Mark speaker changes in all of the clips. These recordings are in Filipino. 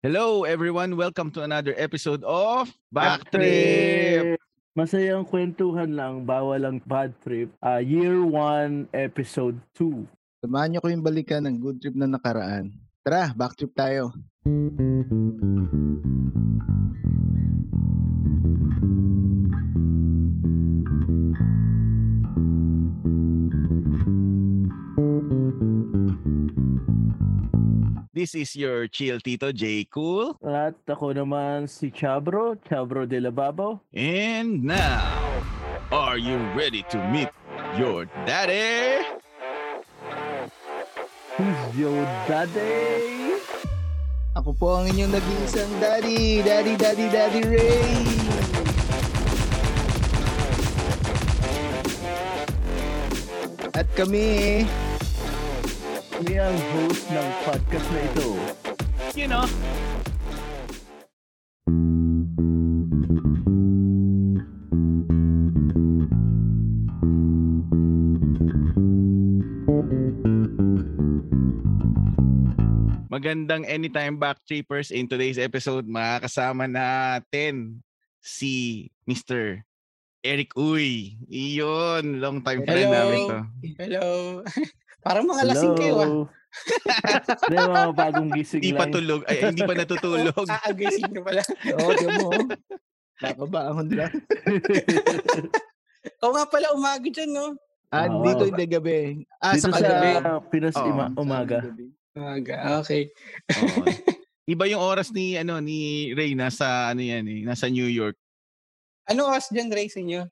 Speaker 1: Hello everyone, welcome to another episode of Back Trip.
Speaker 2: Masayang kwentuhan lang, bawal ang bad trip. Ah, year 1, episode 2.
Speaker 3: Samahan niyo ko yung balikan ng good trip na nakaraan. Tara, back trip tayo.
Speaker 1: This is your chill tito J Cool
Speaker 2: At ako naman si Chabro, Chabro de la Babo.
Speaker 1: and now are you ready to meet your daddy?
Speaker 2: Who's your daddy?
Speaker 3: Ako po ang inyong nag-iisang daddy, daddy, daddy, daddy Ray. At kami,
Speaker 2: Kami ang host ng podcast na ito.
Speaker 1: You know. Magandang anytime back trippers in today's episode makakasama natin si Mr. Eric Uy. Iyon, long time friend
Speaker 4: Hello.
Speaker 1: namin to.
Speaker 4: Hello. Parang mga lasing kayo ah.
Speaker 2: Hindi, mga bagong gising
Speaker 1: Hindi pa
Speaker 2: lang.
Speaker 1: tulog, ay hindi pa natutulog.
Speaker 4: Ah, ah, gising na pala.
Speaker 3: oo, di mo, oh. napabaangon lang.
Speaker 4: Oo nga pala, umaga dyan, no?
Speaker 3: Ah,
Speaker 2: Oo.
Speaker 3: dito hindi gabi. Ah,
Speaker 2: Dito
Speaker 3: sa
Speaker 2: sa
Speaker 3: kagabi.
Speaker 2: Pinas
Speaker 1: Oo,
Speaker 2: ima-
Speaker 3: Sa
Speaker 2: umaga.
Speaker 3: gabi.
Speaker 4: Umaga, okay.
Speaker 1: Oo. Iba yung oras ni ano ni Ray nasa ano yan eh, nasa New York.
Speaker 4: Ano oras dyan, Ray, sa inyo?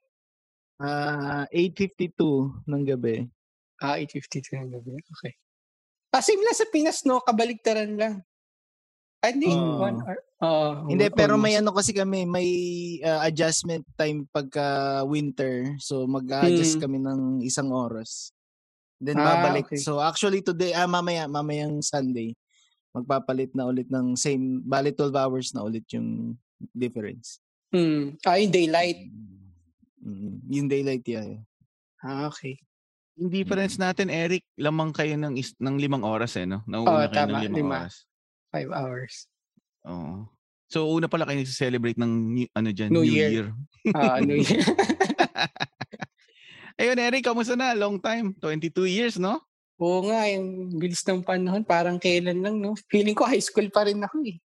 Speaker 3: Ah, 8.52 ng gabi.
Speaker 4: Ah, 8.52 ng gabi. Okay. Ah, same lang sa Pinas, no? Kabaligtaran lang. I think
Speaker 3: Oo.
Speaker 4: one hour. Oo,
Speaker 3: Hindi,
Speaker 4: almost.
Speaker 3: pero may ano kasi kami, may ah, adjustment time pagka winter. So mag-adjust
Speaker 4: Hmm.
Speaker 3: kami ng isang oras. Then
Speaker 4: Ah,
Speaker 3: babalik.
Speaker 4: okay.
Speaker 3: So actually today, ah, mamaya, mamayang Sunday, magpapalit na ulit ng same, bali 12 hours na ulit yung difference.
Speaker 4: Hmm. Ah, yung daylight.
Speaker 3: Mm, yung daylight yan.
Speaker 4: Ah, okay.
Speaker 1: Yung
Speaker 4: Hmm.
Speaker 1: difference natin, Eric, lamang kayo ng, is- ng limang oras eh, no?
Speaker 4: Oo,
Speaker 1: Nauuna kayo
Speaker 4: tama,
Speaker 1: ng limang
Speaker 4: lima.
Speaker 1: oras.
Speaker 4: Five hours.
Speaker 1: Oo. So, una pala kayo nag-celebrate ng new, ano dyan,
Speaker 4: New
Speaker 1: New
Speaker 4: Year.
Speaker 1: Year.
Speaker 4: Ah, ano yun?
Speaker 1: Ayun, Eric, kamusta na? Long time. 22 years, no?
Speaker 4: Oo nga, yung bilis ng panahon, parang kailan lang, no? Feeling ko high school pa rin ako, eh.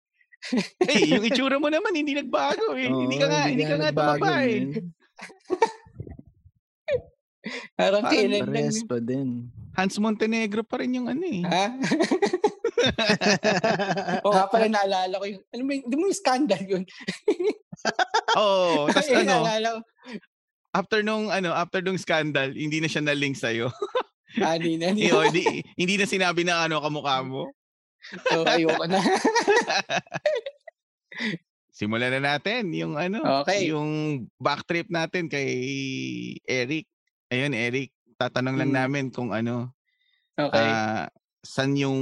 Speaker 1: Hey, yung itsura mo naman, hindi nagbago eh. hindi ka nga, hindi ka nga
Speaker 3: nagbago,
Speaker 1: tumaba eh.
Speaker 3: man.
Speaker 4: Parang,
Speaker 1: Parang
Speaker 4: kailan lang,
Speaker 3: Parehas
Speaker 4: no?
Speaker 3: pa din.
Speaker 1: Hans Montenegro pa rin yung ano eh.
Speaker 4: Ha? Oo nga pala, naalala ko yung, ano ba yung, di mo yung scandal yun?
Speaker 1: Oo. Tapos
Speaker 4: Ayun,
Speaker 1: ano,
Speaker 4: naalala ko.
Speaker 1: after nung, ano, after nung scandal, hindi na siya na-link sa'yo.
Speaker 4: Ani ah, na,
Speaker 1: Eh,
Speaker 4: ni-
Speaker 1: oh, hindi, hindi na sinabi na ano kamukha mo.
Speaker 4: oh, ayoko na.
Speaker 1: Simulan na natin yung ano,
Speaker 4: Okay.
Speaker 1: yung back trip natin kay Eric. Ayun, Eric, tatanong lang
Speaker 4: Mm.
Speaker 1: namin kung ano,
Speaker 4: Okay.
Speaker 1: ah, saan yung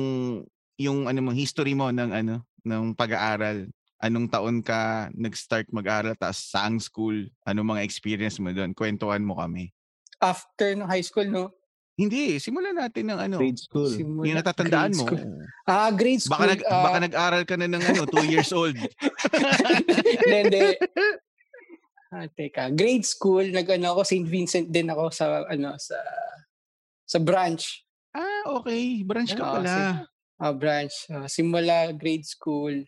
Speaker 1: yung ano mo history mo ng ano ng pag-aaral. Anong taon ka nag-start mag-aral tapos saang school? Ano mga experience mo doon? Kwentuhan mo kami.
Speaker 4: After ng high school, no?
Speaker 1: Hindi, simulan natin ng ano.
Speaker 3: Grade school.
Speaker 4: Simula,
Speaker 1: Yung natatandaan
Speaker 4: grade
Speaker 1: mo.
Speaker 4: school. Ah, grade school.
Speaker 1: Baka nag
Speaker 4: ah,
Speaker 1: baka nag-aral ka na ng ano 2 years old.
Speaker 4: Hindi, hindi. Ah, teka. Grade school, nag-ano ako, St. Vincent din ako sa, ano, sa, sa branch.
Speaker 1: Ah, okay. Branch ka
Speaker 4: Ah,
Speaker 1: pala.
Speaker 4: Ah, branch. Ah, simula grade school.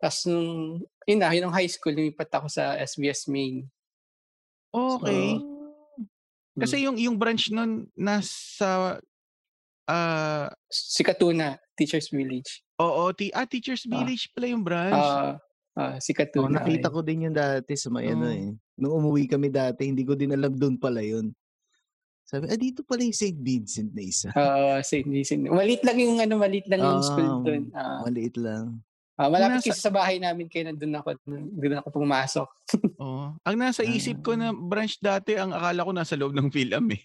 Speaker 4: Tapos nung, yun na, yun ang high school, lumipat ako sa SBS Main.
Speaker 1: Okay.
Speaker 4: mm.
Speaker 1: Kasi yung yung branch nun nasa ah
Speaker 4: Si Katuna, Teacher's Village.
Speaker 1: oo, ti- ah, Teachers
Speaker 4: Ah.
Speaker 1: Village pala yung branch.
Speaker 4: Ah, ah,
Speaker 3: Oh,
Speaker 4: si Katuna.
Speaker 3: nakita ko din yun dati sa may ano
Speaker 4: Mm.
Speaker 1: Oo.
Speaker 3: eh. Nung umuwi kami dati, hindi ko din alam doon pala yun. Sabi, ah, dito pala yung St. Vincent na isa.
Speaker 4: Oo, St. Vincent. Malit lang yung ano, malit lang
Speaker 3: Ah,
Speaker 4: yung school doon. Ah,
Speaker 3: Maliit lang.
Speaker 4: ah, malapit
Speaker 1: nasa-
Speaker 4: kasi sa bahay namin kaya nandun ako, doon ako pumasok.
Speaker 1: oo. Ang nasa isip ko
Speaker 4: Ah.
Speaker 1: na branch dati ang akala ko nasa loob ng film eh.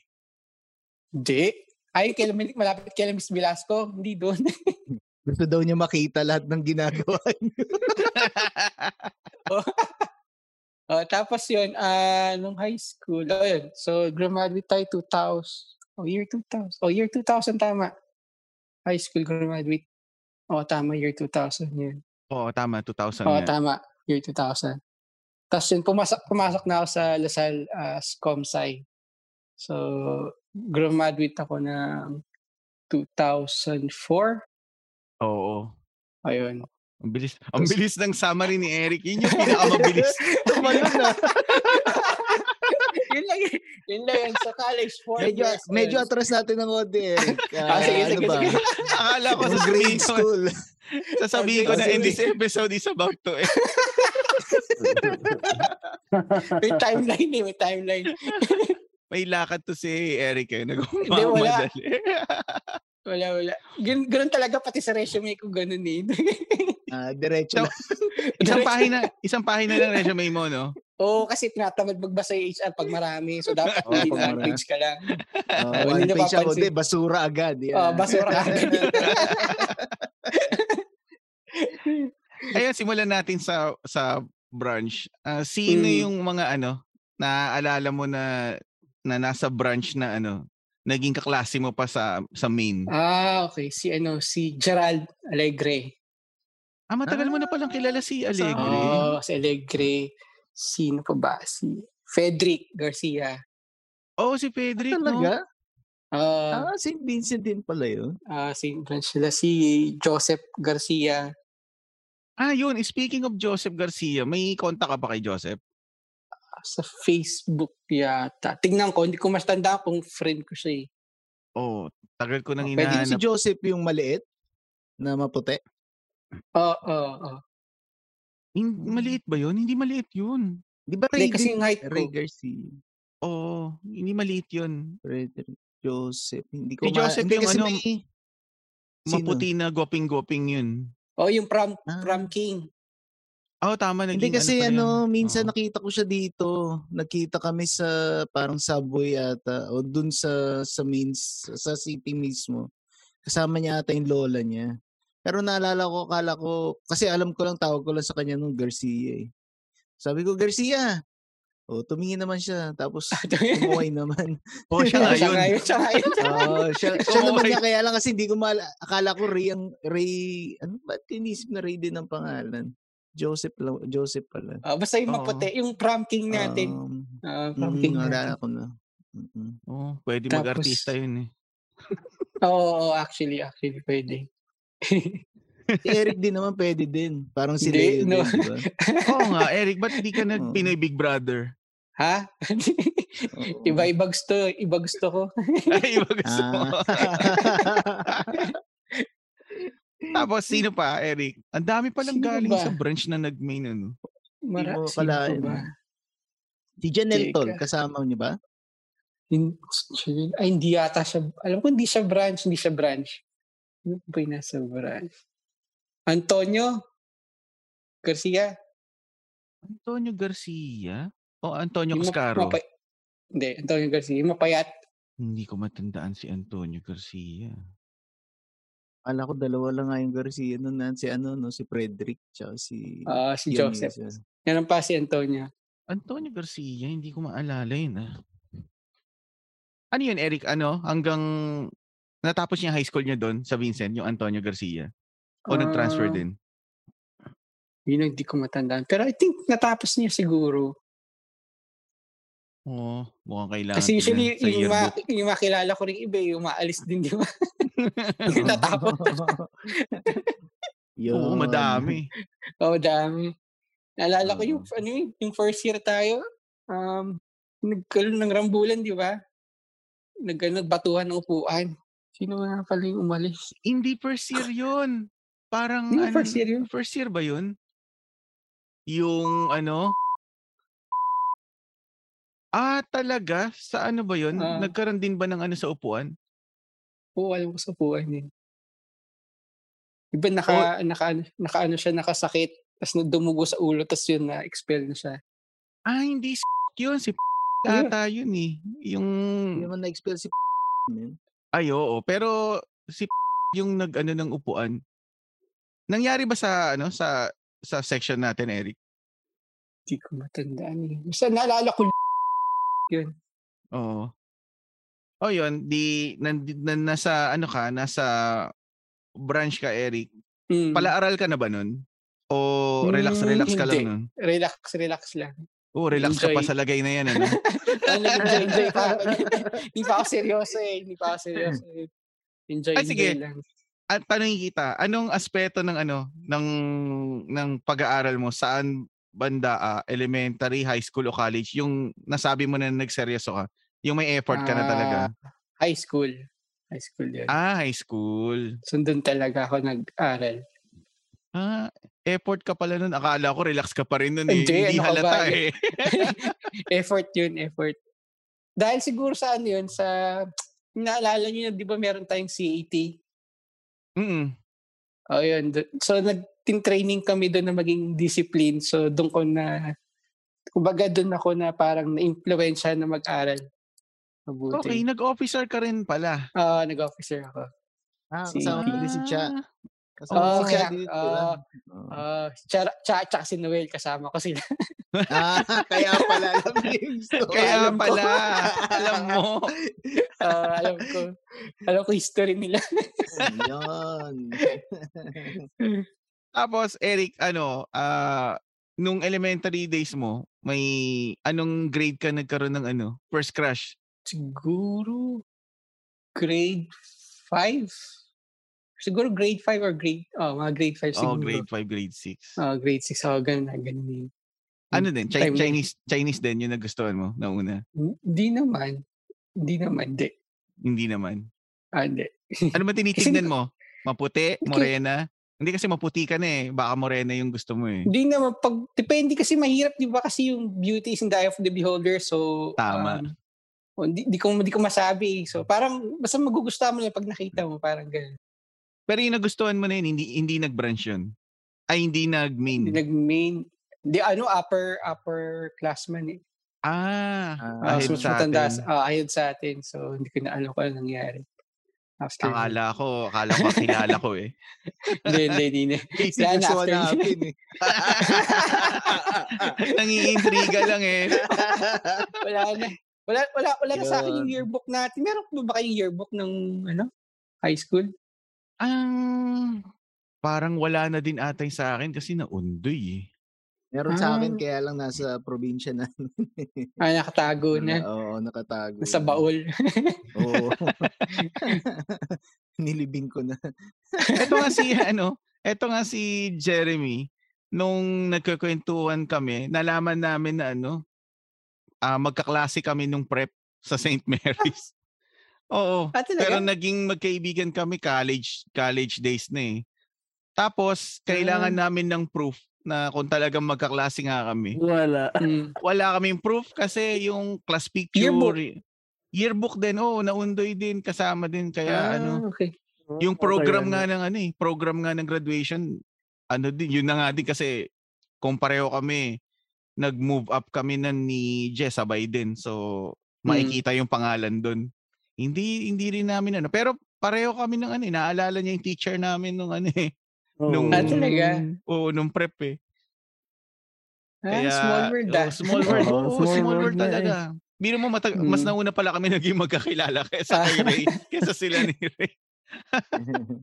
Speaker 4: Hindi. Ay, kay, malapit kay Miss Velasco, hindi doon.
Speaker 3: Gusto daw niya makita lahat ng ginagawa niya.
Speaker 4: Oh, tapos yun, ah, nung high school, oh, yun. So, graduate tayo 2000. Oh, year 2000. Oh, year 2000 tama. High school graduate. Oh, tama, year 2000 yun.
Speaker 1: Oo, tama. 2000
Speaker 4: Oo,
Speaker 1: nga.
Speaker 4: tama. Year 2000. Tapos yun, pumasok, pumasok na ako sa Lasal as Comsci. So, graduate ako ng 2004.
Speaker 1: Oo.
Speaker 4: Ayun.
Speaker 1: Ang bilis, ang bilis ng summary ni Eric. Yun yung pinakamabilis. Tumalon na.
Speaker 4: yun lang yun. Yun lang yun. Sa college, four
Speaker 3: Medyo,
Speaker 4: years.
Speaker 3: medyo
Speaker 4: yun.
Speaker 3: atras natin ng konti, Eric. Ah,
Speaker 4: Ah, sige,
Speaker 3: ano
Speaker 4: sige,
Speaker 3: ba?
Speaker 4: sige.
Speaker 1: Akala ko
Speaker 3: Yung
Speaker 1: sasabihin
Speaker 3: grade
Speaker 1: ko,
Speaker 3: school.
Speaker 1: sasabihin ko na in this episode is about to eh. end.
Speaker 4: May timeline eh. May timeline.
Speaker 1: May lakad to si Eric eh.
Speaker 4: Hindi, wala.
Speaker 1: Nagmamadali.
Speaker 4: Wala, wala. Gan, ganun talaga pati sa resume ko ganun eh.
Speaker 3: Ah, diretso
Speaker 1: So,
Speaker 3: lang.
Speaker 1: isang pahina, isang pahina ng resume mo, no?
Speaker 4: Oo, kasi tinatamad magbasa yung HR pag marami. So, dapat
Speaker 3: Oo,
Speaker 4: hindi
Speaker 3: pag
Speaker 4: na
Speaker 3: marami.
Speaker 4: page ka lang.
Speaker 3: Oh,
Speaker 4: Hindi
Speaker 3: one
Speaker 4: niyo
Speaker 3: page ako.
Speaker 4: papansin.
Speaker 3: Di, basura agad. Yan.
Speaker 4: Oh, basura ka agad.
Speaker 1: Ayun, simulan natin sa sa branch. Ah, sino
Speaker 4: Mm.
Speaker 1: yung mga ano naaalala mo na na nasa branch na ano naging kaklase mo pa sa sa main?
Speaker 4: Ah, okay. Si ano, si Gerald Alegre.
Speaker 1: Ah, matagal mo na palang kilala si Allegri.
Speaker 4: Oo, si Alegre. Sino pa ba? Si Frederick Garcia.
Speaker 1: Oo, si Pedrick, no?
Speaker 3: Talaga?
Speaker 4: Ah,
Speaker 3: Ah, St. Vincent din pala yun.
Speaker 4: ah, si branch nila si Joseph Garcia.
Speaker 1: Ah, yun. Speaking of Joseph Garcia, may contact ka pa kay Joseph?
Speaker 4: Ah, Sa Facebook yata. Tingnan ko, hindi ko mas tandaan kung friend ko siya eh.
Speaker 1: Oo, tagal ko nang
Speaker 4: Oh, pwede
Speaker 1: hinahanap.
Speaker 3: Yung Ah, si Joseph yung maliit na maputi.
Speaker 4: Oo, oo, oo.
Speaker 1: Hin- maliit ba yun? Hindi maliit yun.
Speaker 3: Di ba Ray,
Speaker 4: Hindi, kasi
Speaker 3: Gar-
Speaker 4: yung height
Speaker 3: Ray
Speaker 4: ko.
Speaker 3: Garcia?
Speaker 1: Oo, hindi maliit yun.
Speaker 3: Frederick Joseph. Hindi
Speaker 1: Si
Speaker 3: ko
Speaker 1: Joseph
Speaker 3: hindi
Speaker 1: yung
Speaker 3: kasi
Speaker 1: ano,
Speaker 3: may... Sino?
Speaker 1: Maputi na goping-goping yun.
Speaker 4: Oh, yung prom,
Speaker 3: Ah.
Speaker 4: prom king.
Speaker 1: Oo, tama. Naging,
Speaker 3: Hindi kasi
Speaker 1: pala
Speaker 3: ano,
Speaker 1: yun.
Speaker 3: minsan
Speaker 1: Oo.
Speaker 3: nakita ko siya dito. Nakita kami sa parang subway ata o dun sa sa main sa city mismo. Kasama niya ata yung lola niya. Pero naalala ko, kala ko, kasi alam ko lang, tawag ko lang sa kanya nung Garcia eh. Sabi ko, Garcia! O, tumingin naman siya. Ah. Tapos, umuwi naman.
Speaker 1: Oo, siya nga
Speaker 4: Siya
Speaker 1: yun.
Speaker 4: nga yun, siya nga yun.
Speaker 3: Oo, siya, siya naman
Speaker 1: Umuwi.
Speaker 3: niya. Kaya lang kasi hindi ko maala. Akala ko Ray ang, Ray, ano ba? Tinisip na Ray din ang pangalan. Joseph, lang- Joseph pala.
Speaker 4: Ah, basta yung
Speaker 1: Oo.
Speaker 4: maputi, yung prom king natin.
Speaker 3: Um,
Speaker 4: Ah, prom
Speaker 3: mm,
Speaker 4: king
Speaker 3: wala
Speaker 4: natin.
Speaker 3: ako na. Mm-mm.
Speaker 1: Oo, pwede
Speaker 4: Tapos-
Speaker 1: mag-artista yun eh.
Speaker 4: Oo, oh, actually, actually, pwede.
Speaker 3: Si Eric din naman pwede din. Parang si
Speaker 4: Hindi,
Speaker 3: Leo
Speaker 4: no.
Speaker 3: din, di ba?
Speaker 1: Oo nga, Eric, ba't di ka na
Speaker 3: Oo.
Speaker 1: Pinoy Big Brother?
Speaker 4: ha?
Speaker 3: Oo.
Speaker 4: Iba iba gusto, iba gusto ko.
Speaker 1: Ay, iba gusto mo.
Speaker 3: Ah.
Speaker 4: Ah.
Speaker 1: Tapos, sino pa, Eric? Ang dami palang
Speaker 4: Sino
Speaker 1: galing
Speaker 4: ba?
Speaker 1: sa branch na nag-main ano.
Speaker 4: Mara,
Speaker 3: mo
Speaker 4: sino pa
Speaker 3: akalain.
Speaker 4: ba?
Speaker 3: si Janelle Tol,
Speaker 4: Teka.
Speaker 3: kasama niyo ba?
Speaker 4: Hin- Ay, hindi yata siya. Alam ko, hindi siya branch, hindi siya branch. Ano ba yung nasa branch? Antonio Garcia.
Speaker 1: Antonio Garcia? O Antonio
Speaker 4: Yung map-
Speaker 1: Cascaro?
Speaker 4: mapa- hindi, Antonio Garcia. Yung mapayat.
Speaker 1: Hindi ko matandaan si Antonio Garcia.
Speaker 3: Kala ko dalawa lang nga yung Garcia nun, na, si ano, no, si Frederick, tsaka si...
Speaker 4: Ah, si
Speaker 3: yun, yun
Speaker 4: Joseph.
Speaker 3: siya.
Speaker 4: Yan ang pa si Antonio.
Speaker 1: Antonio Garcia, hindi ko maalala yun ah. Ano yun, Eric? Ano? Hanggang natapos niya high school niya doon sa Vincent, yung Antonio Garcia. O nag-transfer
Speaker 4: Ah,
Speaker 1: din?
Speaker 4: Yun ang hindi ko matandaan. Pero I think natapos niya siguro.
Speaker 1: Oo. Mukhang kailangan
Speaker 4: Kasi
Speaker 1: tingnan
Speaker 4: usually,
Speaker 1: sa
Speaker 4: yung, ma-
Speaker 1: yearbook.
Speaker 4: yung makilala ko rin iba, eh, yung maalis din, di ba?
Speaker 1: Oo.
Speaker 4: Natapos.
Speaker 3: Yun.
Speaker 1: Oo, madami.
Speaker 4: Oo, dami. Oh, Naalala ko yung,
Speaker 3: Oo.
Speaker 4: ano yun, yung first year tayo, um, nagkaroon ng rambulan, di ba? Nag, ano, batuhan ng upuan. Sino nga pala yung umalis?
Speaker 1: Hindi first year yun. Parang ano,
Speaker 4: Hindi first year yun.
Speaker 1: First year ba yun? Yung ano? Ah, talaga? Sa ano ba yun?
Speaker 4: Ah.
Speaker 1: Nagkaroon din ba ng ano sa upuan?
Speaker 4: Oo, alam ko sa upuan yun. Iba naka, naka, naka, ano siya, nakasakit. Tapos dumugo sa ulo, tapos yun, na-expel na siya.
Speaker 1: Ah, hindi si yun. Si
Speaker 4: Ayun.
Speaker 1: ata yun eh. Yung,
Speaker 4: Hmm.
Speaker 3: Hindi naman na-expel si man.
Speaker 1: ay oo. Pero si yung nag ano ng upuan. Nangyari ba sa ano sa sa section natin, Eric?
Speaker 4: Hindi ko matandaan. eh. Basta naalala ko,
Speaker 1: Oo. O yun, di, nandi- na, nasa ano ka, nasa branch ka, Eric.
Speaker 4: mm,
Speaker 1: Palaaral ka na ba nun? O
Speaker 4: Hmm,
Speaker 1: relax-relax ka lang
Speaker 4: hindi.
Speaker 1: nun?
Speaker 4: Relax, relax lang.
Speaker 1: Oo, relax ka pa sa
Speaker 4: Enjoy.
Speaker 1: lagay na yan. Ano?
Speaker 4: Parang nag-enjoy enjoy pa ako. Hindi pa ako seryoso eh. Hindi pa ako seryoso eh. Enjoy,
Speaker 1: Ay, sige.
Speaker 4: enjoy lang.
Speaker 1: At tanong kita, anong aspeto ng ano ng ng pag-aaral mo saan banda ah, elementary, high school o college yung nasabi mo na nagseryoso ka? Yung may effort ka na talaga.
Speaker 4: High school. High school yun.
Speaker 1: Ah, high school.
Speaker 4: So, doon talaga ako nag-aral.
Speaker 1: Ah, effort ka pala nun. Akala ko relax ka pa rin nun eh.
Speaker 4: Hindi,
Speaker 1: Hindi,
Speaker 4: ano ka ba?
Speaker 1: halata eh.
Speaker 4: effort yun, effort. Dahil siguro sa ano yun, sa... Naalala niyo na, di ba meron tayong CET?
Speaker 1: Mm.
Speaker 4: O yun. do- So, nag-training kami doon na maging discipline. So, doon ko na... Kumbaga, doon ako na parang na-influensya na mag-aral.
Speaker 1: Okay,
Speaker 4: Mabuti.
Speaker 1: nag-officer ka rin pala.
Speaker 4: Ah, nag-officer ako.
Speaker 3: Ah,
Speaker 4: Si-
Speaker 3: kasama ko din si Cha.
Speaker 1: Ah,
Speaker 3: Kasama
Speaker 4: Oo,
Speaker 3: ko si Cha
Speaker 4: Ah. Oh, kaya,
Speaker 3: dito, di ba?
Speaker 4: ah,
Speaker 3: Oo.
Speaker 4: ah, tsara- tsaka tsaka si Noel kasama ko sila.
Speaker 3: Ah, kaya pala alam niya yung story.
Speaker 1: Kaya
Speaker 4: alam ko.
Speaker 1: pala, alam mo.
Speaker 4: Ah, alam ko. Alam ko history nila.
Speaker 3: Yun.
Speaker 1: Tapos, Eric, ano, ah, nung elementary days mo, may anong grade ka nagkaroon ng ano? First crush?
Speaker 4: Siguro grade 5. Siguro grade 5 or grade, oh, mga grade 5 siguro.
Speaker 1: Oh, grade 5, grade 6.
Speaker 4: Oh, grade 6. Oh, ganun na, ganun na yun. Hmm,
Speaker 1: ano din? Chi-
Speaker 4: time na-
Speaker 1: Chinese, Chinese din yung nagustuhan mo nauna?
Speaker 4: Hindi naman. Hindi naman, di.
Speaker 1: Hindi naman.
Speaker 4: Ah, di.
Speaker 1: Ano ba tinitignan mo? Maputi?
Speaker 4: Hindi-
Speaker 1: Morena? Hindi kasi maputi ka na eh. Baka morena yung gusto mo eh.
Speaker 4: Hindi naman, pag, depende kasi mahirap, di ba? Kasi yung beauty is in the eye of the beholder, so...
Speaker 1: Tama.
Speaker 4: um, oh, di, di, ko, di ko masabi. eh. So, parang, basta magugustuhan mo na pag nakita mo, parang ganun.
Speaker 1: Pero yung nagustuhan mo na yun, hindi, hindi nag-branch yun. Ay, hindi
Speaker 4: Hindi
Speaker 1: nag-main.
Speaker 4: nag-main. Di, ano, upper, upper classman eh.
Speaker 1: Ah,
Speaker 3: Ah,
Speaker 4: Ah,
Speaker 1: Ahead
Speaker 4: so, mas
Speaker 1: sa
Speaker 4: matanda,
Speaker 1: atin.
Speaker 4: sa- ah, ahead sa atin. So, hindi ko na alam kung ano nangyari. After. nun.
Speaker 1: akala ko, akala ko, kilala ko eh.
Speaker 4: Hindi, hindi, hindi. na. Wala na
Speaker 3: Gusto
Speaker 4: after nun.
Speaker 3: natin eh.
Speaker 1: Nangiintriga lang eh.
Speaker 4: Wala na. Wala, wala, wala na sa akin yung
Speaker 3: Yun.
Speaker 4: yearbook natin. Meron ba ba kayong yearbook ng ano, high school?
Speaker 1: Ang parang wala na din atay sa akin kasi naundoy eh.
Speaker 3: Meron sa akin,
Speaker 4: Ah.
Speaker 3: kaya lang nasa probinsya na.
Speaker 4: Ah, nakatago na.
Speaker 3: Oo, nakatago.
Speaker 4: Nasa
Speaker 3: na.
Speaker 4: baul.
Speaker 3: Oo. Nilibing ko na.
Speaker 1: Ito nga si ano, ito nga si Jeremy nung nagkukwentuhan kami, nalaman namin na ano, ah magkaklase kami nung prep sa St. Mary's. Oo.
Speaker 4: Ah,
Speaker 1: Pero
Speaker 4: talaga?
Speaker 1: naging magkaibigan kami college college days na eh. Tapos
Speaker 4: Ah.
Speaker 1: kailangan namin ng proof na kung talagang magkaklase nga kami.
Speaker 2: Wala.
Speaker 4: Mm.
Speaker 1: Wala kaming proof kasi yung class picture
Speaker 4: Yearbook.
Speaker 1: yearbook din oo naundoy din kasama din kaya
Speaker 4: Ah,
Speaker 1: ano
Speaker 4: okay.
Speaker 1: yung program nga ng ano eh, program nga ng graduation, ano din, yun na nga din kasi kung pareho kami, nag-move up kami na ni Jess sabay din. So,
Speaker 4: Mm.
Speaker 1: makikita yung pangalan doon. Hindi hindi rin namin ano. Pero pareho kami ng ano, eh, naalala niya yung teacher namin nung ano eh. Nung,
Speaker 2: Oh.
Speaker 4: Ah, talaga?
Speaker 1: Oo, nung prep eh.
Speaker 4: Ah, small world
Speaker 1: oo,
Speaker 4: ah.
Speaker 1: small world.
Speaker 2: Oo,
Speaker 1: Oo, small,
Speaker 2: small
Speaker 1: world,
Speaker 2: world nga eh.
Speaker 1: talaga. Biro mo, matag- mas
Speaker 4: Mm.
Speaker 1: nauna pala kami naging magkakilala kaysa
Speaker 4: Ah.
Speaker 1: kay Ray, kaysa sila ni Ray.
Speaker 3: o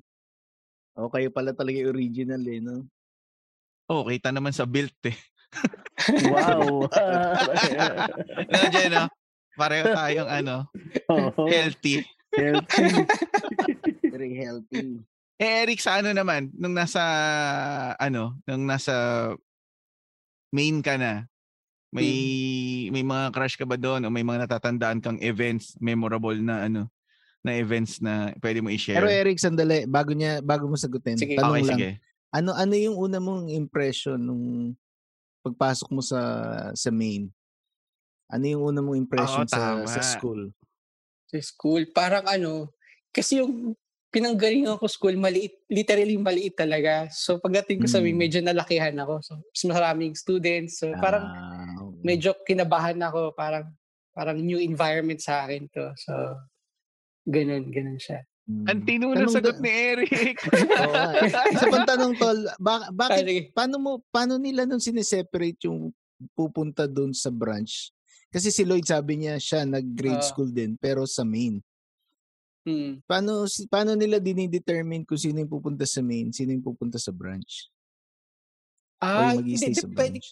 Speaker 3: Oh, kayo pala talaga yung original eh, no?
Speaker 1: Oh, kita naman sa built eh.
Speaker 2: Wow.
Speaker 1: no, Jenna, pareho tayong ano,
Speaker 2: Oo.
Speaker 1: healthy.
Speaker 2: Oh. Healthy.
Speaker 3: Very healthy.
Speaker 1: Eh, Eric, sa ano naman, nung nasa, ano, nung nasa main ka na, may,
Speaker 3: Mm.
Speaker 1: may mga crush ka ba doon o may mga natatandaan kang events, memorable na ano, na events na pwede mo i-share?
Speaker 3: Pero Eric, sandali, bago, niya, bago mo sagutin,
Speaker 4: Sige.
Speaker 1: okay,
Speaker 3: tanong lang.
Speaker 1: sige.
Speaker 3: Ano ano yung una mong impression nung pagpasok mo sa sa main? Ano yung una mong
Speaker 1: Oo,
Speaker 3: impression sa sa
Speaker 1: tama.
Speaker 3: school?
Speaker 4: Sa school, parang ano, kasi yung pinanggalingan ko school, maliit, literally maliit talaga. So pagdating ko sa may,
Speaker 1: Hmm.
Speaker 3: Mm.
Speaker 4: medyo nalakihan ako. So, mas maraming students. So parang
Speaker 3: Ah, oo.
Speaker 4: medyo kinabahan ako. Parang parang new environment sa akin to. So, ganun, ganun siya.
Speaker 3: Mm.
Speaker 1: Ang tino na
Speaker 3: Tanong
Speaker 1: sagot
Speaker 3: da-
Speaker 1: ni Eric.
Speaker 3: Oo nga eh. Isa pang tanong tol, bak-
Speaker 4: Ah,
Speaker 3: bakit
Speaker 4: sige.
Speaker 3: paano mo paano nila nung sineseparate yung pupunta doon sa branch? Kasi si Lloyd sabi niya siya nag-grade
Speaker 4: Ah.
Speaker 3: school din pero sa main.
Speaker 4: Mm.
Speaker 3: Paano si- paano nila dinidetermine kung sino yung pupunta sa main, sino yung pupunta sa branch? Ah,
Speaker 4: Ah,
Speaker 3: o mag-stay
Speaker 4: hindi,
Speaker 3: sa
Speaker 4: depende,
Speaker 3: branch?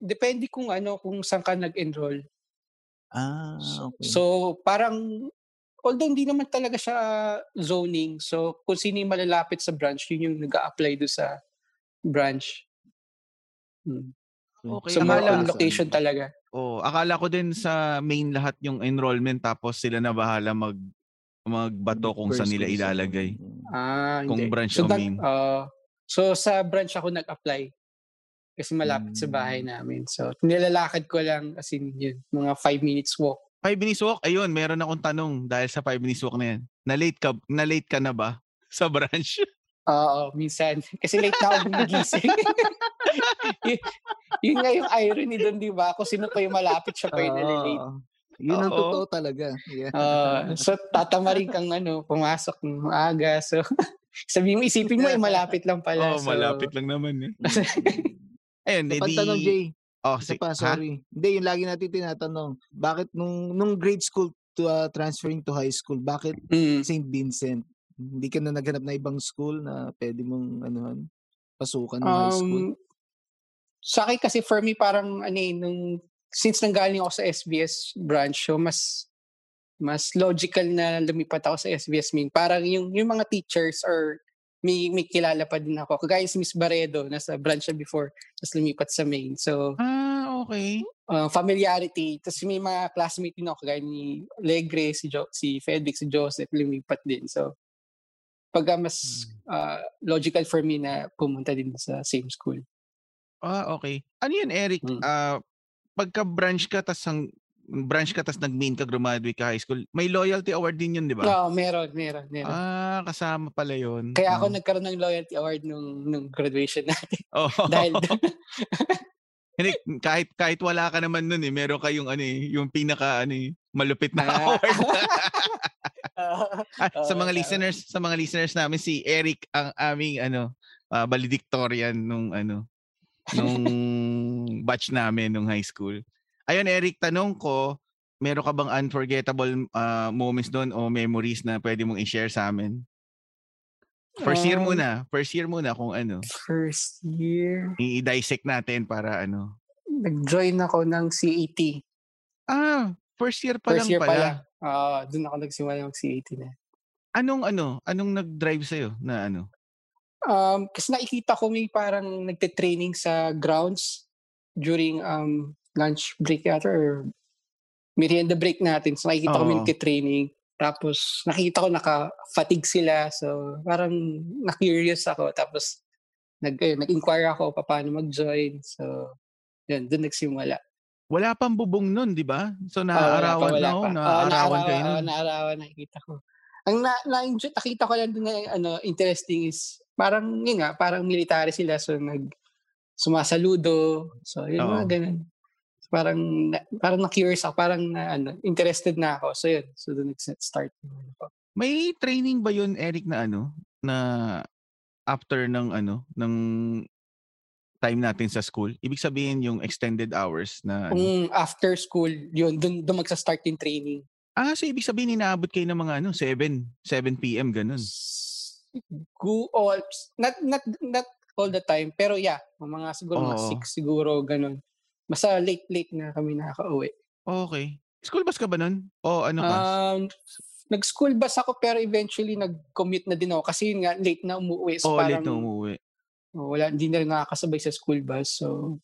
Speaker 4: depende kung ano, kung saan ka nag-enroll.
Speaker 3: Ah,
Speaker 4: So-
Speaker 3: okay.
Speaker 4: So, parang, although hindi naman talaga siya zoning, so kung sino yung malalapit sa branch, yun yung nag apply do sa branch. Hmm.
Speaker 1: Okay.
Speaker 4: So, more
Speaker 1: akala-
Speaker 4: on location talaga.
Speaker 1: Oh, akala ko din sa main lahat yung enrollment tapos sila na bahala mag magbato kung saan nila ilalagay.
Speaker 4: Ah,
Speaker 1: Kung
Speaker 4: hindi.
Speaker 1: branch
Speaker 4: so,
Speaker 1: o
Speaker 4: nag-
Speaker 1: main.
Speaker 4: ah, so, sa branch ako nag-apply. Kasi malapit sa
Speaker 3: Hmm.
Speaker 4: bahay namin. So, nilalakad ko lang, as in, yun, mga five minutes walk.
Speaker 1: Five minutes walk, ayun, meron akong tanong dahil sa five minutes walk na yan. Na-late ka, na-late ka na ba sa branch?
Speaker 4: Oo, minsan. Kasi late na ako gumigising. yun, yun nga yung irony doon, di ba? Kung sino pa yung malapit siya pa yung nalilate.
Speaker 3: Ah, Oo. Yun
Speaker 1: Oo.
Speaker 3: ang
Speaker 1: Ah,
Speaker 3: totoo talaga. Yeah.
Speaker 4: Oo, so, tatama rin kang ano, pumasok ng maaga. So, sabi mo, isipin mo, eh, malapit lang pala.
Speaker 1: oh,
Speaker 4: So,
Speaker 1: malapit lang naman eh. Ayun, edi...
Speaker 3: Pagtanong, Jay.
Speaker 1: Oh,
Speaker 3: Isa
Speaker 1: si,
Speaker 3: pa,
Speaker 1: ha?
Speaker 3: sorry. Hindi, yung lagi natin tinatanong. Bakit nung, nung grade school to ah, transferring to high school, bakit
Speaker 4: mm,
Speaker 3: St. Vincent? Hindi ka na naghanap na ibang school na pwede mong anuhan, pasukan ng high school?
Speaker 4: um, sa akin kasi for me, parang, ano eh, nung, since nanggaling ako sa SBS branch, so mas mas logical na lumipat ako sa SBS main. Parang yung, yung mga teachers or may, may kilala pa din ako. Kagaya si Miss Barredo, nasa branch siya before, tapos lumipat sa main. So,
Speaker 1: Ah, okay.
Speaker 4: uh, familiarity. Tapos may mga classmate din ako, kagaya ni Legre, si, jo- si Felix, si Joseph, lumipat din. So, pagka mas
Speaker 3: Hmm.
Speaker 4: uh, logical for me na pumunta din sa same school.
Speaker 1: Ah, okay. Ano yun, Eric?
Speaker 4: Mm.
Speaker 1: Ah, pagka-branch ka, tas ang branch ka, tas nag-main ka, graduate ka high school, may loyalty award din yun, di ba?
Speaker 4: Oo, meron, meron, meron.
Speaker 1: Ah, kasama pala yun.
Speaker 4: Kaya ako
Speaker 1: Ah.
Speaker 4: nagkaroon ng loyalty award nung, nung graduation na.
Speaker 1: Oo.
Speaker 4: dahil,
Speaker 1: Hindi, kahit kahit wala ka naman nun eh, meron kayong ano eh, yung pinaka ano eh, malupit na
Speaker 4: Ah.
Speaker 1: award.
Speaker 4: Ah,
Speaker 1: Ah, sa
Speaker 4: Oo,
Speaker 1: mga
Speaker 4: tama.
Speaker 1: listeners, sa mga listeners namin si Eric ang aming ano, ah, valedictorian nung ano, nung batch namin nung high school. Ayun Eric, tanong ko, meron ka bang unforgettable ah, moments doon o memories na pwede mong i-share sa amin? First year
Speaker 4: Um,
Speaker 1: muna, first year muna kung ano,
Speaker 4: First year,
Speaker 1: i-dissect natin para ano.
Speaker 4: nag-join ako ng CET.
Speaker 1: Ah, first year pa lang
Speaker 4: First year
Speaker 1: pala.
Speaker 4: pala. Ah, doon ako nagsimula ng CET na.
Speaker 1: Anong ano, anong nag-drive sa'yo na ano?
Speaker 4: Um, kasi nakikita ko may parang nagte-training sa grounds during um, lunch break yata or merienda break natin. So nakikita ko may
Speaker 1: Oo.
Speaker 4: nagte-training. Tapos nakita ko naka-fatigue sila. So parang na-curious ako. Tapos nag, eh, nag-inquire ako pa paano mag-join. So yun, doon nagsimula.
Speaker 1: Wala pang bubong nun, di ba? So
Speaker 4: Ah, wala
Speaker 1: naaarawan
Speaker 4: pa, wala
Speaker 1: na, oh,
Speaker 4: pa. Ah,
Speaker 1: naaarawan kayo
Speaker 4: ah,
Speaker 1: nun.
Speaker 4: naarawan, nakikita ko. Ang na, na-enjoy, nakita ko lang dun na ano, interesting is, parang, yun nga, parang military sila, so nag, sumasaludo, so yun,
Speaker 1: Oo.
Speaker 4: mga ganun. So, parang, na- parang na-curious ako, parang na, ano, interested na ako. So yun, so doon nag-start. yung ano ko.
Speaker 1: May training ba yun, Eric, na ano? Na after ng ano, ng time natin sa school? Ibig sabihin yung extended hours na ano.
Speaker 4: Kung after school, yun, doon, doon magsa-start yung training.
Speaker 1: Ah, so ibig sabihin inaabot kayo ng mga ano, 7, 7 p.m. ganun.
Speaker 4: Go all, not, not, not all the time, pero yeah, mga siguro mga
Speaker 1: Oo.
Speaker 4: six siguro, ganun. Basta late-late na kami nakaka-uwi.
Speaker 1: Okay. School bus ka ba nun? O ano ka?
Speaker 4: Um, nag-school bus ako pero eventually nag-commute na din ako kasi yun nga, late na umuwi. So
Speaker 1: o
Speaker 4: parang oh,
Speaker 1: late na umuwi.
Speaker 4: wala, hindi na rin nakakasabay sa school bus. So,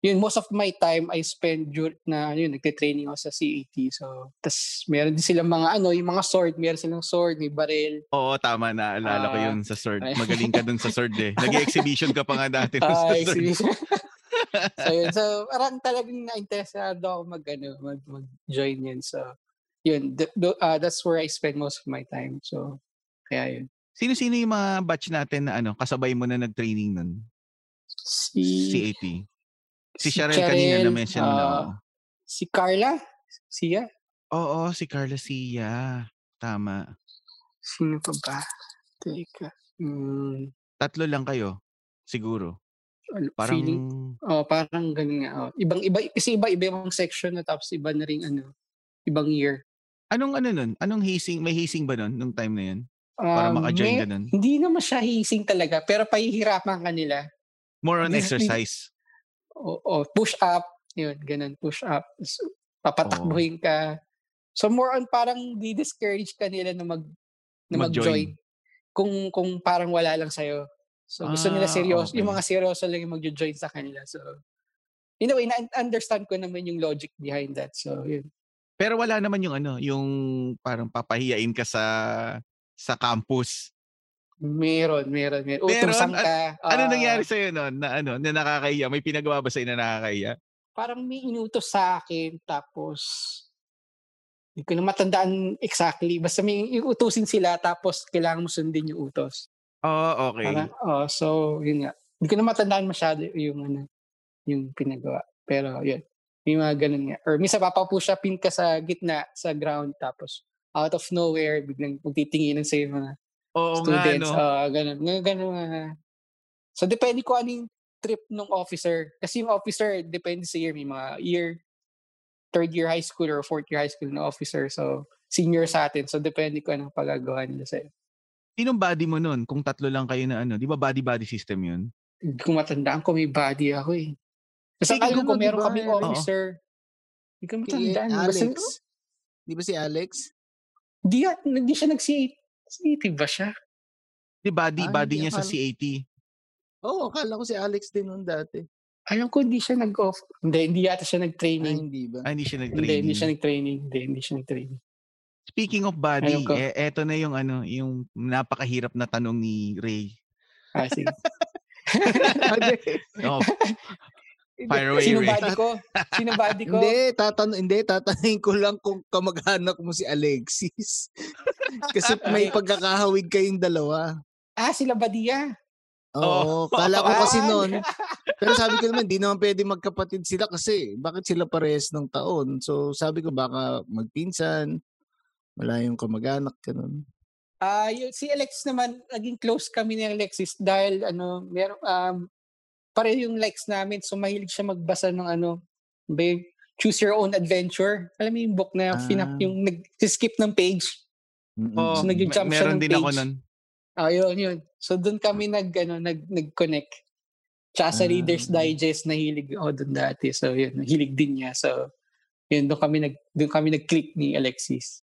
Speaker 4: yun, most of my time I spend dur- na ano yun, nagte-training ako sa CET. So, tas meron din silang mga ano, yung mga sword, meron silang sword, may barrel.
Speaker 1: Oo, tama. Naalala ko
Speaker 4: Ah.
Speaker 1: yun sa sword.
Speaker 4: Ay.
Speaker 1: Magaling ka dun sa sword eh. Nag-exhibition ka pa nga dati dun sa
Speaker 4: Ah,
Speaker 1: sword.
Speaker 4: exhibition. so, yun. So, parang talagang na-interesado ako mag, ano, mag, mag-join yun. So, yun. th- th- ah, that's where I spend most of my time. So, kaya yun.
Speaker 1: Sino-sino yung mga batch natin na ano, kasabay mo na nag-training nun?
Speaker 4: Si,
Speaker 1: CAT. Si Sharel kanina
Speaker 4: Charel,
Speaker 1: na-mention mo na. oh.
Speaker 4: ah,
Speaker 1: oo.
Speaker 4: si Carla? Siya?
Speaker 1: Oo, si Carla Sia. Tama.
Speaker 4: Sino pa ba? Teka. Mm,
Speaker 1: Tatlo lang kayo. Siguro.
Speaker 4: ano,
Speaker 1: Parang
Speaker 4: feeling Oh, parang ganun nga. Oh. Ibang iba kasi iba iba yung section na tapos iba na rin ano, ibang year.
Speaker 1: anong ano nun? Anong hazing? May hazing ba nun nung time na yun?
Speaker 4: Um,
Speaker 1: Para maka-join
Speaker 4: may-
Speaker 1: ka nun?
Speaker 4: Hindi naman siya hising talaga, pero pahihirapan ka nila.
Speaker 1: More on
Speaker 4: Hindi.
Speaker 1: exercise.
Speaker 4: O, o push up, yun, ganun, push up. So, papatakbuhin ka. So more on parang di-discourage ka nila na mag na
Speaker 1: Mag-join.
Speaker 4: mag-join. Kung kung parang wala lang sa'yo. So gusto nila
Speaker 1: Ah,
Speaker 4: seryoso,
Speaker 1: okay.
Speaker 4: yung mga seryoso lang yung mag-join sa kanila. So in a way, na-understand ko naman yung logic behind that. So yun.
Speaker 1: Pero wala naman yung ano, yung parang papahiyain ka sa sa campus.
Speaker 4: Meron, meron, meron.
Speaker 1: Meron?
Speaker 4: Utusan
Speaker 1: An-
Speaker 4: ka.
Speaker 1: Ano
Speaker 4: ah,
Speaker 1: nangyari sa iyo noon na ano, na nakakahiya? May pinagawa ba sa na nakakahiya?
Speaker 4: Parang may inutos sa akin. Tapos, hindi ko na matandaan exactly. Basta may iutusin sila tapos kailangan mo sundin yung utos.
Speaker 1: Oh, okay.
Speaker 4: Parang, oh, so, yun nga. Hindi ko na matandaan masyado yung, ano, yung pinagawa. Pero, yun. May mga ganun nga. Or minsan papapush upin ka sa gitna, sa ground. Tapos, out of nowhere, biglang magtitinginan sa'yo yung mga
Speaker 1: Oo nga
Speaker 4: students. ah.
Speaker 1: no.
Speaker 4: Oo, ganun. Ganun, ganun. ah. So, depende ko anong trip ng officer. Kasi yung officer, depende sa year. May mga year, third year high school or fourth year high school na officer. So, senior sa atin. So, depende ko anong pagagawa nila sa'yo.
Speaker 1: Sinong body mo noon kung tatlo lang kayo na ano? Di ba body-body system yun?
Speaker 4: Hindi ko matandaan kung may body ako eh. Basta
Speaker 3: May
Speaker 4: alam
Speaker 3: ganun,
Speaker 4: ko,
Speaker 3: di
Speaker 4: meron
Speaker 3: ba,
Speaker 4: kaming
Speaker 3: Eric?
Speaker 4: officer. Hindi ko
Speaker 3: Si
Speaker 4: matandaan. eh. Basta,
Speaker 3: Alex. Di ba si Alex?
Speaker 4: di, at- hindi siya nag-CAT ba siya?
Speaker 1: Di body
Speaker 3: Ah,
Speaker 1: body
Speaker 3: hindi,
Speaker 1: niya sa
Speaker 3: akala-
Speaker 1: CAT.
Speaker 3: Oo, oh, akala ko si Alex din nun dati.
Speaker 4: Alam ko, hindi siya nag-off. Hindi, hindi yata siya
Speaker 3: Ay,
Speaker 4: nag-training.
Speaker 3: hindi ba?
Speaker 1: Ah, hindi siya
Speaker 4: Hindi,
Speaker 1: nag-training.
Speaker 4: hindi siya nag-training. Hindi, hindi siya nag-training.
Speaker 1: Speaking of body,
Speaker 4: Ayun ka.
Speaker 1: eh, eto na yung ano, yung napakahirap na tanong ni Ray.
Speaker 4: Ah, sige.
Speaker 1: Oh, fire away,
Speaker 4: Sino
Speaker 1: Ray.
Speaker 4: body ko? Sino body ko?
Speaker 3: Hindi, tatan hindi tatanungin ko lang kung kamag-anak mo si Alexis. Kasi may pagkakahawig kayong dalawa.
Speaker 4: Ah, sila Badia.
Speaker 3: Oo, kala ko
Speaker 1: Ah,
Speaker 3: kasi noon. Pero sabi ko naman, di naman pwede magkapatid sila kasi bakit sila parehas ng taon? So sabi ko baka magpinsan, malayong kamag-anak, ganun.
Speaker 4: Ah, yun, si Alexis naman, naging close kami ni Alexis dahil ano, meron, um, pareho yung likes namin. So, mahilig siya magbasa ng ano, ba yun? Choose Your Own Adventure. Alam mo yung book na
Speaker 3: Ah.
Speaker 4: finap, yung nag-skip ng page.
Speaker 3: Mm-mm.
Speaker 1: Oo,
Speaker 4: So, naging
Speaker 1: oh, me-
Speaker 4: jump siya
Speaker 1: meron
Speaker 4: ng
Speaker 1: din ako
Speaker 4: page.
Speaker 1: nun.
Speaker 4: Ah, yun, yun. So, doon kami nag, ano, nag, nag-connect. Tsaka sa
Speaker 3: Ah.
Speaker 4: Reader's Digest, nahilig ako doon dati. So, yun, nahilig din niya. So, yun, doon kami, nag, doon kami nag-click ni Alexis.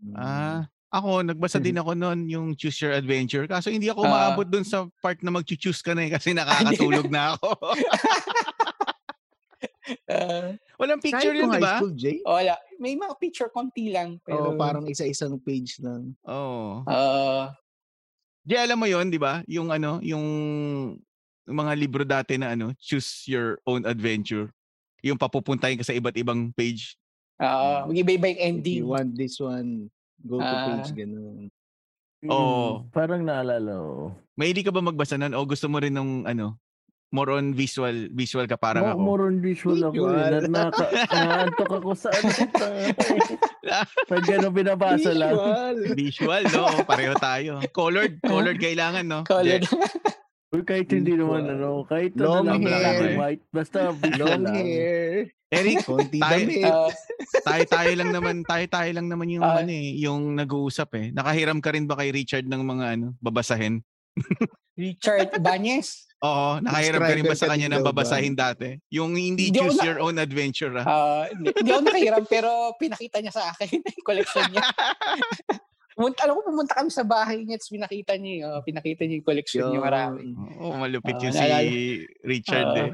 Speaker 3: Mm.
Speaker 1: Ah, ako, nagbasa din ako noon yung Choose Your Adventure. Kaso hindi ako
Speaker 4: Ah.
Speaker 1: umaabot dun sa part na mag-choose ka na eh kasi nakakatulog na ako.
Speaker 4: Ah,
Speaker 1: Walang picture
Speaker 3: Kahit
Speaker 1: yun,
Speaker 3: nung
Speaker 1: di ba?
Speaker 3: high school, Jay?
Speaker 4: wala. May mga picture, konti lang. Pero,
Speaker 3: Oo, parang isa-isang page lang.
Speaker 1: Oo. Oh.
Speaker 4: ah,
Speaker 1: Di alam mo yun, di ba? Yung ano, yung mga libro dati na ano, Choose Your Own Adventure. Yung papupuntahin ka sa iba't ibang page.
Speaker 3: Hmm.
Speaker 4: ah, mag-iba-iba yung
Speaker 3: If
Speaker 4: ending.
Speaker 3: you want this one, go to page,
Speaker 4: Ah.
Speaker 3: ganun.
Speaker 1: Oo.
Speaker 2: Mm, Parang naalala ko.
Speaker 1: May hindi ka ba magbasa nun o gusto mo rin ng ano, more on visual, visual ka parang
Speaker 2: Mo-
Speaker 1: ako?
Speaker 2: More on visual ako. Eh.
Speaker 3: Visual.
Speaker 2: Na, naka, naantok ako sa ano. tanga. Pag gano'n binabasa lang.
Speaker 3: Visual.
Speaker 1: Visual, no? Pareho tayo. Colored, colored kailangan, no?
Speaker 4: Colored.
Speaker 1: Je-
Speaker 2: Uy, kahit hindi naman
Speaker 3: Visual.
Speaker 2: ano. Kahit
Speaker 3: Long
Speaker 2: ano lang.
Speaker 1: hair.
Speaker 2: black and white. Basta visual
Speaker 3: Long
Speaker 2: lang.
Speaker 3: hair.
Speaker 1: Eric,
Speaker 3: Konti
Speaker 1: tayo-
Speaker 3: damit.
Speaker 4: Ah,
Speaker 1: tayo-tayo lang naman, tayo-tayo lang naman yung
Speaker 4: Ah.
Speaker 1: ano eh, yung nag-uusap eh. Nakahiram ka rin ba kay Richard ng mga ano, babasahin?
Speaker 4: Richard Ibanez.
Speaker 1: Oo, nakahiram ka rin ba
Speaker 3: Subscriber
Speaker 1: sa
Speaker 3: ka
Speaker 1: kanya
Speaker 3: din
Speaker 1: ng
Speaker 3: daw ba?
Speaker 1: babasahin dati? Yung hindi
Speaker 4: Hindi ako
Speaker 1: choose
Speaker 4: na-
Speaker 1: your own adventure ah.
Speaker 4: Ah, hindi, hindi ako nakahiram pero pinakita niya sa akin yung collection niya. Pumunta, alam ko pumunta kami sa bahay niya tapos pinakita niya, eh, oh, pinakita niya yung collection niya marami.
Speaker 1: Oo, malupit
Speaker 4: Ah,
Speaker 1: yung si
Speaker 4: naalala.
Speaker 1: Richard
Speaker 4: Ah,
Speaker 1: eh.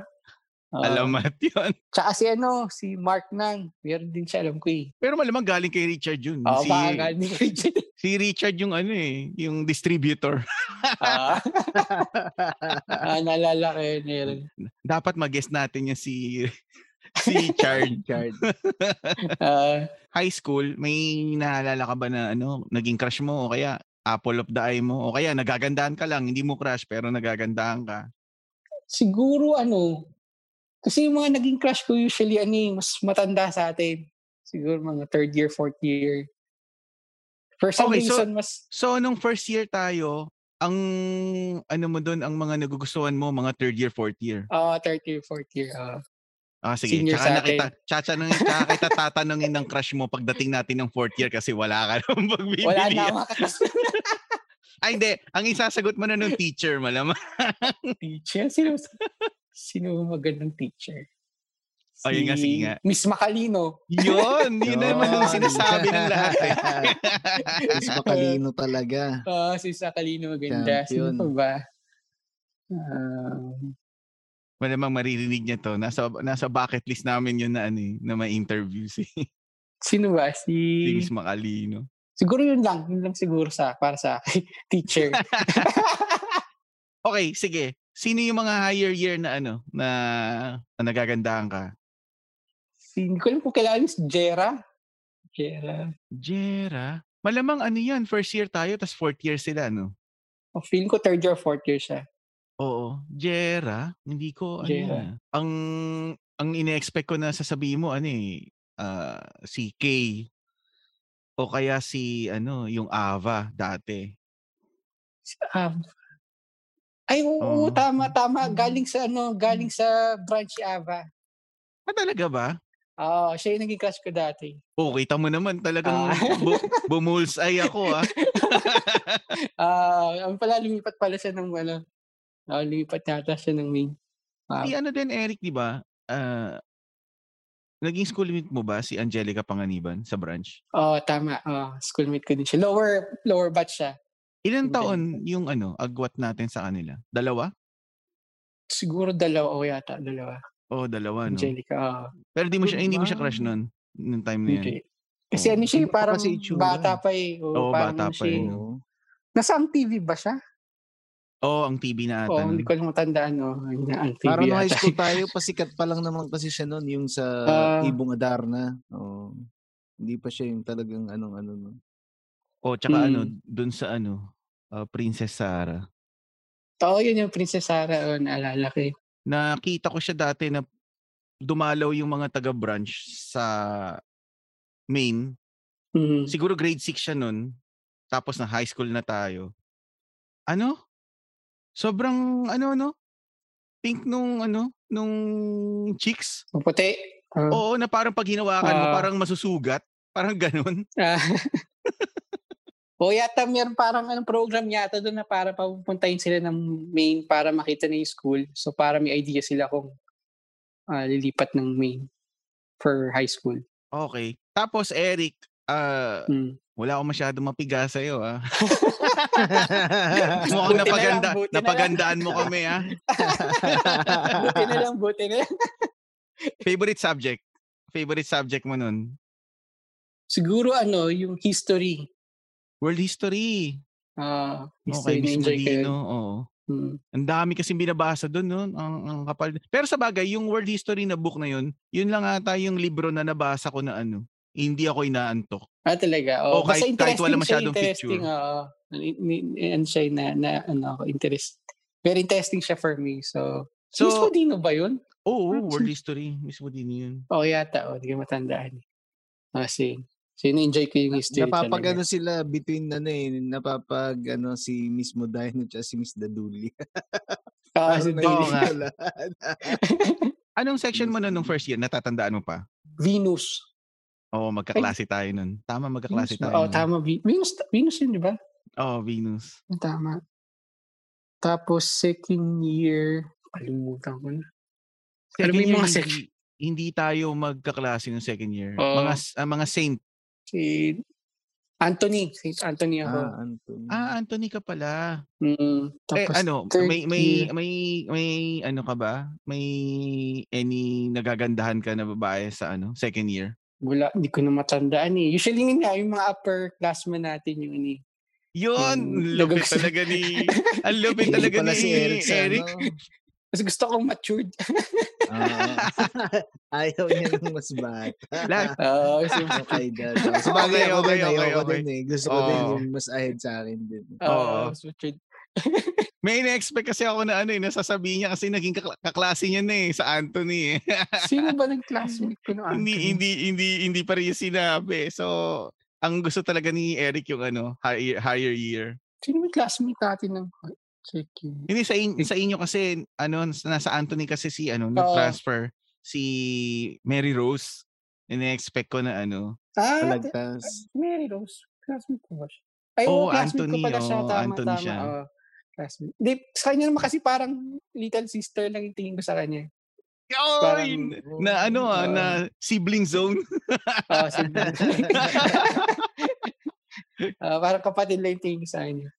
Speaker 4: ah.
Speaker 1: Alamat yun.
Speaker 4: Tsaka si ano, si Mark Nang. Meron din siya, alam ko eh.
Speaker 1: Pero malamang galing kay Richard yun.
Speaker 4: Oo,
Speaker 1: si,
Speaker 4: baka galing ni Richard.
Speaker 1: si Richard yung ano eh, yung distributor.
Speaker 4: Ah, ah, naalala ko yun. yun.
Speaker 1: Dapat mag-guess natin yung si si Richard.
Speaker 3: Richard.
Speaker 4: Ah,
Speaker 1: high school, may naalala ka ba na ano, naging crush mo o kaya apple of the eye mo o kaya nagagandahan ka lang, hindi mo crush pero nagagandahan ka.
Speaker 4: siguro ano, kasi yung mga naging crush ko usually, ano eh, mas matanda sa atin. Siguro mga third year, fourth year. For some
Speaker 1: Okay, so-
Speaker 4: reason, mas
Speaker 1: So nung first year tayo, ang ano mo doon, ang mga nagugustuhan mo mga third year, fourth year.
Speaker 4: ah third year, fourth year. ah.
Speaker 1: Ah sige,
Speaker 4: Senior
Speaker 1: tsaka
Speaker 4: sa
Speaker 1: nakita, tsaka nang tsaka kita tatanungin ng crush mo pagdating natin ng fourth year kasi wala ka nang pagbibili.
Speaker 4: Wala na mga
Speaker 1: Ay, hindi. Ang isasagot mo na nung teacher, malamang.
Speaker 4: teacher? Sino, sino magandang teacher?
Speaker 1: O, Oh, yun nga, sige nga.
Speaker 4: Miss Macalino.
Speaker 1: Yun, yun naman yung
Speaker 3: Yun.
Speaker 1: sinasabi ng lahat. Eh.
Speaker 3: Mas makalino talaga.
Speaker 4: Ah, si Macalino maganda.
Speaker 3: Champion.
Speaker 4: Sino pa ba? Ah,
Speaker 1: Malamang maririnig niya to. Nasa, nasa bucket list namin yun na, ano, eh, na may interview si,
Speaker 4: sino ba?
Speaker 1: si
Speaker 4: Si...
Speaker 1: Miss Macalino.
Speaker 4: Siguro yun lang. Yun lang siguro sa, para sa akin. teacher.
Speaker 1: Okay, sige. Sino yung mga higher year na ano, na, na nagagandahan ka?
Speaker 4: si, hindi ko alam kung kailangan Miss Jera. Jera.
Speaker 1: Jera? Malamang ano yan, first year tayo, tas fourth year sila, no?
Speaker 4: O, feeling ko third year or fourth year siya.
Speaker 1: Oo. Jera? Hindi ko, ano
Speaker 4: Jera.
Speaker 1: yan, ah. Ang, ang ine-expect ko na sasabihin mo, ano eh, ah, si Kay. O kaya si, ano, yung Ava dati.
Speaker 4: Um, ay,
Speaker 1: Oo.
Speaker 4: oo, tama, tama. Galing sa, ano, galing sa branch si Ava.
Speaker 1: Ah, talaga ba?
Speaker 4: Oo, siya yung naging crush ko dati.
Speaker 1: Oh, kita mo naman talagang
Speaker 4: Ah.
Speaker 1: bu- bumulsay ako ah.
Speaker 4: Ah, ang pala lumipat pala siya ng ano. Ah, lumipat yata siya ng main. Ah,
Speaker 1: Di ano din Eric, di ba? Ah, naging schoolmate mo ba si Angelica Panganiban sa branch?
Speaker 4: Oo, tama. Ah, schoolmate ko din siya. Lower lower batch siya.
Speaker 1: Ilan
Speaker 4: Hindi.
Speaker 1: taon yung ano, agwat natin sa kanila? Dalawa?
Speaker 4: Siguro dalawa o yata, dalawa.
Speaker 1: Oh, dalawa no.
Speaker 4: Angelica. oo.
Speaker 1: Pero di mo siya hindi mo siya
Speaker 3: Wow.
Speaker 1: crush noon nung time na Ano yan. Oh.
Speaker 4: Hindi. Kasi
Speaker 1: Oo.
Speaker 4: ano siya,
Speaker 3: Iba pa
Speaker 4: parang
Speaker 3: kasi itsura.
Speaker 4: bata pa eh. Oo,
Speaker 1: Oo,
Speaker 4: parang
Speaker 1: bata
Speaker 4: ano
Speaker 1: pa eh,
Speaker 4: siya eh.
Speaker 1: no?
Speaker 3: Oo.
Speaker 4: Nasa ang TV ba siya?
Speaker 1: Oh, ang TV na ata.
Speaker 4: Oo,
Speaker 1: nun.
Speaker 4: hindi ko lang matandaan. Oh, ang TV
Speaker 3: Ah, Parang nung high
Speaker 4: yata.
Speaker 3: school tayo, pasikat pa lang naman kasi siya noon, yung sa
Speaker 4: Ah.
Speaker 3: Ibong Adarna. Oo. Hindi pa siya yung talagang anong-ano. no.
Speaker 1: Oh, tsaka ano,
Speaker 4: Mm.
Speaker 1: dun sa ano, ah, Princess Sarah.
Speaker 4: Oo, yun yung Princess Sarah. Oh, naalala ko. yun.
Speaker 1: Nakita ko siya dati na dumalaw yung mga taga-branch sa main
Speaker 4: Mm.
Speaker 1: siguro grade 6 siya nun. Tapos na high school na tayo. Ano? Sobrang ano ano? Pink nung ano, nung cheeks.
Speaker 4: Ang puti. Ah.
Speaker 1: Oo, na parang pag hinawakan mo
Speaker 4: Ah.
Speaker 1: parang masusugat. Parang ganun.
Speaker 4: Ah. o yata meron parang anong program yata doon na para papupuntahin sila ng main para makita na yung school. So para may idea sila kung ah, lilipat ng main for high school.
Speaker 1: Okay. Tapos Eric, ah,
Speaker 4: Mm.
Speaker 1: wala akong masyado mapiga sa iyo ah. Mukhang
Speaker 4: Buti na lang,
Speaker 1: napaganda,
Speaker 4: buti na lang.
Speaker 1: napagandaan mo kami ah.
Speaker 4: Ah, buti na lang, buti na lang.
Speaker 1: Favorite subject. Favorite subject mo nun?
Speaker 4: Siguro ano, yung history.
Speaker 1: World history.
Speaker 4: Ah,
Speaker 1: Okay,
Speaker 4: history
Speaker 1: Miss
Speaker 4: na-enjoy ko yun.
Speaker 1: Molino. Oo.
Speaker 4: Mm.
Speaker 1: Ang dami kasi binabasa doon noon, ang, ang kapal. Pero sa bagay, yung world history na book na yun, yun lang ata yung libro na nabasa ko na ano, hindi ako inaantok.
Speaker 4: Ah, talaga.
Speaker 1: Oh,
Speaker 4: Oh, basta
Speaker 1: kahit- kahit
Speaker 4: interesting
Speaker 1: wala
Speaker 4: siya,
Speaker 1: masyadong
Speaker 4: interesting.
Speaker 1: picture.
Speaker 4: Oo. Ni- ni- ni- ano siya na, na ano, ako, interest. Very interesting siya for me. So, so Miss
Speaker 1: So,
Speaker 4: Modino ba yun?
Speaker 1: oo,
Speaker 4: Ah,
Speaker 1: world history, mismo din yun.
Speaker 4: Oo, yata. Oh, hindi ko matandaan. Ah, si So, enjoy ko yung history
Speaker 3: napapagano
Speaker 4: talaga.
Speaker 3: sila between ano eh, napapag ano si Miss Modine at si Miss Daduli.
Speaker 4: Ah, si
Speaker 1: Ano Oo
Speaker 4: Daily.
Speaker 1: nga. Anong section mo na nung first year, natatandaan mo pa?
Speaker 4: Venus.
Speaker 1: Oo, magkaklase tayo nun. Tama, magkaklase
Speaker 3: Venus ba?
Speaker 1: tayo.
Speaker 4: Oo,
Speaker 1: nun.
Speaker 4: Oh, tama. Vi- Venus, Venus yun, di ba?
Speaker 1: Oo,
Speaker 4: Ah,
Speaker 1: Venus.
Speaker 4: Tama. Tapos, second year, kalimutan ko na. Alam
Speaker 1: Second
Speaker 4: mo yung
Speaker 1: year,
Speaker 4: mga
Speaker 1: hindi,
Speaker 4: section.
Speaker 1: hindi tayo magkaklase nung second year.
Speaker 4: Oo.
Speaker 1: Mga, s- ah, mga saint.
Speaker 4: Si Anthony. Si Anthony ako.
Speaker 3: ah, Anton.
Speaker 1: Ah, Anthony ka pala.
Speaker 4: Mm, tapos
Speaker 1: Ah. eh ano,
Speaker 4: third
Speaker 1: may
Speaker 4: year.
Speaker 1: may may may ano ka ba? May any nagagandahan ka na babae sa ano, second year?
Speaker 4: Wala, hindi ko na matandaan eh. Usually nga, yung mga upper classmen natin yung ini.
Speaker 1: Yun,
Speaker 4: Mm,
Speaker 1: lupit
Speaker 4: nagagusto-
Speaker 1: talaga ni Ang lupit
Speaker 3: Hmm, Hindi
Speaker 1: talaga
Speaker 3: pala
Speaker 1: ni
Speaker 3: si Eric. sa
Speaker 1: Eric.
Speaker 3: ano.
Speaker 4: Mas gusto kong matured.
Speaker 3: Ah. ayaw niya ng mas bata.
Speaker 1: Lahat-
Speaker 4: Oo, kasi mas-
Speaker 3: Mas kay dad. Sa
Speaker 1: Okay,
Speaker 3: bagay ako
Speaker 1: okay,
Speaker 3: din,
Speaker 1: okay,
Speaker 3: ayoko
Speaker 1: okay.
Speaker 3: din eh. Gusto ko din
Speaker 1: Oo.
Speaker 3: yung mas ahead sa akin din. eh.
Speaker 1: Oo.
Speaker 4: oo, mas matured.
Speaker 1: May in-expect kasi ako na ano, eh, nasasabihin niya kasi naging kakla- kaklase niya na eh sa Anthony eh.
Speaker 4: Sino ba ng classmate ko noon?
Speaker 1: hindi hindi hindi hindi pa rin yung sinabi. So, ang gusto talaga ni Eric yung ano, higher, higher year.
Speaker 4: Sino ba yung classmate natin ng checking?
Speaker 1: Hindi sa in- sa inyo kasi ano nasa Anthony kasi si ano na
Speaker 4: Oo.
Speaker 1: transfer si Mary Rose. Ini-expect ko na ano.
Speaker 4: Ah,
Speaker 3: Palagtas.
Speaker 4: Mary Rose. Classmate ko ba siya? Ay, oo,
Speaker 1: Oo,
Speaker 4: classmate ko
Speaker 1: Anthony,
Speaker 4: pala siya.
Speaker 1: oo,
Speaker 4: Tama,
Speaker 1: Anthony
Speaker 4: tama.
Speaker 1: siya.
Speaker 4: oo. classmate. Di, sa kanya naman kasi parang little sister lang yung tingin ko sa kanya. Parang-
Speaker 1: Oy! Na ano ah,
Speaker 4: Oo.
Speaker 1: na sibling zone.
Speaker 4: Oo, sibling. Ah, parang kapatid lang yung tingin ko sa kanya.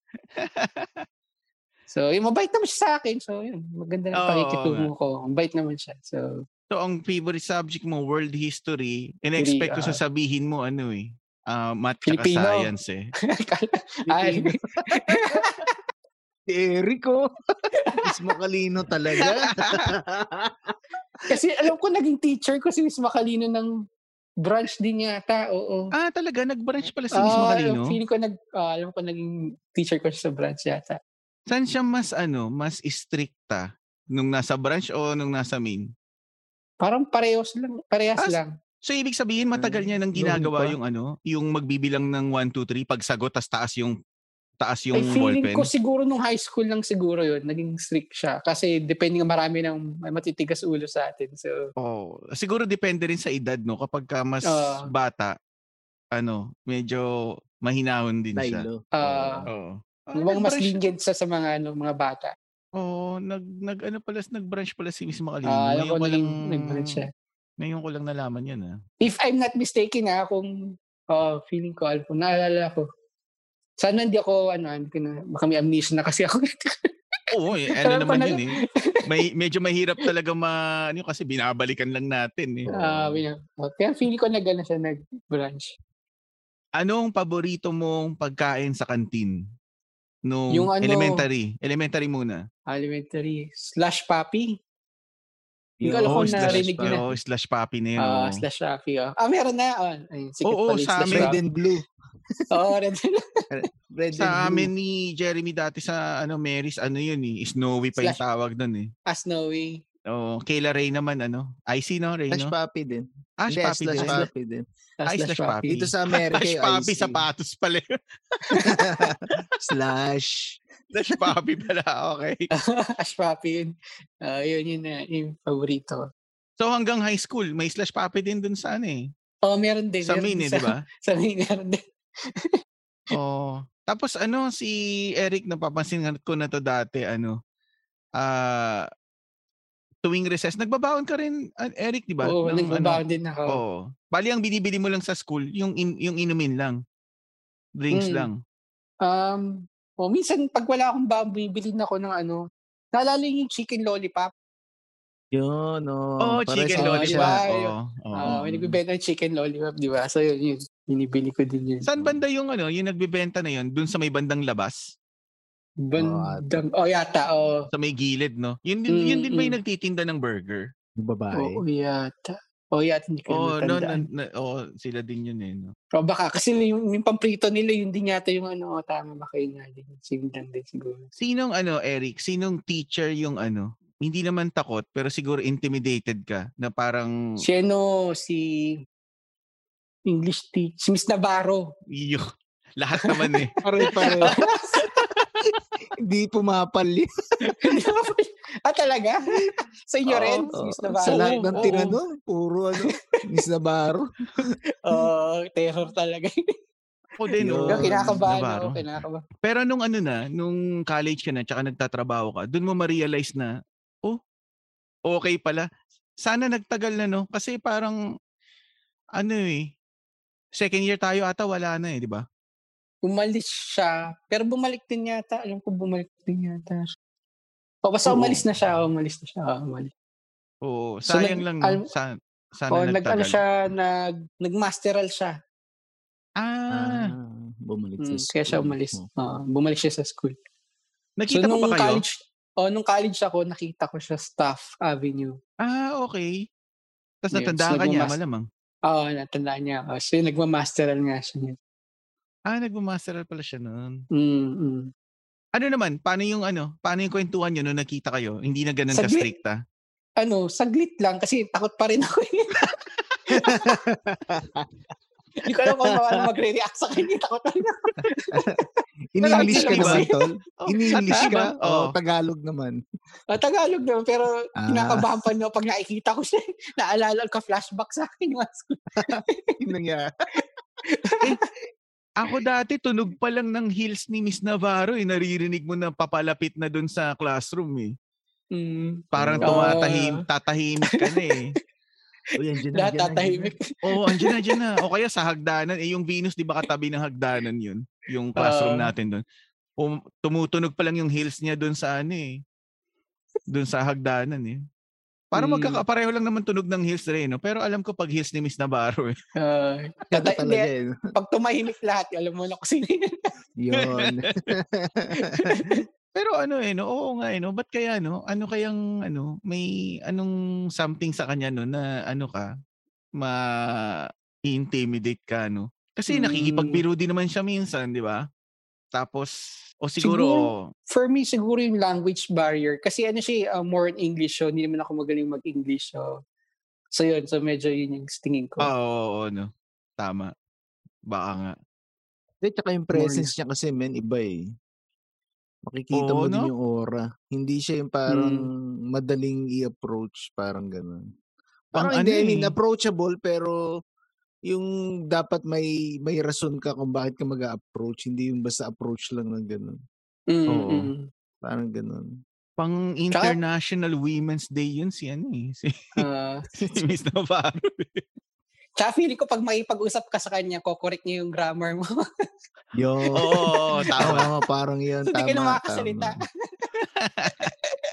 Speaker 4: So, yung mabait naman siya sa akin. So, yun. Maganda na
Speaker 1: Oo,
Speaker 4: pakikitungo ko. Mabait naman siya. So,
Speaker 1: So, ang favorite subject mo, world history, in-expect ko
Speaker 4: ah.
Speaker 1: sasabihin mo ano eh, ah, math tsaka
Speaker 4: Filipino.
Speaker 1: science eh.
Speaker 4: ay,
Speaker 3: Si Eric, oh. Mas makalino talaga.
Speaker 4: kasi alam ko naging teacher ko si Miss Macalino ng branch din yata. Oo.
Speaker 1: ah, talaga? Nag-branch pala si Miss
Speaker 4: Ah,
Speaker 1: Macalino?
Speaker 4: Feeling ko nag ah, alam ko naging teacher ko siya sa branch yata.
Speaker 1: Saan siya mas ano, mas stricta? Nung nasa branch o nung nasa main?
Speaker 4: Parang parehas lang, parehas
Speaker 1: Ah, s-
Speaker 4: lang.
Speaker 1: So, ibig sabihin,
Speaker 4: Hmm,
Speaker 1: matagal niya nang
Speaker 3: doon
Speaker 1: ginagawa
Speaker 3: pa.
Speaker 1: yung ano, yung magbibilang ng 1, 2, 3, pagsagot, tas taas yung, taas yung
Speaker 4: Ay, feeling
Speaker 1: ballpen.
Speaker 4: ko siguro nung high school lang siguro yun, naging strict siya. Kasi depending marami ng matitigas ulo sa atin. So,
Speaker 1: Oh, siguro depende rin sa edad, no? Kapag ka mas
Speaker 4: Oo.
Speaker 1: bata, ano, medyo mahinahon din siya.
Speaker 3: Dailo.
Speaker 4: ah
Speaker 1: Oo. Ah,
Speaker 4: mukhang mas
Speaker 1: nag-branch-
Speaker 4: lenient siya sa mga ano, mga bata.
Speaker 1: Oo, nag, nag, ano pala, nag-branch pala si Miss Macalino.
Speaker 4: Ah,
Speaker 1: ngayon
Speaker 4: alam ko
Speaker 1: ko lang,
Speaker 4: naging, nag-branch siya.
Speaker 1: Ngayon ko lang nalaman yan, ah.
Speaker 4: If I'm not mistaken ha, kung oh, feeling ko, alam ko, naalala ko. Sana hindi ako, ano, hindi ko na, baka may amnesia na kasi ako.
Speaker 1: Oo, eh,
Speaker 4: Alam
Speaker 1: ano
Speaker 4: ko
Speaker 1: naman
Speaker 4: na-
Speaker 1: yun, eh. May, medyo mahirap talaga ma, ano yun, kasi binabalikan lang natin, eh.
Speaker 4: Ah, wala. Kaya feeling ko nag ano siya, nag-branch.
Speaker 1: Anong Ano paborito mong pagkain sa kantin? Nung
Speaker 4: Yung ano-
Speaker 1: elementary. Elementary muna.
Speaker 4: Elementary. Slash Papi. Hindi ko
Speaker 3: Yung-
Speaker 4: alam
Speaker 1: Oo,
Speaker 4: kung
Speaker 1: slash-
Speaker 4: narinig yun.
Speaker 1: Oo, Oh, slash papi na yun. oh.
Speaker 4: Ah,
Speaker 1: oo.
Speaker 4: slash Rafi. ah. Ah, meron na. Oh. Ayun, sikit
Speaker 1: Oo,
Speaker 4: pala yung
Speaker 1: sa
Speaker 4: slash
Speaker 1: amin
Speaker 3: Red
Speaker 4: Rafi.
Speaker 3: and blue.
Speaker 4: Oo, red and
Speaker 3: Red and
Speaker 1: sa
Speaker 3: blue.
Speaker 1: amin ni Jeremy dati sa ano Mary's ano yun eh Snowy pa yung
Speaker 4: Slash-
Speaker 1: tawag doon eh.
Speaker 4: as no way.
Speaker 1: Oo, Kayla Ray naman ano. IC no Ray
Speaker 3: Slash
Speaker 1: no.
Speaker 3: Papi din.
Speaker 1: Ash
Speaker 3: Hindi,
Speaker 1: Papi
Speaker 3: slash
Speaker 1: din.
Speaker 3: Papi din.
Speaker 4: Ah,
Speaker 1: Ay,
Speaker 4: slash
Speaker 1: slash
Speaker 4: Rafi.
Speaker 1: Papi.
Speaker 3: Dito sa America,
Speaker 1: Slash
Speaker 3: yung
Speaker 1: Papi
Speaker 3: IC.
Speaker 1: sapatos pala. yun.
Speaker 3: slash.
Speaker 1: slash Papi pala. Okay.
Speaker 4: Slash Rafi yun. Ah, yun, yun na. Yung paborito. ko.
Speaker 1: So hanggang high school may slash Papi din doon sa ano eh.
Speaker 4: Oh, meron din.
Speaker 1: Sa
Speaker 4: meron
Speaker 1: main
Speaker 4: din
Speaker 1: eh,
Speaker 4: sa-
Speaker 1: di ba?
Speaker 4: Sa main, meron din.
Speaker 1: Oo. Tapos ano si Eric napapansin nga ko na to dati ano. Ah tuwing recess nagbabaon ka rin ah, Eric di ba?
Speaker 4: Oo,
Speaker 1: Ng, ano,
Speaker 4: nagbabaon din ako.
Speaker 1: Oo. Bali ang binibili mo lang sa school, yung in, yung inumin lang. Drinks
Speaker 4: Mm.
Speaker 1: lang.
Speaker 4: Um, oh, minsan pag wala akong baon, bibili na ako ng ano. Naalala niyo yung chicken lollipop.
Speaker 3: Yun,
Speaker 1: Oh,
Speaker 3: oh. Pares
Speaker 1: chicken
Speaker 4: sa-
Speaker 3: lang
Speaker 1: lollipop.
Speaker 3: siya.
Speaker 4: Diba?
Speaker 1: Oo. oo.
Speaker 4: Ah, may nagbibenta ng chicken lollipop, di ba? So, yun, yun. Binibili ko din yun.
Speaker 1: Saan banda yung ano, yung nagbebenta na yun, dun sa may bandang labas,
Speaker 4: Bandang, oh, yata, oh.
Speaker 1: sa may gilid, no? Yun din,
Speaker 4: Mm,
Speaker 1: yun din ba yung
Speaker 4: mm.
Speaker 1: nagtitinda ng burger?
Speaker 3: Yung babae.
Speaker 4: Oo, yata. Oh, yata, hindi ko
Speaker 1: Oo,
Speaker 4: oh,
Speaker 1: oh, no,
Speaker 4: matandaan.
Speaker 1: no, no, oo, sila din yun eh. No?
Speaker 4: O baka, kasi yung, yung pamprito nila, yun din yata yung ano, oh, tama ba kayo nga din. Same lang din siguro.
Speaker 1: Sinong ano, Eric, sinong teacher yung ano, hindi naman takot, pero siguro intimidated ka na parang
Speaker 4: Si ano, si English teacher, si Miss Navarro.
Speaker 1: yung, lahat naman eh.
Speaker 3: Pare-pare. Hindi pumapal yun.
Speaker 4: ah, talaga? Sa inyo
Speaker 1: Oo,
Speaker 4: rin, si
Speaker 3: Oh,
Speaker 4: Miss
Speaker 3: sa
Speaker 4: Navarro?
Speaker 3: lahat ng
Speaker 1: oo.
Speaker 3: tinanong, puro ano, Miss Navarro.
Speaker 4: Oo, terror talaga.
Speaker 1: Ako din, oh.
Speaker 3: Yun.
Speaker 1: oo.
Speaker 4: Yung kinakabahan
Speaker 1: Navarro.
Speaker 4: ako, kinakabahan.
Speaker 1: Diba, Pero nung ano na, nung college ka na, tsaka nagtatrabaho ka, dun mo ma-realize na, oh, okay pala. Sana nagtagal na, no? Kasi parang, ano eh, second year tayo ata, wala na eh, di ba?
Speaker 4: umalis siya. Pero bumalik din yata. Alam ko bumalik din yata. siya. O
Speaker 1: Oo.
Speaker 4: basta
Speaker 1: Ah,
Speaker 4: umalis na siya. Umalis na siya. Umalis.
Speaker 1: Oo,
Speaker 4: So,
Speaker 1: sayang
Speaker 4: nag-
Speaker 1: lang,
Speaker 4: al-
Speaker 1: no? Sa, sana
Speaker 4: o nag,
Speaker 1: nagtagal.
Speaker 4: ano siya, nag, nag-masteral siya.
Speaker 1: Ah,
Speaker 3: bumalik
Speaker 4: Mm, kaya siya umalis. Oo, bumalik siya sa school.
Speaker 1: Hmm. nakita mo ba
Speaker 4: nung
Speaker 1: kayo?
Speaker 4: college, o nung college ako, nakita ko siya staff avenue.
Speaker 1: Ah, okay. Tapos
Speaker 4: Yun,
Speaker 1: natandaan
Speaker 4: so
Speaker 1: ka niya,
Speaker 4: nagmamas-
Speaker 1: malamang.
Speaker 4: Oo, natandaan niya ako. So, yun, nagmamasteral nga siya. niya.
Speaker 1: Ah, nagmamasteral pala siya noon.
Speaker 4: Mm, mm.
Speaker 1: Ano naman, paano yung ano, paano yung kwentuhan niyo nung nakita kayo? Hindi na ganun
Speaker 4: Saglit.
Speaker 1: ka-strict, ah?
Speaker 4: Ano, saglit lang kasi takot pa rin ako. eh. Hindi ko alam kung paano magre-react sa kanya. Takot pa rin ako.
Speaker 3: In-English ka
Speaker 1: Iba.
Speaker 3: naman, tol.
Speaker 1: Oh,
Speaker 3: In-English
Speaker 1: iba?
Speaker 3: ka?
Speaker 1: Oo.
Speaker 3: O Tagalog naman.
Speaker 4: Ah, Tagalog naman, pero
Speaker 3: Ah.
Speaker 4: kinakabahan pa niyo pag nakikita ko siya. Naalala ko, flashback sa akin. yung mga school.
Speaker 3: Yun lang yan.
Speaker 1: Ako dati tunog pa lang ng heels ni Miss Navarro eh. Naririnig mo na papalapit na dun sa classroom eh.
Speaker 4: Mm.
Speaker 1: Parang
Speaker 4: Oo.
Speaker 1: tumatahim, tatahimik ka na eh.
Speaker 5: Uy, andyan na,
Speaker 4: Lahat
Speaker 5: andyan na, andyan na.
Speaker 4: tatahimik.
Speaker 1: Oo, andyan na, andyan na. O kaya sa hagdanan, eh yung Venus, di ba katabi ng hagdanan yun? Yung classroom
Speaker 4: Oo.
Speaker 1: natin doon. Um, tumutunog pa lang yung heels niya doon sa ano eh. Doon sa hagdanan eh. Para
Speaker 4: Mm.
Speaker 1: magkakapareho lang naman tunog ng heels rin, no? Pero alam ko pag heels ni Miss Navarro eh.
Speaker 4: Ah,
Speaker 3: Kata
Speaker 4: tata-
Speaker 3: talaga
Speaker 4: hindi,
Speaker 3: eh.
Speaker 4: pag tumahimik lahat, alam mo na kung sino yun.
Speaker 3: Yun.
Speaker 1: Pero ano eh, no? Oo nga eh, no? Ba't kaya, no? Ano kayang, ano, may anong something sa kanya, no? Na ano ka, ma-intimidate ka, no? Kasi
Speaker 4: Mm.
Speaker 1: nakikipagbiro din naman siya minsan, di ba? Tapos, o siguro,
Speaker 4: Siguro- For me, siguro yung language barrier. Kasi ano siya, eh, uh, more in English so Hindi naman ako magaling mag-English. So, so yun. So medyo yun yung tingin ko.
Speaker 1: Oo, oo, oo, no. Tama. Baka nga.
Speaker 3: At saka yung presence niya kasi men, iba eh. Makikita
Speaker 1: Oo,
Speaker 3: mo din
Speaker 1: no? Mm.
Speaker 3: yung aura. Hindi siya yung parang madaling i-approach, parang ganun. Parang
Speaker 1: Ang
Speaker 3: hindi,
Speaker 1: ano
Speaker 3: I mean,
Speaker 1: eh.
Speaker 3: approachable, pero yung dapat may may rason ka kung bakit ka mag-approach, hindi yung basta approach lang ng ganun.
Speaker 4: Mm,
Speaker 1: Oo.
Speaker 4: mm.
Speaker 3: Parang ganun.
Speaker 1: Pang International Women's Day yun si ano eh. Si,
Speaker 4: Ah,
Speaker 1: si Miss Navarro.
Speaker 4: tsaka feeling ko pag makipag-usap ka sa kanya, kokorek niya yung grammar mo.
Speaker 1: Oo,
Speaker 3: Yo.
Speaker 1: oo, oo, tama.
Speaker 3: Tama, parang yun. tama,
Speaker 4: Hindi ka na makakasalita.
Speaker 3: tama.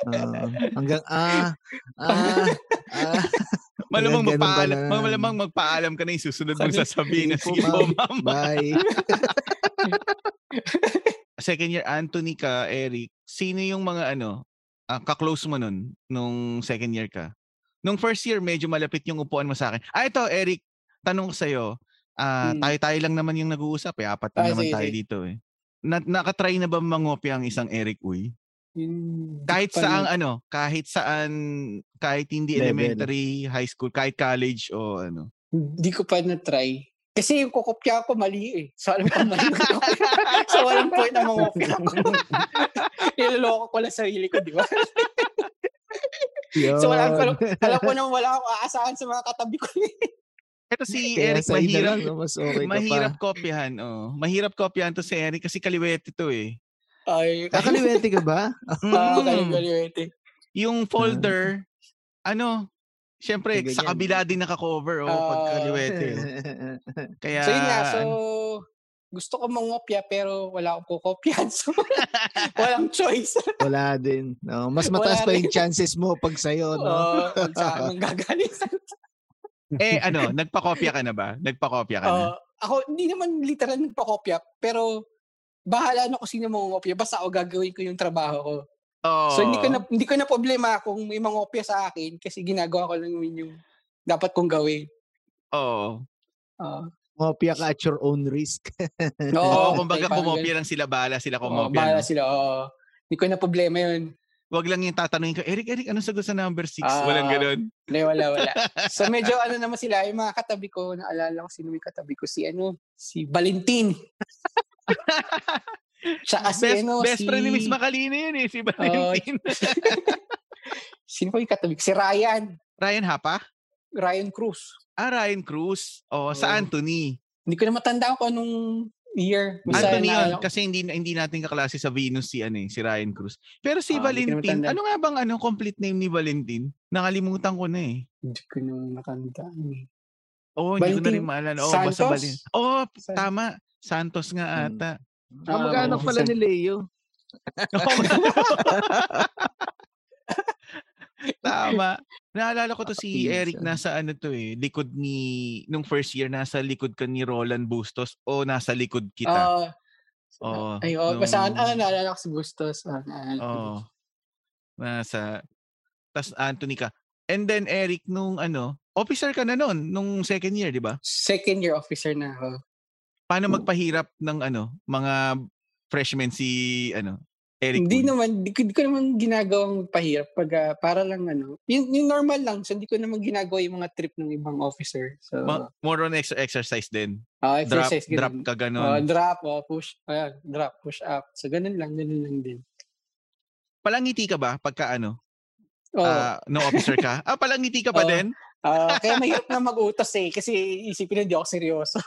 Speaker 3: Oo. hanggang, ah, ah, ah.
Speaker 1: Malamang
Speaker 3: Hanggang ganun
Speaker 1: magpaalam,
Speaker 3: pala.
Speaker 1: malamang magpaalam ka na yung susunod mong
Speaker 4: Sabi,
Speaker 1: sasabihin na
Speaker 3: "Sige
Speaker 1: sige
Speaker 3: po,
Speaker 1: po,
Speaker 3: ma'am."
Speaker 1: ma'am.
Speaker 3: Bye.
Speaker 1: Second year Anthony ka, Eric. Sino yung mga ano, ah, kaklose mo nun nung second year ka? Nung first year, medyo malapit yung upuan mo sa akin. Ah, ito, Eric, tanong ko sa'yo. Ah,
Speaker 4: Hmm.
Speaker 1: Tayo-tayo lang naman yung nag-uusap eh. Apat lang
Speaker 4: Ah,
Speaker 1: naman
Speaker 4: sige,
Speaker 1: tayo
Speaker 4: sige.
Speaker 1: dito eh. Na- nakatry na ba mangopya ang isang Eric Uy?
Speaker 4: Yun,
Speaker 1: Kahit
Speaker 4: di ko pa
Speaker 1: saan
Speaker 4: na-
Speaker 1: ano, kahit saan, kahit hindi
Speaker 3: Level.
Speaker 1: elementary, high school, kahit college o ano.
Speaker 4: Hindi ko pa na-try. Kasi yung kukopya ko mali eh. So alam ko mali. yung kukopya. so walang point na mangopya ko. Niloloko ko lang sarili ko, di ba?
Speaker 3: Yun.
Speaker 4: So wala ko, alam ko naman wala akong aasahan sa mga katabi ko.
Speaker 1: Ito si
Speaker 3: Kaya
Speaker 1: Eric,
Speaker 3: sa ina
Speaker 1: mahirap.
Speaker 3: lang, no, mas okay ka
Speaker 1: mahirap
Speaker 3: pa.
Speaker 1: kopyahan, oh. Mahirap kopyahan to si Eric kasi kaliwete to eh.
Speaker 4: Ay,
Speaker 3: Hmm. Kakaliwete ka ba?
Speaker 4: Ah,
Speaker 1: Mm.
Speaker 4: kaliwete.
Speaker 1: Yung folder,
Speaker 4: Mm.
Speaker 1: ano, syempre
Speaker 3: Yung
Speaker 1: sa
Speaker 3: ganyan.
Speaker 1: kabila din naka-cover oh, pag
Speaker 4: Ah.
Speaker 1: kaliwete. oh. Kaya
Speaker 4: So yun nga, so gusto ko mangopya pero wala akong kukopyahan. So walang choice.
Speaker 3: Wala din. No, mas mataas pa
Speaker 4: Wala
Speaker 3: yung
Speaker 4: rin.
Speaker 3: chances mo pag sa'yo, no?
Speaker 4: Oo, pag sa akin manggagaling.
Speaker 1: eh ano, nagpa-kopya ka na ba? Nagpa-kopya ka na.
Speaker 4: Oo. Ah, ako, hindi naman literal nagpakopya, pero bahala na kung sino mangopya. Basta ako gagawin ko yung trabaho ko.
Speaker 1: Oo.
Speaker 4: So hindi ko na hindi ko na problema kung may mangopya sa akin kasi ginagawa ko lang yun yung dapat kong gawin.
Speaker 1: Oo.
Speaker 4: Oo.
Speaker 3: Ngopya ka at your own risk.
Speaker 1: Oo,
Speaker 4: Oo, Oh, okay,
Speaker 1: kumbaga
Speaker 4: parang
Speaker 1: kumopya lang sila bala, sila
Speaker 4: ganun. Oo,
Speaker 1: kumopya.
Speaker 4: bahala
Speaker 1: no?
Speaker 4: sila. Oo. Hindi ko na problema yun.
Speaker 1: Wag lang yung tatanungin ko, Eric, Eric, anong sagot sa number 6?
Speaker 4: Ah.
Speaker 1: Walang ganun.
Speaker 4: Hindi, wala, wala. so medyo ano naman sila, yung mga katabi ko, naalala ko sino yung katabi ko, si ano, si Valentin. Tsaka si
Speaker 1: best,
Speaker 4: ano,
Speaker 1: best
Speaker 4: si... Oh.
Speaker 1: friend ni Miss Macalina yun eh, si Valentin.
Speaker 4: Sino pa yung katabi ko? Si Ryan.
Speaker 1: Ryan Hapa?
Speaker 4: Ryan Cruz.
Speaker 1: Ah, Ryan Cruz. Oh,
Speaker 4: Oo.
Speaker 1: sa Anthony.
Speaker 4: Hindi ko na matanda ko anong year. Basta ano.
Speaker 1: Anthony yun,
Speaker 4: naalala ko.
Speaker 1: kasi hindi hindi natin kaklase sa Venus si ano eh, si Ryan Cruz. Pero si
Speaker 4: Ah, hindi ko na
Speaker 1: Valentin,
Speaker 4: matandaan.
Speaker 1: ano nga bang ano complete name ni Valentin? Nakalimutan ko na eh.
Speaker 4: Hindi ko na matandaan. eh.
Speaker 1: Oo, hindi ko na rin
Speaker 4: Valentin
Speaker 1: maalala. Oo, basta
Speaker 4: Santos? Hmm.
Speaker 1: Valentin. Oo,
Speaker 4: Sa-
Speaker 1: tama. Santos nga
Speaker 3: Mm.
Speaker 1: ata.
Speaker 3: Kamag-anak
Speaker 1: oo.
Speaker 3: pala ni Leo.
Speaker 1: tama. Naalala ko to si
Speaker 3: Nakapinsan.
Speaker 1: Eric nasa ano to eh, likod ni nung first year nasa likod ka ni Roland Bustos o nasa likod kita.
Speaker 4: Oo.
Speaker 1: Oo.
Speaker 4: Ay, oo. Basta
Speaker 1: nung-
Speaker 4: ano, naalala ko si Bustos. Ah, naalala ko.
Speaker 1: Oo. Nasa, tas Anthony ka. And then Eric, nung ano, officer ka na nun, nung second year, di ba?
Speaker 4: Second year officer na ako.
Speaker 1: Paano magpahirap ng ano, mga freshmen si, ano, Eric
Speaker 4: Hindi
Speaker 1: Poon?
Speaker 4: naman, di ko, di ko naman ginagawang pahirap. Pag, ah, para lang ano. Yung, yung normal lang. So, hindi ko naman ginagawa yung mga trip ng ibang officer. So,
Speaker 1: Ma- more on ex- exercise din.
Speaker 4: ah,
Speaker 1: Drop,
Speaker 4: exercise.
Speaker 1: drop
Speaker 4: ganun.
Speaker 1: ka
Speaker 4: Ah,
Speaker 1: ganun.
Speaker 4: drop, oh, push, ayan, drop, push up. So, ganun lang, ganun lang din.
Speaker 1: palangiti ka ba pagka ano,
Speaker 4: Oo. Oh,
Speaker 1: ah, no officer ka? ah, palangiti ka pa
Speaker 4: Oo.
Speaker 1: din?
Speaker 4: Ah, kaya mahirap na mag-utos eh. Kasi isipin na hindi ako seryoso.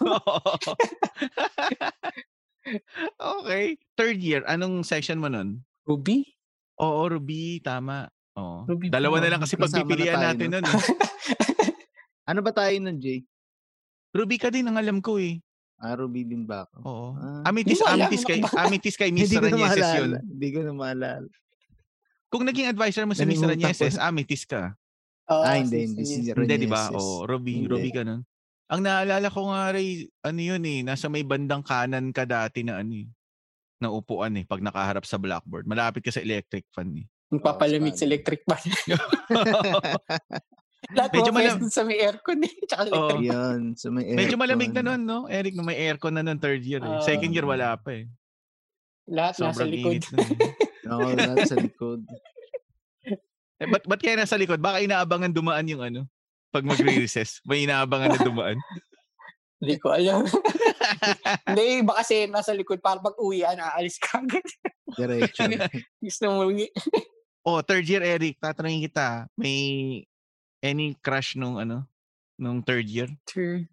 Speaker 1: okay. Third year, anong section mo nun?
Speaker 4: Ruby?
Speaker 1: Oo, Ruby, tama. Oo.
Speaker 4: Ruby
Speaker 1: Dalawa
Speaker 4: po.
Speaker 1: na lang kasi
Speaker 3: Kasama na
Speaker 1: pagpipilian
Speaker 3: tayo,
Speaker 1: natin
Speaker 3: no?
Speaker 1: nun. eh.
Speaker 3: Ano ba tayo nun, Jay?
Speaker 1: Ruby ka din, ang alam ko eh.
Speaker 3: Ah, Ruby din ba ako?
Speaker 1: Oo.
Speaker 3: Ah.
Speaker 1: Amethyst,
Speaker 4: Hindi ko alam,
Speaker 1: amethyst kay, amethyst kay
Speaker 3: Hindi
Speaker 1: Mr.
Speaker 3: ko na
Speaker 1: Ranieses
Speaker 3: maalala.
Speaker 1: ano, yun.
Speaker 3: Hindi ko na maalala.
Speaker 1: Kung naging advisor mo si
Speaker 3: Nalimutan
Speaker 1: Mr.
Speaker 3: ko
Speaker 1: Ranieses, amethyst ka.
Speaker 4: Oo,
Speaker 3: ah, hindi,
Speaker 4: since
Speaker 3: hindi.
Speaker 4: yun
Speaker 3: Si
Speaker 4: yun.
Speaker 1: Hindi, di ba?
Speaker 3: Ranieses.
Speaker 1: Oo, Ruby,
Speaker 3: Hindi.
Speaker 1: Ruby ka nun. Ang naalala ko nga, Ray, ano yun eh, nasa may bandang kanan ka dati na ano eh, na upuan eh, pag nakaharap sa blackboard. Malapit ka sa electric fan eh.
Speaker 4: Nagpapalamig
Speaker 3: Oo,
Speaker 4: sa electric fan. Lahat
Speaker 1: Medyo
Speaker 4: Medyo
Speaker 1: malam- Oh,
Speaker 4: malam. sa may aircon eh. Tsaka
Speaker 1: Oo.
Speaker 4: electric.
Speaker 3: Yun, sa may
Speaker 1: Medyo malamig na
Speaker 3: aircon.
Speaker 1: nun, no? Eric, no, may aircon na nun third year eh.
Speaker 4: Oo.
Speaker 1: Second year, wala pa eh.
Speaker 4: Lahat Ah.
Speaker 1: Sobrang
Speaker 4: nasa likod.
Speaker 1: init nun eh.
Speaker 3: Oo, lahat sa likod.
Speaker 1: Eh, ba't, ba't kaya nasa likod? Baka inaabangan dumaan yung ano? Pag magre-recess, may inaabangan na dumaan.
Speaker 4: Hindi ko alam. Hindi, baka kasi nasa likod para pag uwi, aalis ka agad.
Speaker 3: Diretso.
Speaker 4: Gusto mo yung-
Speaker 1: oh, third year, Eric, tatanungin kita, may any crush nung ano? Nung third year?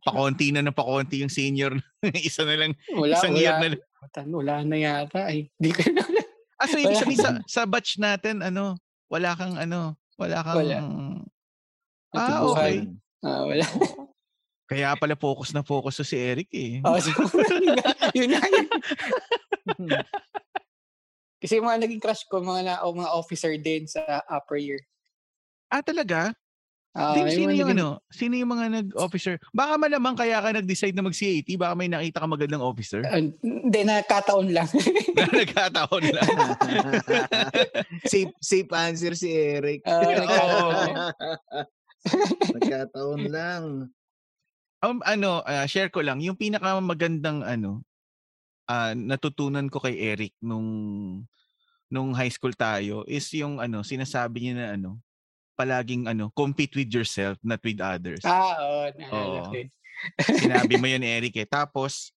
Speaker 1: Pakonti na na pakonti yung senior. Isa na lang.
Speaker 4: Wala,
Speaker 1: isang
Speaker 4: wala.
Speaker 1: year na lang.
Speaker 4: Wala na yata. Ay, hindi ko na alam.
Speaker 1: Ah, so ibig
Speaker 4: Wala.
Speaker 1: sabihin sa, sa batch natin, ano, wala kang ano, wala kang...
Speaker 4: Wala.
Speaker 1: Ah,
Speaker 4: Nagtubuhan.
Speaker 1: okay.
Speaker 4: Ah, wala.
Speaker 1: Oo. Kaya pala focus na focus to si Eric eh.
Speaker 4: Oh, so, yun na- yun na yun.
Speaker 1: Mm-hmm.
Speaker 4: Kasi yung mga naging crush ko, mga, na, o mga officer din sa upper year.
Speaker 1: Ah, talaga?
Speaker 4: Ah,
Speaker 1: Tim,
Speaker 4: may
Speaker 1: sino
Speaker 4: mga
Speaker 1: yung
Speaker 4: naging-
Speaker 1: ano? Sino yung mga nag-officer? Baka malamang kaya ka nag-decide na mag-CAT. Baka may nakita ka magandang officer.
Speaker 4: Ah, Hindi, nakataon lang.
Speaker 1: na nagkataon lang.
Speaker 3: safe, safe answer si Eric.
Speaker 4: Ah, nagkataon
Speaker 1: Oo.
Speaker 4: lang.
Speaker 3: Nagkataon lang.
Speaker 1: Um, ano, ah, share ko lang. Yung pinakamagandang ano, ah, natutunan ko kay Eric nung nung high school tayo is yung ano, sinasabi niya na ano, palaging ano, compete with yourself, not with others.
Speaker 4: Ah, oo. naalala
Speaker 1: Oo.
Speaker 4: ko yun.
Speaker 1: Sinabi mo yun, Eric eh. Tapos,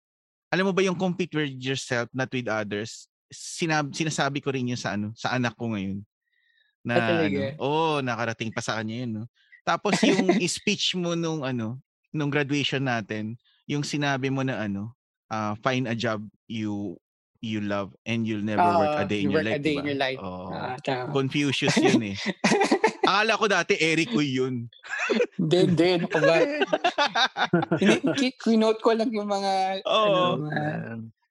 Speaker 1: alam mo ba yung compete with yourself, not with others? Sinab- sinasabi ko rin yun sa ano, sa anak ko ngayon. Na,
Speaker 4: Ah, talaga?
Speaker 1: ano, oh, nakarating pa sa kanya yun. No? Tapos yung speech mo nung ano, nung graduation natin, yung sinabi mo na ano, ah, find a job you you love and you'll never work a
Speaker 4: Oo,
Speaker 1: day in
Speaker 4: you
Speaker 1: your
Speaker 4: work a
Speaker 1: life.
Speaker 4: day in
Speaker 1: diba?
Speaker 4: your life.
Speaker 1: Oo.
Speaker 4: Ah, tama.
Speaker 1: Confucius yun eh. Akala ko dati Eric Uy yun.
Speaker 4: Hindi, hindi. Ano ko ba? Hindi, ki- kinote ko lang yung mga...
Speaker 1: Oo.
Speaker 4: Ano, mga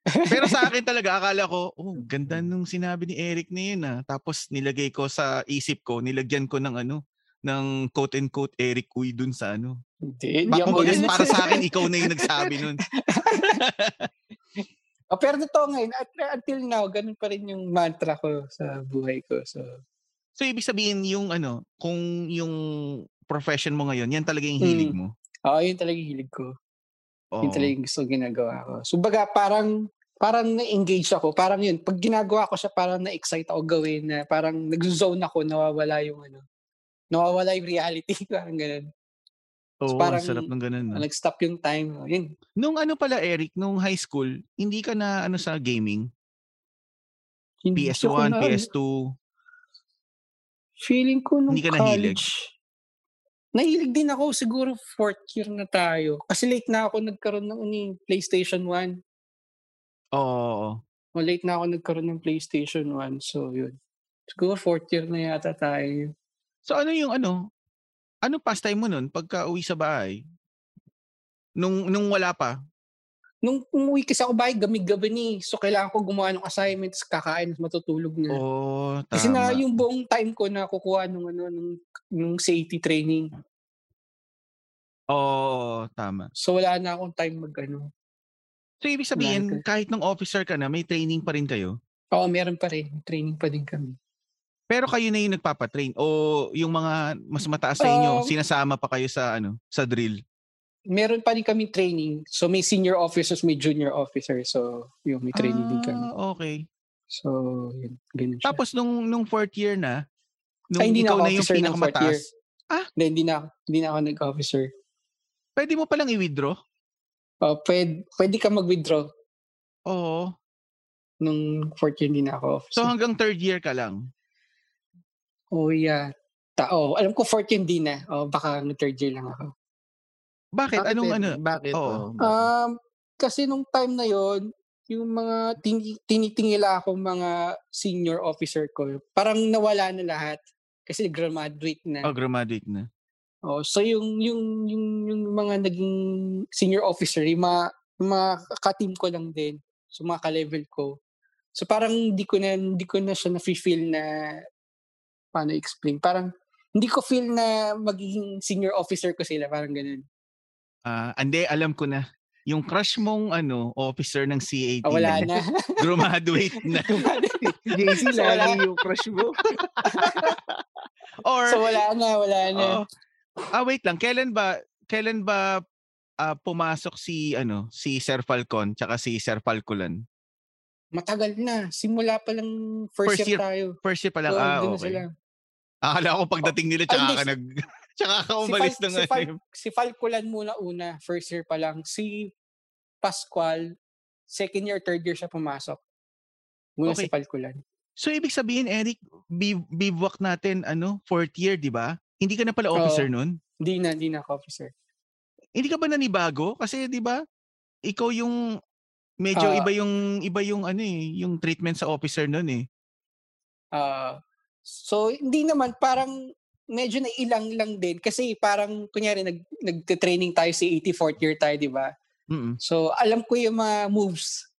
Speaker 3: Ah,
Speaker 1: Pero sa akin talaga, akala ko, oh, ganda nung sinabi ni Eric na yun ah. Tapos nilagay ko sa isip ko, nilagyan ko ng ano, ng quote and quote Eric Uy dun sa ano.
Speaker 4: hindi, hindi ako
Speaker 1: Kumbaga
Speaker 4: yun.
Speaker 1: para sa akin, ikaw na yung nagsabi nun.
Speaker 4: Oh, pero totoo ngayon, at, until now, ganun pa rin yung mantra ko sa buhay ko. So,
Speaker 1: So ibig sabihin yung ano, kung yung profession mo ngayon, yan talaga yung hilig mo.
Speaker 4: oo, yun talaga yung hilig ko. Hmm. Yun
Speaker 1: Oo.
Speaker 4: talaga yung gusto kong ginagawa ko. So, baga, parang, parang na-engage ako. Parang yun, pag ginagawa ko siya, parang na-excite ako gawin na parang nag-zone ako, nawawala yung ano, nawawala yung reality. Parang ganun.
Speaker 1: Oo,
Speaker 4: parang-
Speaker 1: ang sarap ng ganun. No?
Speaker 4: Nag-stop yung time. Oh, Yun.
Speaker 1: Nung ano pala Eric, nung high school, hindi ka na ano sa gaming?
Speaker 4: Hindi ko
Speaker 1: PS1,
Speaker 4: na-
Speaker 1: PS2?
Speaker 4: Feeling ko nung
Speaker 1: Hindi ka nahilig?
Speaker 4: college. Nahilig din ako siguro fourth year na tayo. Kasi late na ako nagkaroon ng ano eh, PlayStation 1.
Speaker 1: Oo. oo, oo.
Speaker 4: O late na ako nagkaroon ng PlayStation 1. So yun. Siguro fourth year na yata tayo.
Speaker 1: So ano yung ano? Ano pastime mo nun pagka uwi sa bahay? Nung, nung wala pa?
Speaker 4: Nung umuwi kasi ako bahay, gamig-gabi ni. So kailangan ko gumawa ng assignments, kakain, matutulog na.
Speaker 1: Oo, Oh, tama.
Speaker 4: Hmm. kasi na yung buong time ko na kukuha nung, ano, nung, nung safety training.
Speaker 1: Oo, tama.
Speaker 4: So wala na akong time mag ano.
Speaker 1: So ibig
Speaker 4: Wala
Speaker 1: sabihin,
Speaker 4: ka.
Speaker 1: kahit nung officer ka na, may training pa rin kayo?
Speaker 4: Oo, meron pa rin. Training pa din kami.
Speaker 1: Pero kayo na yung nagpapatrain o yung mga mas mataas sa inyo,
Speaker 4: Um,
Speaker 1: sinasama pa kayo sa ano, sa drill?
Speaker 4: meron pa rin kami training. So may senior officers, may junior officers. So yung may training din kami.
Speaker 1: Ah, okay.
Speaker 4: So yun, ganun siya.
Speaker 1: Tapos nung nung fourth year na, nung
Speaker 4: Ay, hindi
Speaker 1: ikaw
Speaker 4: na ako
Speaker 1: na, yung
Speaker 4: officer ng fourth year.
Speaker 1: pinakamataas,
Speaker 4: Hindi, hindi na, hindi na ako nag-officer.
Speaker 1: pwede mo palang i-withdraw?
Speaker 4: Uh, pwede, pwede ka mag-withdraw
Speaker 1: Oo.
Speaker 4: nung fourth year, hindi na ako officer.
Speaker 1: So hanggang third year ka lang.
Speaker 4: oh yeah. tao. Alam ko fourth year hindi na. Oh, baka ng third year lang ako.
Speaker 1: Bakit? Anong
Speaker 3: eh?
Speaker 1: ano?
Speaker 3: Bakit?
Speaker 1: Oo.
Speaker 3: Oh, bakit?
Speaker 4: Um, kasi nung time na yon yung mga tin- tinitingila ako mga senior officer ko, parang nawala na lahat kasi graduate na.
Speaker 1: Oh, graduate na.
Speaker 4: Oh, so yung yung yung yung mga naging senior officer, yung mga yung mga ka-team ko lang din, so mga ka-level ko. So parang hindi ko na hindi ko na siya na feel na paano explain. Parang hindi ko feel na magiging senior officer ko sila, parang ganun.
Speaker 1: Ah, ande alam ko na. Yung crush mong ano, officer ng CAT.
Speaker 4: Ah, wala
Speaker 1: na.
Speaker 4: na.
Speaker 1: Graduate na.
Speaker 3: JC,
Speaker 4: So, wala.
Speaker 3: lagi yung crush mo.
Speaker 1: Or
Speaker 4: so wala na, wala na.
Speaker 1: Oo. ah, wait lang. Kailan ba kailan ba ah, pumasok si ano, si Sir Falcon tsaka si Sir Falcolan?
Speaker 4: Matagal na. Simula pa lang
Speaker 1: First
Speaker 4: first, year,
Speaker 1: year
Speaker 4: tayo.
Speaker 1: First year pa lang.
Speaker 4: Oo,
Speaker 1: ah,
Speaker 4: andun na
Speaker 1: okay.
Speaker 4: sila. Oh,
Speaker 1: Akala ko pagdating nila tsaka
Speaker 4: hindi,
Speaker 1: ka
Speaker 4: si-
Speaker 1: nag tsaka ka
Speaker 4: Si,
Speaker 1: umalis
Speaker 4: Fal-
Speaker 1: ng
Speaker 4: si,
Speaker 1: ano
Speaker 4: Fal-
Speaker 1: yun.
Speaker 4: si Falcolan muna una, first year pa lang. Si Pascual, second year, third year siya pumasok. Muna
Speaker 1: Okay.
Speaker 4: si Falcolan.
Speaker 1: So ibig sabihin Eric, bi- bivouac natin ano, fourth year, 'di ba? Hindi ka na pala
Speaker 4: Oo.
Speaker 1: officer noon?
Speaker 4: Hindi na, hindi na ako officer.
Speaker 1: Hindi ka ba nanibago? Kasi 'di ba? Ikaw yung medyo
Speaker 4: Ah.
Speaker 1: iba yung iba yung ano eh, yung treatment sa officer noon eh.
Speaker 4: Ah, so, hindi naman, parang medyo nailang lang din. Kasi parang, kunyari, nag, nag-training tayo si 84th year tayo, di ba?
Speaker 1: Mm.
Speaker 4: So, alam ko yung mga moves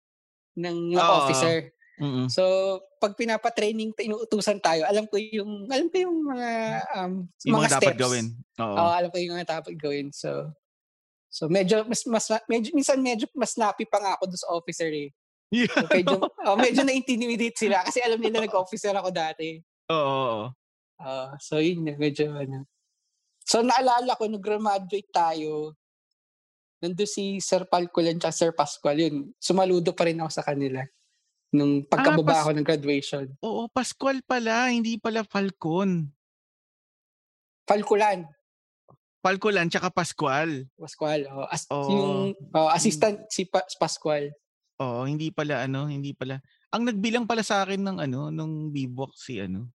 Speaker 4: ng mga
Speaker 1: Oo.
Speaker 4: officer.
Speaker 1: Mm.
Speaker 4: So, pag pinapa-training, inuutusan tayo, alam ko yung, alam ko yung mga, um,
Speaker 1: Yung
Speaker 4: mga,
Speaker 1: mga, dapat
Speaker 4: steps. Ah.
Speaker 1: gawin. Oo.
Speaker 4: Oo, alam ko yung mga dapat gawin. So, so medyo, mas, mas, medyo, minsan medyo mas napi pa nga ako doon sa officer eh.
Speaker 1: Yeah.
Speaker 4: So, medyo, oh, medyo na-intimidate sila kasi alam nila nag-officer ako dati.
Speaker 1: Oo, oo.
Speaker 4: Ah, so, yun, na, medyo ano. So, naalala ko, nung graduate tayo, nandun si Sir Palculan at Sir Pascual, yun, sumaludo pa rin ako sa kanila nung pagkababa
Speaker 1: Pas-
Speaker 4: ako ng graduation.
Speaker 1: Oo, Pascual pala, hindi pala Falcon.
Speaker 4: Palculan,
Speaker 1: Falcolan tsaka Pascual.
Speaker 4: Pascual. Oh, as,
Speaker 1: Oo.
Speaker 4: yung oh, assistant si pa- Pascual.
Speaker 1: Oo, hindi pala ano, hindi pala. Ang nagbilang pala sa akin ng ano, nung bibok si ano,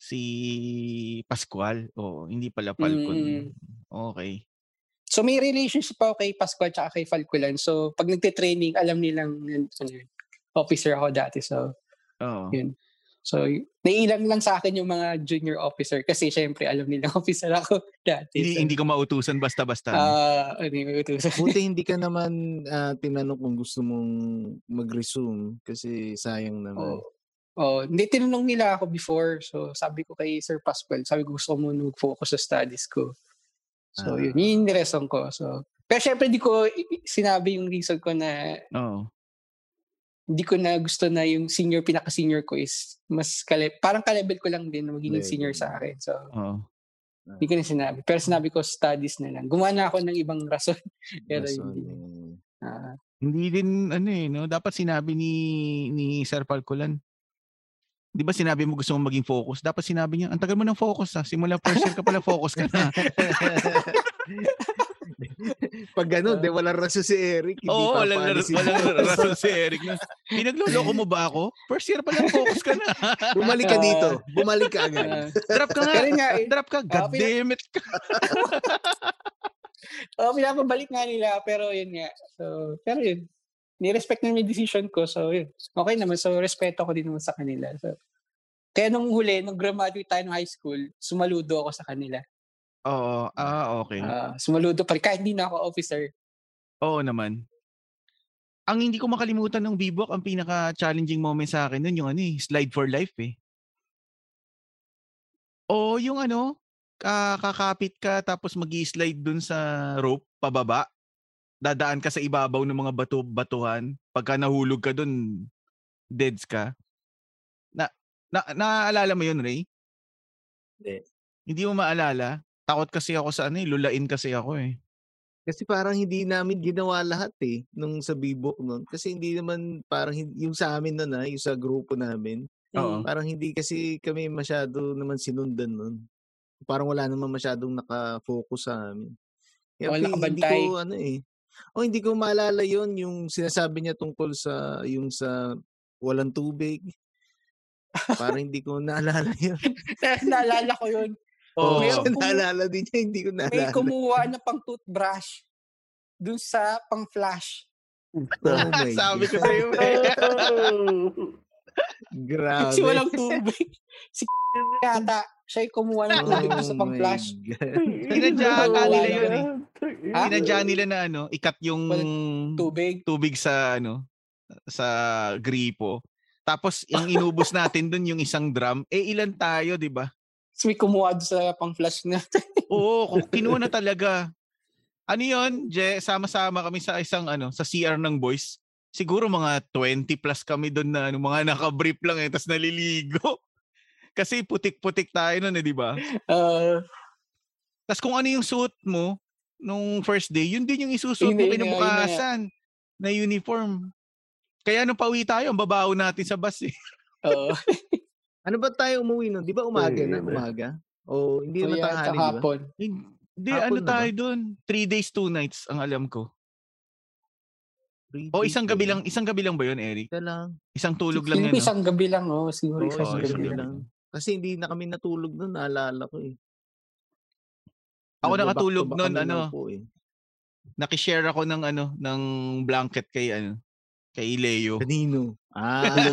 Speaker 1: si Pascual. Oo, hindi pala Falcon.
Speaker 4: Mm.
Speaker 1: Okay.
Speaker 4: So may relationship ako kay Pascual at kay Falculan. So pag nagte-training, alam nilang ano yun, officer ako dati. So,
Speaker 1: Oo.
Speaker 4: Yun. so y- nailang lang sa akin yung mga junior officer kasi syempre alam nilang officer ako dati.
Speaker 1: Hindi,
Speaker 4: so,
Speaker 1: hindi ko mautusan basta-basta.
Speaker 4: ah, ano yung utusan?
Speaker 3: Buti hindi ka naman ah, tinanong kung gusto mong mag-resume kasi sayang naman.
Speaker 4: Oo. Oh, hindi tinanong nila ako before. So sabi ko kay Sir Pascual, sabi ko gusto ko muna mag-focus sa studies ko. So
Speaker 3: Ah.
Speaker 4: yun, yun yung reason ko. So, pero syempre di ko i- i- sinabi yung reason ko na
Speaker 1: eh. Oo.
Speaker 4: hindi ko na gusto na yung senior, pinaka-senior ko is mas kale, parang ka-level ko lang din na magiging
Speaker 3: Level.
Speaker 4: senior sa akin. So,
Speaker 1: Oo.
Speaker 4: hindi ko na sinabi. Pero sinabi ko studies na lang. Gumawa na ako ng ibang rason. Pero
Speaker 3: Rason,
Speaker 4: hindi.
Speaker 3: eh.
Speaker 4: Ah,
Speaker 1: Hindi din ano eh, no? dapat sinabi ni ni Sir Palculan. 'Di ba sinabi mo gusto mong maging focus? Dapat sinabi niya, ang tagal mo ng focus ah. Simula first year ka pala focus ka na.
Speaker 3: Pag gano'n, de, walang rason si Eric. Hindi
Speaker 1: Oo,
Speaker 3: pa
Speaker 1: walang,
Speaker 3: paano
Speaker 1: lar-
Speaker 3: si-
Speaker 1: walang rason si Eric na. Pinagluloko mo ba ako? First year pa lang focus ka na.
Speaker 3: Bumalik ka dito. Bumalik ka agad.
Speaker 4: ah.
Speaker 1: Drop ka nga.
Speaker 4: pero nga, eh,
Speaker 1: Drop ka. God
Speaker 4: pinag-
Speaker 1: damn it.
Speaker 4: oh, pinapabalik nga nila. Pero yun nga. So, pero yun. Ni-respect na yung decision ko. So, yun. Okay naman. So, respeto ko din naman sa kanila. So, kaya nung huli, nung graduate tayo ng high school, sumaludo ako sa kanila.
Speaker 1: Oo. Ah, okay.
Speaker 4: Ah, sumaludo pa rin. Kahit hindi na ako officer.
Speaker 1: Oo naman. Ang hindi ko makalimutan ng Bibok, ang pinaka-challenging moment sa akin nun, yung ano eh, slide for life eh. Oo, yung ano, ka- kakapit ka tapos mag slide dun sa rope pababa. Dadaan ka sa ibabaw ng mga bato batuhan. Pagka nahulog ka dun, deads ka. Na, na naaalala mo yun, Ray?
Speaker 3: Hindi.
Speaker 1: Hindi mo maalala? Takot kasi ako sa ano eh, lulain kasi ako eh.
Speaker 3: Kasi parang hindi namin ginawa lahat eh, nung sa Bibok noon. Kasi hindi naman, parang hin- yung sa amin noon ah, yung sa grupo namin,
Speaker 1: Oo.
Speaker 4: Mm.
Speaker 3: parang hindi kasi kami masyado naman sinundan noon. Parang wala naman masyadong nakafocus sa amin. Kaya
Speaker 4: Walang
Speaker 3: pi- hindi
Speaker 4: nakabantay.
Speaker 3: ko ano eh. O hindi ko maalala yon yung sinasabi niya tungkol sa, yung sa walang tubig. Para hindi ko naalala yun.
Speaker 4: naalala ko yun.
Speaker 1: Oo.
Speaker 3: Hindi ko
Speaker 4: Meron-
Speaker 3: naalala din niya, hindi ko naalala.
Speaker 4: May kumuha na pang toothbrush dun sa pang flash.
Speaker 3: Oh my
Speaker 1: Sabi ko
Speaker 3: God.
Speaker 1: sa'yo eh.
Speaker 3: Grabe.
Speaker 4: Kasi walang tubig. Si yata, siya yung kumuha ng tubig dun sa
Speaker 3: Oh
Speaker 4: pang
Speaker 3: my
Speaker 4: flash.
Speaker 3: God.
Speaker 1: Pinadya
Speaker 4: ka nila yun
Speaker 1: eh.
Speaker 4: Ah?
Speaker 1: Pinadya nila na ano, ikat yung
Speaker 4: Tubig.
Speaker 1: tubig sa ano, sa gripo. Tapos yung inubos natin dun yung isang drum, eh ilan tayo, 'di ba?
Speaker 4: Tapos may kumuha dun sa pang flash na.
Speaker 1: Oo, kung kinuha na talaga. Ano 'yun, Je? Sama-sama kami sa isang ano, sa CR ng boys. Siguro mga 20 plus kami doon na ano, mga nakabrief lang eh, tapos naliligo. Kasi putik-putik tayo noon, eh, 'di ba?
Speaker 4: Uh,
Speaker 1: Tapos kung ano yung suit mo nung first day, yun din yung isusuot
Speaker 4: Yun
Speaker 1: mo
Speaker 4: na, yun na, yun na.
Speaker 1: kinabukasan na uniform. Kaya nung pauwi tayo, ang babaho natin sa bus eh.
Speaker 4: uh,
Speaker 3: Ano ba tayo umuwi nun? Di ba umaga na?
Speaker 2: Ayun.
Speaker 3: Umaga? O hindi naman
Speaker 4: kuya,
Speaker 3: tanghali, di ba?
Speaker 4: kahapon.
Speaker 1: Hindi,
Speaker 3: Hapon
Speaker 1: ano
Speaker 3: na ba?
Speaker 1: tayo doon? Three days, two nights, ang alam ko.
Speaker 3: Three
Speaker 1: O
Speaker 3: days
Speaker 1: isang
Speaker 3: ba
Speaker 1: gabi
Speaker 3: yun?
Speaker 1: lang, isang gabi lang ba yun, Eric?
Speaker 3: Isa lang.
Speaker 1: Isang tulog lang
Speaker 4: Feeling
Speaker 1: yun,
Speaker 4: ko
Speaker 1: no?
Speaker 4: Isang gabi lang, oh, siguro.
Speaker 3: Oo,
Speaker 4: isang
Speaker 1: Oo, isang
Speaker 4: gabi, lang.
Speaker 1: gabi
Speaker 3: lang.
Speaker 1: lang.
Speaker 3: Kasi hindi na kami natulog nun, naalala ko eh.
Speaker 1: Ako
Speaker 3: Nagbaback to
Speaker 1: nakatulog
Speaker 3: back
Speaker 1: nun,
Speaker 3: kami ng
Speaker 1: ano,
Speaker 3: upo eh.
Speaker 1: nakishare ako ng ano, ng blanket kay ano, kay Leo.
Speaker 3: Kanino?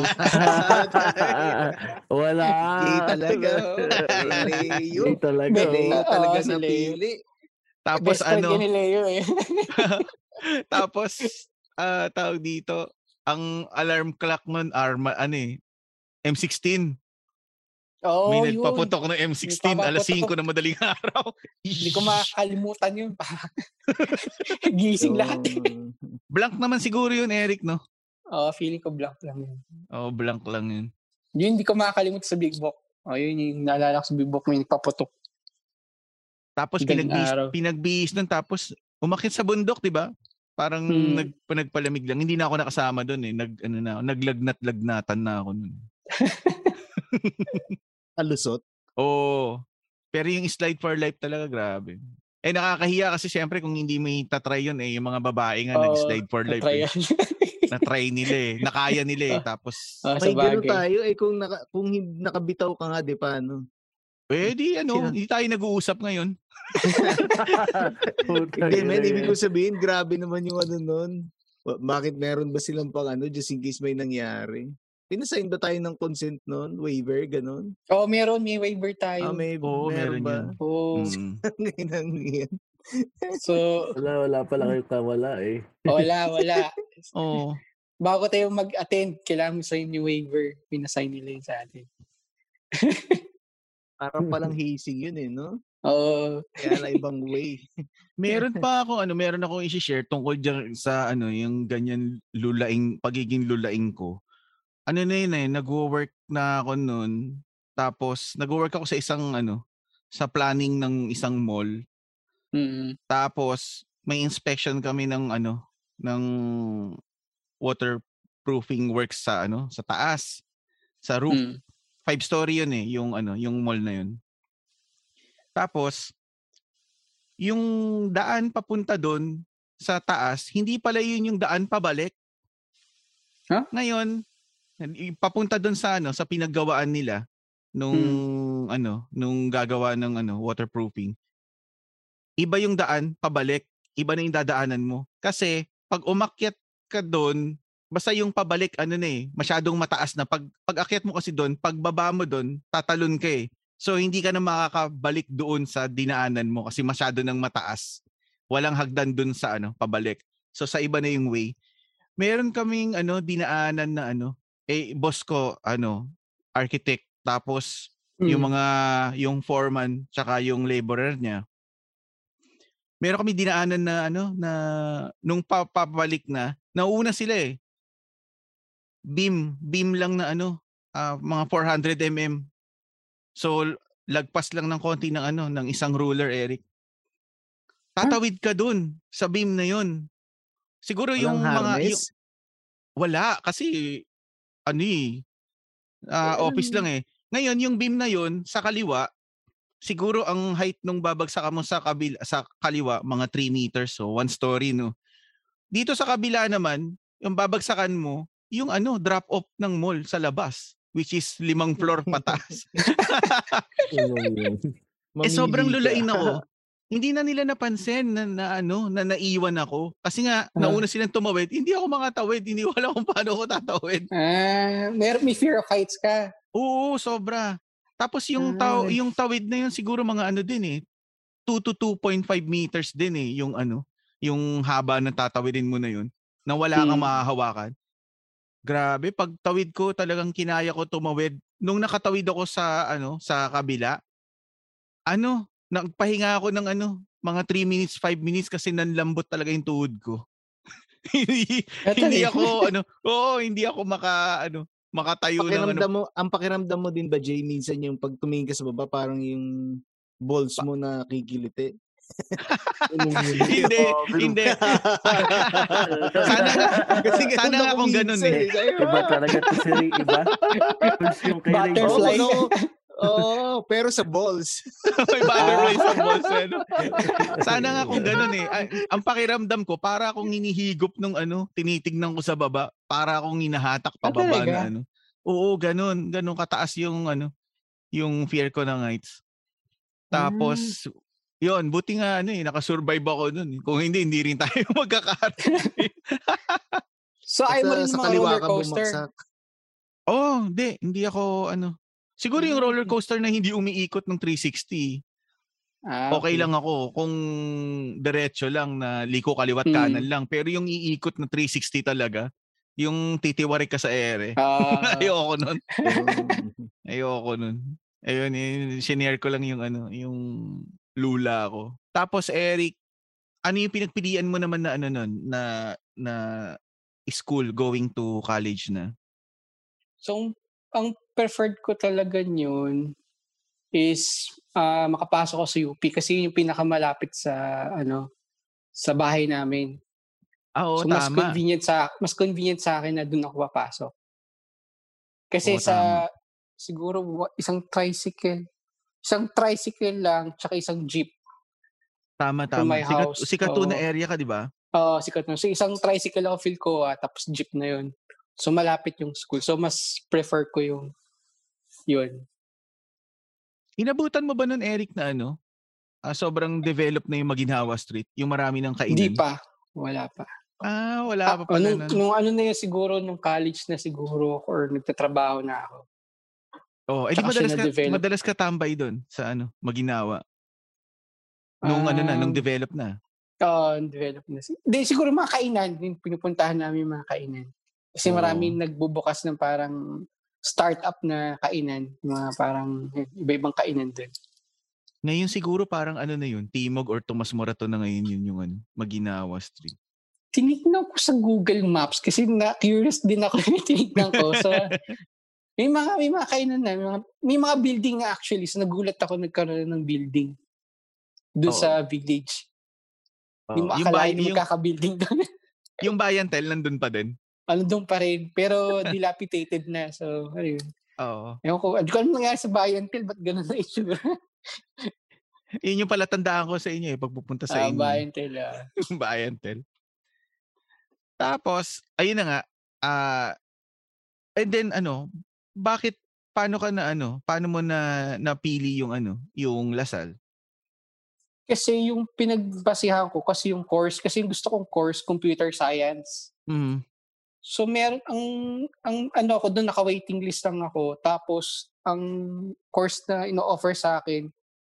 Speaker 3: Ah.
Speaker 2: Wala.
Speaker 3: Gay talaga. oh. Kay Leo.
Speaker 2: Gay talaga.
Speaker 3: Kay
Speaker 2: oh.
Speaker 3: Leo
Speaker 4: Oo,
Speaker 3: talaga
Speaker 4: si Leo.
Speaker 3: napili.
Speaker 1: Tapos
Speaker 4: Best friend
Speaker 1: ano,
Speaker 4: yun ni Leo eh.
Speaker 1: Tapos, ah tawag dito, ang alarm clock nun, arma, ano eh, M16.
Speaker 4: Oo,
Speaker 1: May
Speaker 4: Oh, yun.
Speaker 1: nagpaputok ng M16,
Speaker 4: May
Speaker 1: alas 5
Speaker 4: papaputok.
Speaker 1: na madaling araw.
Speaker 4: Hindi ko makakalimutan yun. Gising lahat. eh.
Speaker 1: Blank naman siguro yun, Eric, no?
Speaker 4: Oo, feeling ko blank lang yun.
Speaker 1: Oh, blank lang yun.
Speaker 4: Yun, hindi ko makakalimutan sa Big Book. O, yun yung naalala ko sa Big Book, may nagpaputok.
Speaker 1: Tapos
Speaker 4: Madaling
Speaker 1: pinagbihis,
Speaker 4: araw.
Speaker 1: pinagbihis nun, tapos umakit sa bundok, di ba? Parang
Speaker 4: Hmm.
Speaker 1: nag, nagpalamig lang. Hindi na ako nakasama doon eh. Nag, ano na, ako, naglagnat-lagnatan na ako nun.
Speaker 3: Alusot.
Speaker 1: Oo. Pero yung slide for life talaga, grabe. Eh nakakahiya kasi syempre kung hindi mo tatry yun eh, yung mga babae nga
Speaker 4: Oo,
Speaker 1: nag-slide for life. Eh.
Speaker 4: Try yan.
Speaker 1: Na-try nila eh. Nakaya nila eh.
Speaker 4: Ah.
Speaker 1: Tapos,
Speaker 4: Oo, Oh, sa
Speaker 3: May gano'n
Speaker 4: bagay.
Speaker 3: tayo eh kung, naka, kung hin- nakabitaw ka nga, di pa ano.
Speaker 1: eh di ano,
Speaker 3: Sino?
Speaker 1: hindi tayo nag-uusap ngayon.
Speaker 2: Putang
Speaker 3: Hindi, man,
Speaker 2: ina
Speaker 3: ibig
Speaker 2: yun.
Speaker 3: ko sabihin, grabe naman yung ano nun. Wa- Bakit meron ba silang pang ano, just in case may nangyari? Pinasign ba tayo ng consent nun? Waiver, ganun?
Speaker 4: Oo, Oh, meron. May waiver
Speaker 3: Ah,
Speaker 4: tayo.
Speaker 3: may,
Speaker 1: Oo, meron
Speaker 3: meron ba?
Speaker 1: yun.
Speaker 4: Oo.
Speaker 1: Mm.
Speaker 3: Ngayon ang yan.
Speaker 4: So, oh,
Speaker 2: Wala, wala pala kayo kawala eh.
Speaker 4: wala, wala.
Speaker 1: Oo.
Speaker 4: Bago tayo mag-attend, kailangan mo sign yung waiver. Pinasign nila yun sa atin.
Speaker 3: Parang palang hazing yun eh, no?
Speaker 4: Oo.
Speaker 3: Kaya na ibang way.
Speaker 1: Meron pa ako, ano, meron akong isi-share tungkol dyan sa ano, yung ganyan lulaing, pagiging lulaing ko. Ano na yun eh, nag-work na ako noon. Tapos, nag-work ako sa isang ano, sa planning ng isang mall.
Speaker 4: Mm.
Speaker 1: Tapos may inspection kami ng ano ng waterproofing works sa ano sa taas sa roof
Speaker 4: Mm.
Speaker 1: five story yun eh yung ano yung mall na yun. Tapos yung daan papunta doon sa taas hindi pala yun yung daan pabalik.
Speaker 4: Huh?
Speaker 1: Ngayon i- papunta doon sa ano sa pinaggawaan nila nung ano nung gagawa ng ano waterproofing. Iba yung daan pabalik, iba na yung dadaanan mo. Kasi pag umakyat ka doon, basta yung pabalik ano na eh, masyadong mataas na pag pag akyat mo kasi doon, pag baba mo doon, tatalon ka eh. So hindi ka na makakabalik doon sa dinaanan mo kasi masyado nang mataas. Walang hagdan doon sa ano, pabalik. So sa iba na yung way. Meron kaming ano dinaanan na ano, eh boss ko ano, architect tapos yung
Speaker 3: Hmm.
Speaker 1: mga yung foreman tsaka yung laborer niya. Meron kami dinaanan na ano na nung papabalik na, nauna sila eh. Beam, beam lang na ano, ah, mga 400 mm. So l- lagpas lang ng konti ng ano ng isang ruler Eric.
Speaker 3: Hmm.
Speaker 1: Tatawid ka dun sa beam na yun. Siguro yung
Speaker 3: Walang
Speaker 1: mga
Speaker 3: harness?
Speaker 1: yung- wala kasi ano eh ah, office lang eh. Ngayon yung beam na yun sa kaliwa siguro ang height nung babagsak mo sa kabil sa kaliwa mga 3 meters so one story no. Dito sa kabila naman yung babagsakan mo yung ano drop off ng mall sa labas. which is limang floor pataas.
Speaker 2: Ano yun?
Speaker 1: eh sobrang
Speaker 3: Mamili
Speaker 1: lulain
Speaker 3: ka.
Speaker 1: ako. Hindi na nila napansin na, na ano, na naiwan ako. Kasi nga,
Speaker 4: Ah.
Speaker 1: nauna silang tumawid. Hindi ako makatawid. Hindi ko alam kung paano ako tatawid.
Speaker 4: Ah, mer may fear of heights ka.
Speaker 1: Oo, sobra. Tapos yung taw,
Speaker 4: Ay.
Speaker 1: yung tawid na yun siguro mga ano din eh. 2 to 2.5 meters din eh yung ano, yung haba ng tatawidin mo na yun na wala kang
Speaker 4: Hmm.
Speaker 1: mahahawakan. Grabe, pag tawid ko talagang kinaya ko tumawid. Nung nakatawid ako sa ano, sa kabila, ano, nagpahinga ako ng ano, mga 3 minutes, 5 minutes kasi nanlambot talaga yung tuhod ko. hindi, hindi ako ano, oo, hindi ako maka ano, makatayo ng ano,
Speaker 3: Pakiramdam mo, ang pakiramdam mo din ba, Jay, minsan yung pag tumingin ka sa baba, parang yung balls mo na kikiliti.
Speaker 2: Ano yun?
Speaker 1: hindi, hindi. Sana nga,
Speaker 3: Kasi
Speaker 1: sana nga kung ganun eh.
Speaker 2: Iba talaga to sir, eh. iba. Tapos yung kay Ray
Speaker 3: Oo,
Speaker 4: Butterfly.
Speaker 1: Oh,
Speaker 2: Bones,
Speaker 3: no. Oo, pero sa balls.
Speaker 1: eh. may butterfly sa balls. Ano? Sana nga kung ganun eh. Ay, ang pakiramdam ko, para akong hinihigop nung ano, tinitignan ko sa baba, para akong hinahatak
Speaker 4: Ah,
Speaker 1: pababa
Speaker 4: talaga?
Speaker 1: na ano. Oo, ganun. Ganun kataas yung ano, yung fear ko ng heights. Tapos, yon buti nga ano eh, nakasurvive ako nun. eh. Kung hindi, hindi rin tayo magkakaroon.
Speaker 4: So, ayaw mo rin
Speaker 3: sa
Speaker 4: mga
Speaker 3: kaliwa
Speaker 4: roller
Speaker 3: ka
Speaker 4: coaster.
Speaker 3: bumagsak.
Speaker 1: Oh, hindi. Hindi ako ano. Siguro yung roller coaster na hindi umiikot ng 360,
Speaker 4: Ah,
Speaker 1: okay lang ako kung diretso lang na liko kaliwat
Speaker 4: Mm.
Speaker 1: kanan lang pero yung iikot na 360 talaga yung titiwarik ka sa ere
Speaker 4: Ah,
Speaker 1: ayoko nun
Speaker 3: Oo.
Speaker 1: ayoko nun ayun yun, shinare ko lang yung ano yung lula ko tapos Eric ano yung pinagpilian mo naman na ano nun na na school going to college na
Speaker 4: So, ang preferred ko talaga yun is ah, makapasok ko sa UP kasi yun yung pinakamalapit sa ano sa bahay namin.
Speaker 1: ah oo
Speaker 4: so mas
Speaker 1: tama
Speaker 4: convenient sa mas convenient sa akin na doon ako papasok. Kasi
Speaker 1: Oo,
Speaker 4: sa siguro wa- isang tricycle, isang tricycle lang tsaka isang jeep.
Speaker 1: tama
Speaker 4: from
Speaker 1: tama
Speaker 4: my
Speaker 1: sikat
Speaker 4: house,
Speaker 1: sikat to na
Speaker 4: oo.
Speaker 1: area ka di ba
Speaker 4: Oo, Ah, sikat na. So isang tricycle ako feel ko ah, tapos jeep na yun. So malapit yung school. So mas prefer ko yung yun.
Speaker 1: Inabutan mo ba nun, Eric, na ano? Ah, sobrang develop na yung Maginhawa Street. Yung marami ng kainan.
Speaker 4: Hindi pa. Wala pa.
Speaker 1: Ah, wala
Speaker 4: Ah,
Speaker 1: pa pala
Speaker 4: nung,
Speaker 1: nun.
Speaker 4: nung ano na yun siguro, nung college na siguro ako or nagtatrabaho na ako.
Speaker 1: Oh, edi
Speaker 4: tsaka siya
Speaker 1: madalas ka,
Speaker 4: na-develop.
Speaker 1: madalas ka tambay doon sa ano, Maginawa. Nung ano na, nung
Speaker 4: Ah,
Speaker 1: develop na.
Speaker 4: Oo, ah, develop na. si- Hindi, siguro mga kainan. Yung pinupuntahan namin yung mga kainan. Kasi
Speaker 1: Oo.
Speaker 4: maraming nagbubukas ng parang startup na kainan. Mga parang eh, iba-ibang kainan doon.
Speaker 1: Ngayon siguro parang ano na yun, Timog or Tomas Morato na ngayon yun yung ano, Maginawa Street.
Speaker 4: Tinignan ko sa Google Maps kasi na-curious din ako yung tinignan ko. So, may mga, may mga kainan na. May mga, may mga building nga actually. So, nagulat ako nagkaroon ng building. Doon
Speaker 1: Oo.
Speaker 4: sa village. Hindi mo
Speaker 1: yung,
Speaker 4: akalain
Speaker 1: bayan,
Speaker 4: yung,
Speaker 1: yung,
Speaker 4: magkaka-building doon.
Speaker 1: yung bayan tel, nandun pa din.
Speaker 4: ano doon pa rin. Pero dilapidated na. So, ayun.
Speaker 1: Oo.
Speaker 4: Ewan ko, hindi ko alam nangyari sa bayan till, ba't ganun na itsura?
Speaker 1: Yun yung pala tandaan ko sa inyo eh, pagpupunta sa
Speaker 4: Sa
Speaker 1: inyo.
Speaker 4: bayan till, ah.
Speaker 1: yung bayan tel. Tapos, ayun na nga, ah, and then ano, bakit, paano ka na ano, paano mo na napili yung ano, yung Lasal?
Speaker 4: Kasi yung pinagbasihan ko, kasi yung course, kasi yung gusto kong course, computer science.
Speaker 1: Mm.
Speaker 4: So, meron, ang, ang ano ako, doon naka-waiting list lang ako. Tapos, ang course na ino-offer sa akin,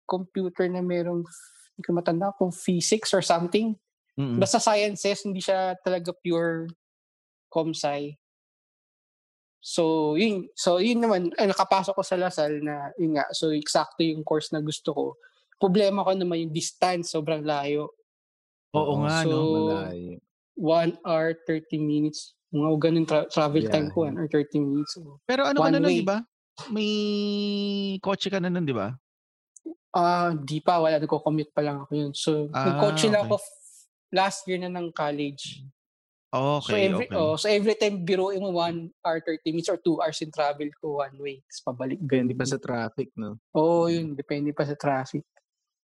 Speaker 4: computer na merong, hindi ko matanda kung physics or something.
Speaker 1: mm-mm.
Speaker 4: Basta sciences, hindi siya talaga pure comsci. So, yun, so yun naman, ay, nakapasok ko sa Lasal na, yun nga, so eksakto yung course na gusto ko. Problema ko naman yung distance, sobrang layo.
Speaker 1: Oo nga,
Speaker 4: so,
Speaker 1: no?
Speaker 3: Malayo.
Speaker 4: 1 hour, 30 minutes. Mga ganun tra- travel time ko, 1
Speaker 3: Biyahe.
Speaker 4: hour, 30 minutes.
Speaker 1: Pero ano ka na
Speaker 4: one
Speaker 1: nun,
Speaker 4: way.
Speaker 1: di ba? May kotse ka na nun, di ba?
Speaker 4: Ah, di pa, wala, nagko-commute pa lang ako yun. So,
Speaker 1: Ah,
Speaker 4: nag-coach lang
Speaker 1: okay.
Speaker 4: ako f- last year na ng college. so
Speaker 1: Okay,
Speaker 4: every
Speaker 1: okay.
Speaker 4: oh, so every time biruin mo 1 hour 30 minutes or 2 hours in travel ko one way tapos pabalik
Speaker 3: Depende pa sa traffic, no?
Speaker 4: oh yun depende pa sa traffic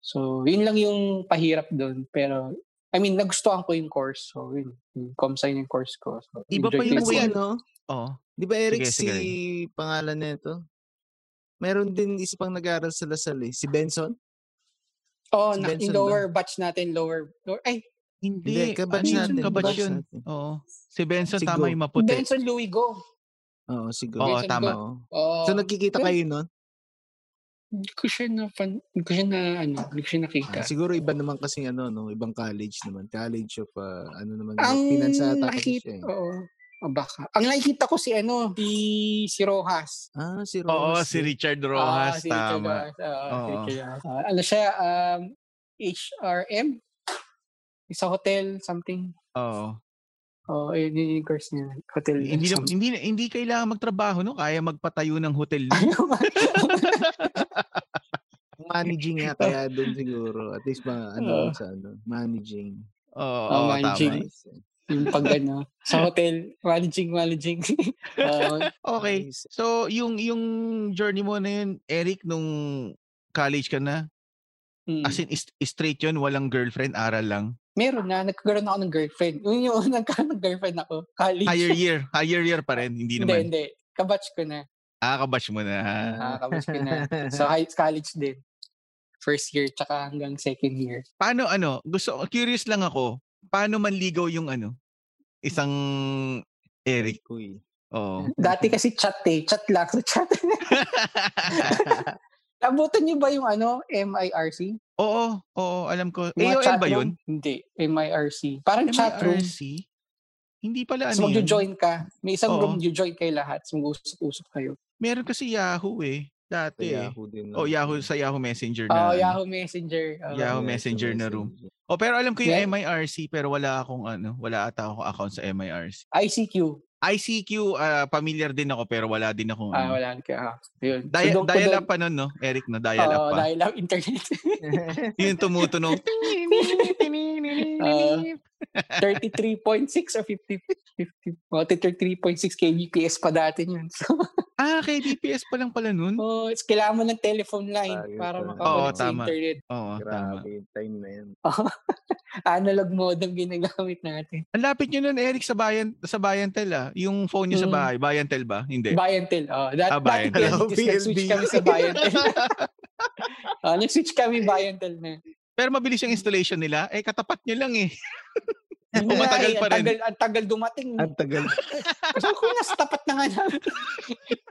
Speaker 4: so yun lang yung pahirap doon pero I mean, nagustuhan ko yung course. So, yun. Yung Comsci yung course ko. So,
Speaker 3: Iba pa
Speaker 4: enjoy
Speaker 3: yung
Speaker 4: ko
Speaker 3: way,
Speaker 4: yan.
Speaker 3: no?
Speaker 1: Oo.
Speaker 3: ano, Di ba Eric
Speaker 1: Sige,
Speaker 3: si
Speaker 1: sige,
Speaker 3: pangalan nito? Meron din isa pang nag-aaral sa Lasal eh. Si Benson?
Speaker 4: Oo,
Speaker 3: Si
Speaker 4: Oh, na,
Speaker 3: Benson
Speaker 4: yung
Speaker 3: ba?
Speaker 4: lower batch natin, lower, lower ay,
Speaker 1: Hindi. ano
Speaker 3: kabatch
Speaker 1: yun?
Speaker 3: natin.
Speaker 1: Kabatch
Speaker 3: kabatch
Speaker 1: yun.
Speaker 3: natin.
Speaker 1: Oo. Si Benson,
Speaker 3: Si
Speaker 1: tama
Speaker 3: Go.
Speaker 1: yung maputi.
Speaker 4: Benson Louis Go.
Speaker 3: Oo, siguro.
Speaker 1: Oo,
Speaker 4: Benson
Speaker 1: tama.
Speaker 4: Go.
Speaker 3: Oo.
Speaker 4: Oh,
Speaker 3: So nagkikita
Speaker 4: Pero-
Speaker 3: kayo nun?
Speaker 4: hindi ko siya na, fan, hindi ko siya na, ano, hindi ko siya nakita.
Speaker 3: Ah, siguro iba naman kasi ano, no? ibang college naman. College of, ah, ano naman,
Speaker 4: ang
Speaker 3: pinansa ata kasi
Speaker 4: nakikita,
Speaker 3: siya eh.
Speaker 4: oo. O baka. Ang nakikita ko si ano, si, si Rojas.
Speaker 3: Ah, si Ross.
Speaker 1: Oo, si Richard Rojas,
Speaker 4: Ah, si Richard
Speaker 1: tama.
Speaker 4: Rojas, oo, si
Speaker 1: Oo.
Speaker 4: Richard Rojas. Ah, ano siya, um, HRM? Sa hotel, something.
Speaker 1: Oo.
Speaker 4: Oo, oh, yun yun yung course niya. Hotel.
Speaker 1: Hindi, na-
Speaker 4: something.
Speaker 1: hindi, hindi kailangan magtrabaho, no? Kaya magpatayo ng hotel. No?
Speaker 3: Managing nga kaya doon siguro. At least ma, ano,
Speaker 4: Oo.
Speaker 3: sa ano, managing. eh.
Speaker 1: Oo,
Speaker 4: Ah,
Speaker 1: oo,
Speaker 4: managing.
Speaker 1: tama.
Speaker 3: Nice.
Speaker 4: yung pag ano, sa hotel, managing, managing. Ah,
Speaker 1: Okay.
Speaker 3: Nice.
Speaker 1: So, yung yung journey mo na yun, Eric, nung college ka na,
Speaker 4: mm.
Speaker 1: as in, is- straight yun, walang girlfriend, aral lang.
Speaker 4: meron na, nagkaroon ako ng girlfriend. Yun yung unang ka- nag-girlfriend ako, college.
Speaker 1: Higher year, higher year pa rin, hindi
Speaker 4: hindi,
Speaker 1: naman.
Speaker 4: hindi. Kabatch ko na.
Speaker 1: Ah, kabatch mo na.
Speaker 4: Ah, kabatch ko na. So, high college din. First year, tsaka hanggang second year.
Speaker 1: Paano ano, gusto curious lang ako, paano manligaw yung ano, isang Eric.
Speaker 3: Uy.
Speaker 1: Oo.
Speaker 4: Dati kasi chat eh. Chat lang. So, chat. Abutan niyo ba yung ano, MIRC?
Speaker 1: oo, oo, alam ko.
Speaker 4: Mga
Speaker 1: AOL
Speaker 4: chat
Speaker 1: ba 'yun?
Speaker 4: room? Hindi. MIRC. Parang chat room.
Speaker 1: MIRC? Hindi pala
Speaker 4: So,
Speaker 1: ano yun.
Speaker 4: mag-join ka. May isang
Speaker 1: Oo.
Speaker 4: room, you join kayo lahat. So, mag-usap-usap kayo.
Speaker 1: Meron kasi Yahoo eh,
Speaker 3: Sa
Speaker 1: dati. eh.
Speaker 3: Yahoo din.
Speaker 1: Oh, Yahoo sa Yahoo Messenger na.
Speaker 4: Oh,
Speaker 1: ano.
Speaker 4: Yahoo Messenger. Ah, Oo.
Speaker 1: Yahoo. Messenger na room. Oh, pero alam ko yung
Speaker 4: Yeah.
Speaker 1: MIRC pero wala akong ano, wala ata akong account sa MIRC.
Speaker 4: ICQ.
Speaker 1: ICQ, ah, familiar din ako pero wala din akong
Speaker 4: Ah,
Speaker 1: ano.
Speaker 4: wala ka. Ah, yun.
Speaker 1: Dial,
Speaker 4: doon ko
Speaker 1: dial
Speaker 4: doon-
Speaker 1: up pa nun, no? Eric, no? Dial up
Speaker 4: Oo,
Speaker 1: pa.
Speaker 4: dial up internet.
Speaker 1: Yung tumutunog.
Speaker 4: Ah, 33.6 or 50, 50, oh, 33.6 kbps pa dati yun. So,
Speaker 1: ah, kay DPS pa lang pala nun? Oo,
Speaker 4: oh, it's- kailangan mo ng telephone line
Speaker 3: Bagay
Speaker 4: para
Speaker 3: pa.
Speaker 4: makakonect
Speaker 1: Oo,
Speaker 4: sa
Speaker 1: tama.
Speaker 4: internet.
Speaker 1: Oh, tama.
Speaker 3: Grabe yung time na yan.
Speaker 4: Analog modem ginagamit natin.
Speaker 1: Ang lapit nyo nun, Eric, sa bayan, sa Bayantel, ah. Yung phone nyo sa
Speaker 4: Mm.
Speaker 1: bahay. Bayantel ba? Hindi.
Speaker 4: Bayantel. Oh, that,
Speaker 1: Eh. Ah,
Speaker 4: dati
Speaker 1: Bayantel.
Speaker 4: PLDT, nag-switch
Speaker 3: PLDT.
Speaker 4: kami sa Bayantel. oh, nag-switch kami Bayantel na.
Speaker 1: Pero mabilis
Speaker 4: Mm.
Speaker 1: yung installation nila. Eh, katapat nyo lang eh.
Speaker 4: Yun nga
Speaker 1: matagal
Speaker 4: eh,
Speaker 1: pa
Speaker 4: ang
Speaker 1: rin.
Speaker 4: Tagal, ang tagal dumating.
Speaker 3: Ang tagal.
Speaker 4: Sabi ko, nasa tapat na nga namin.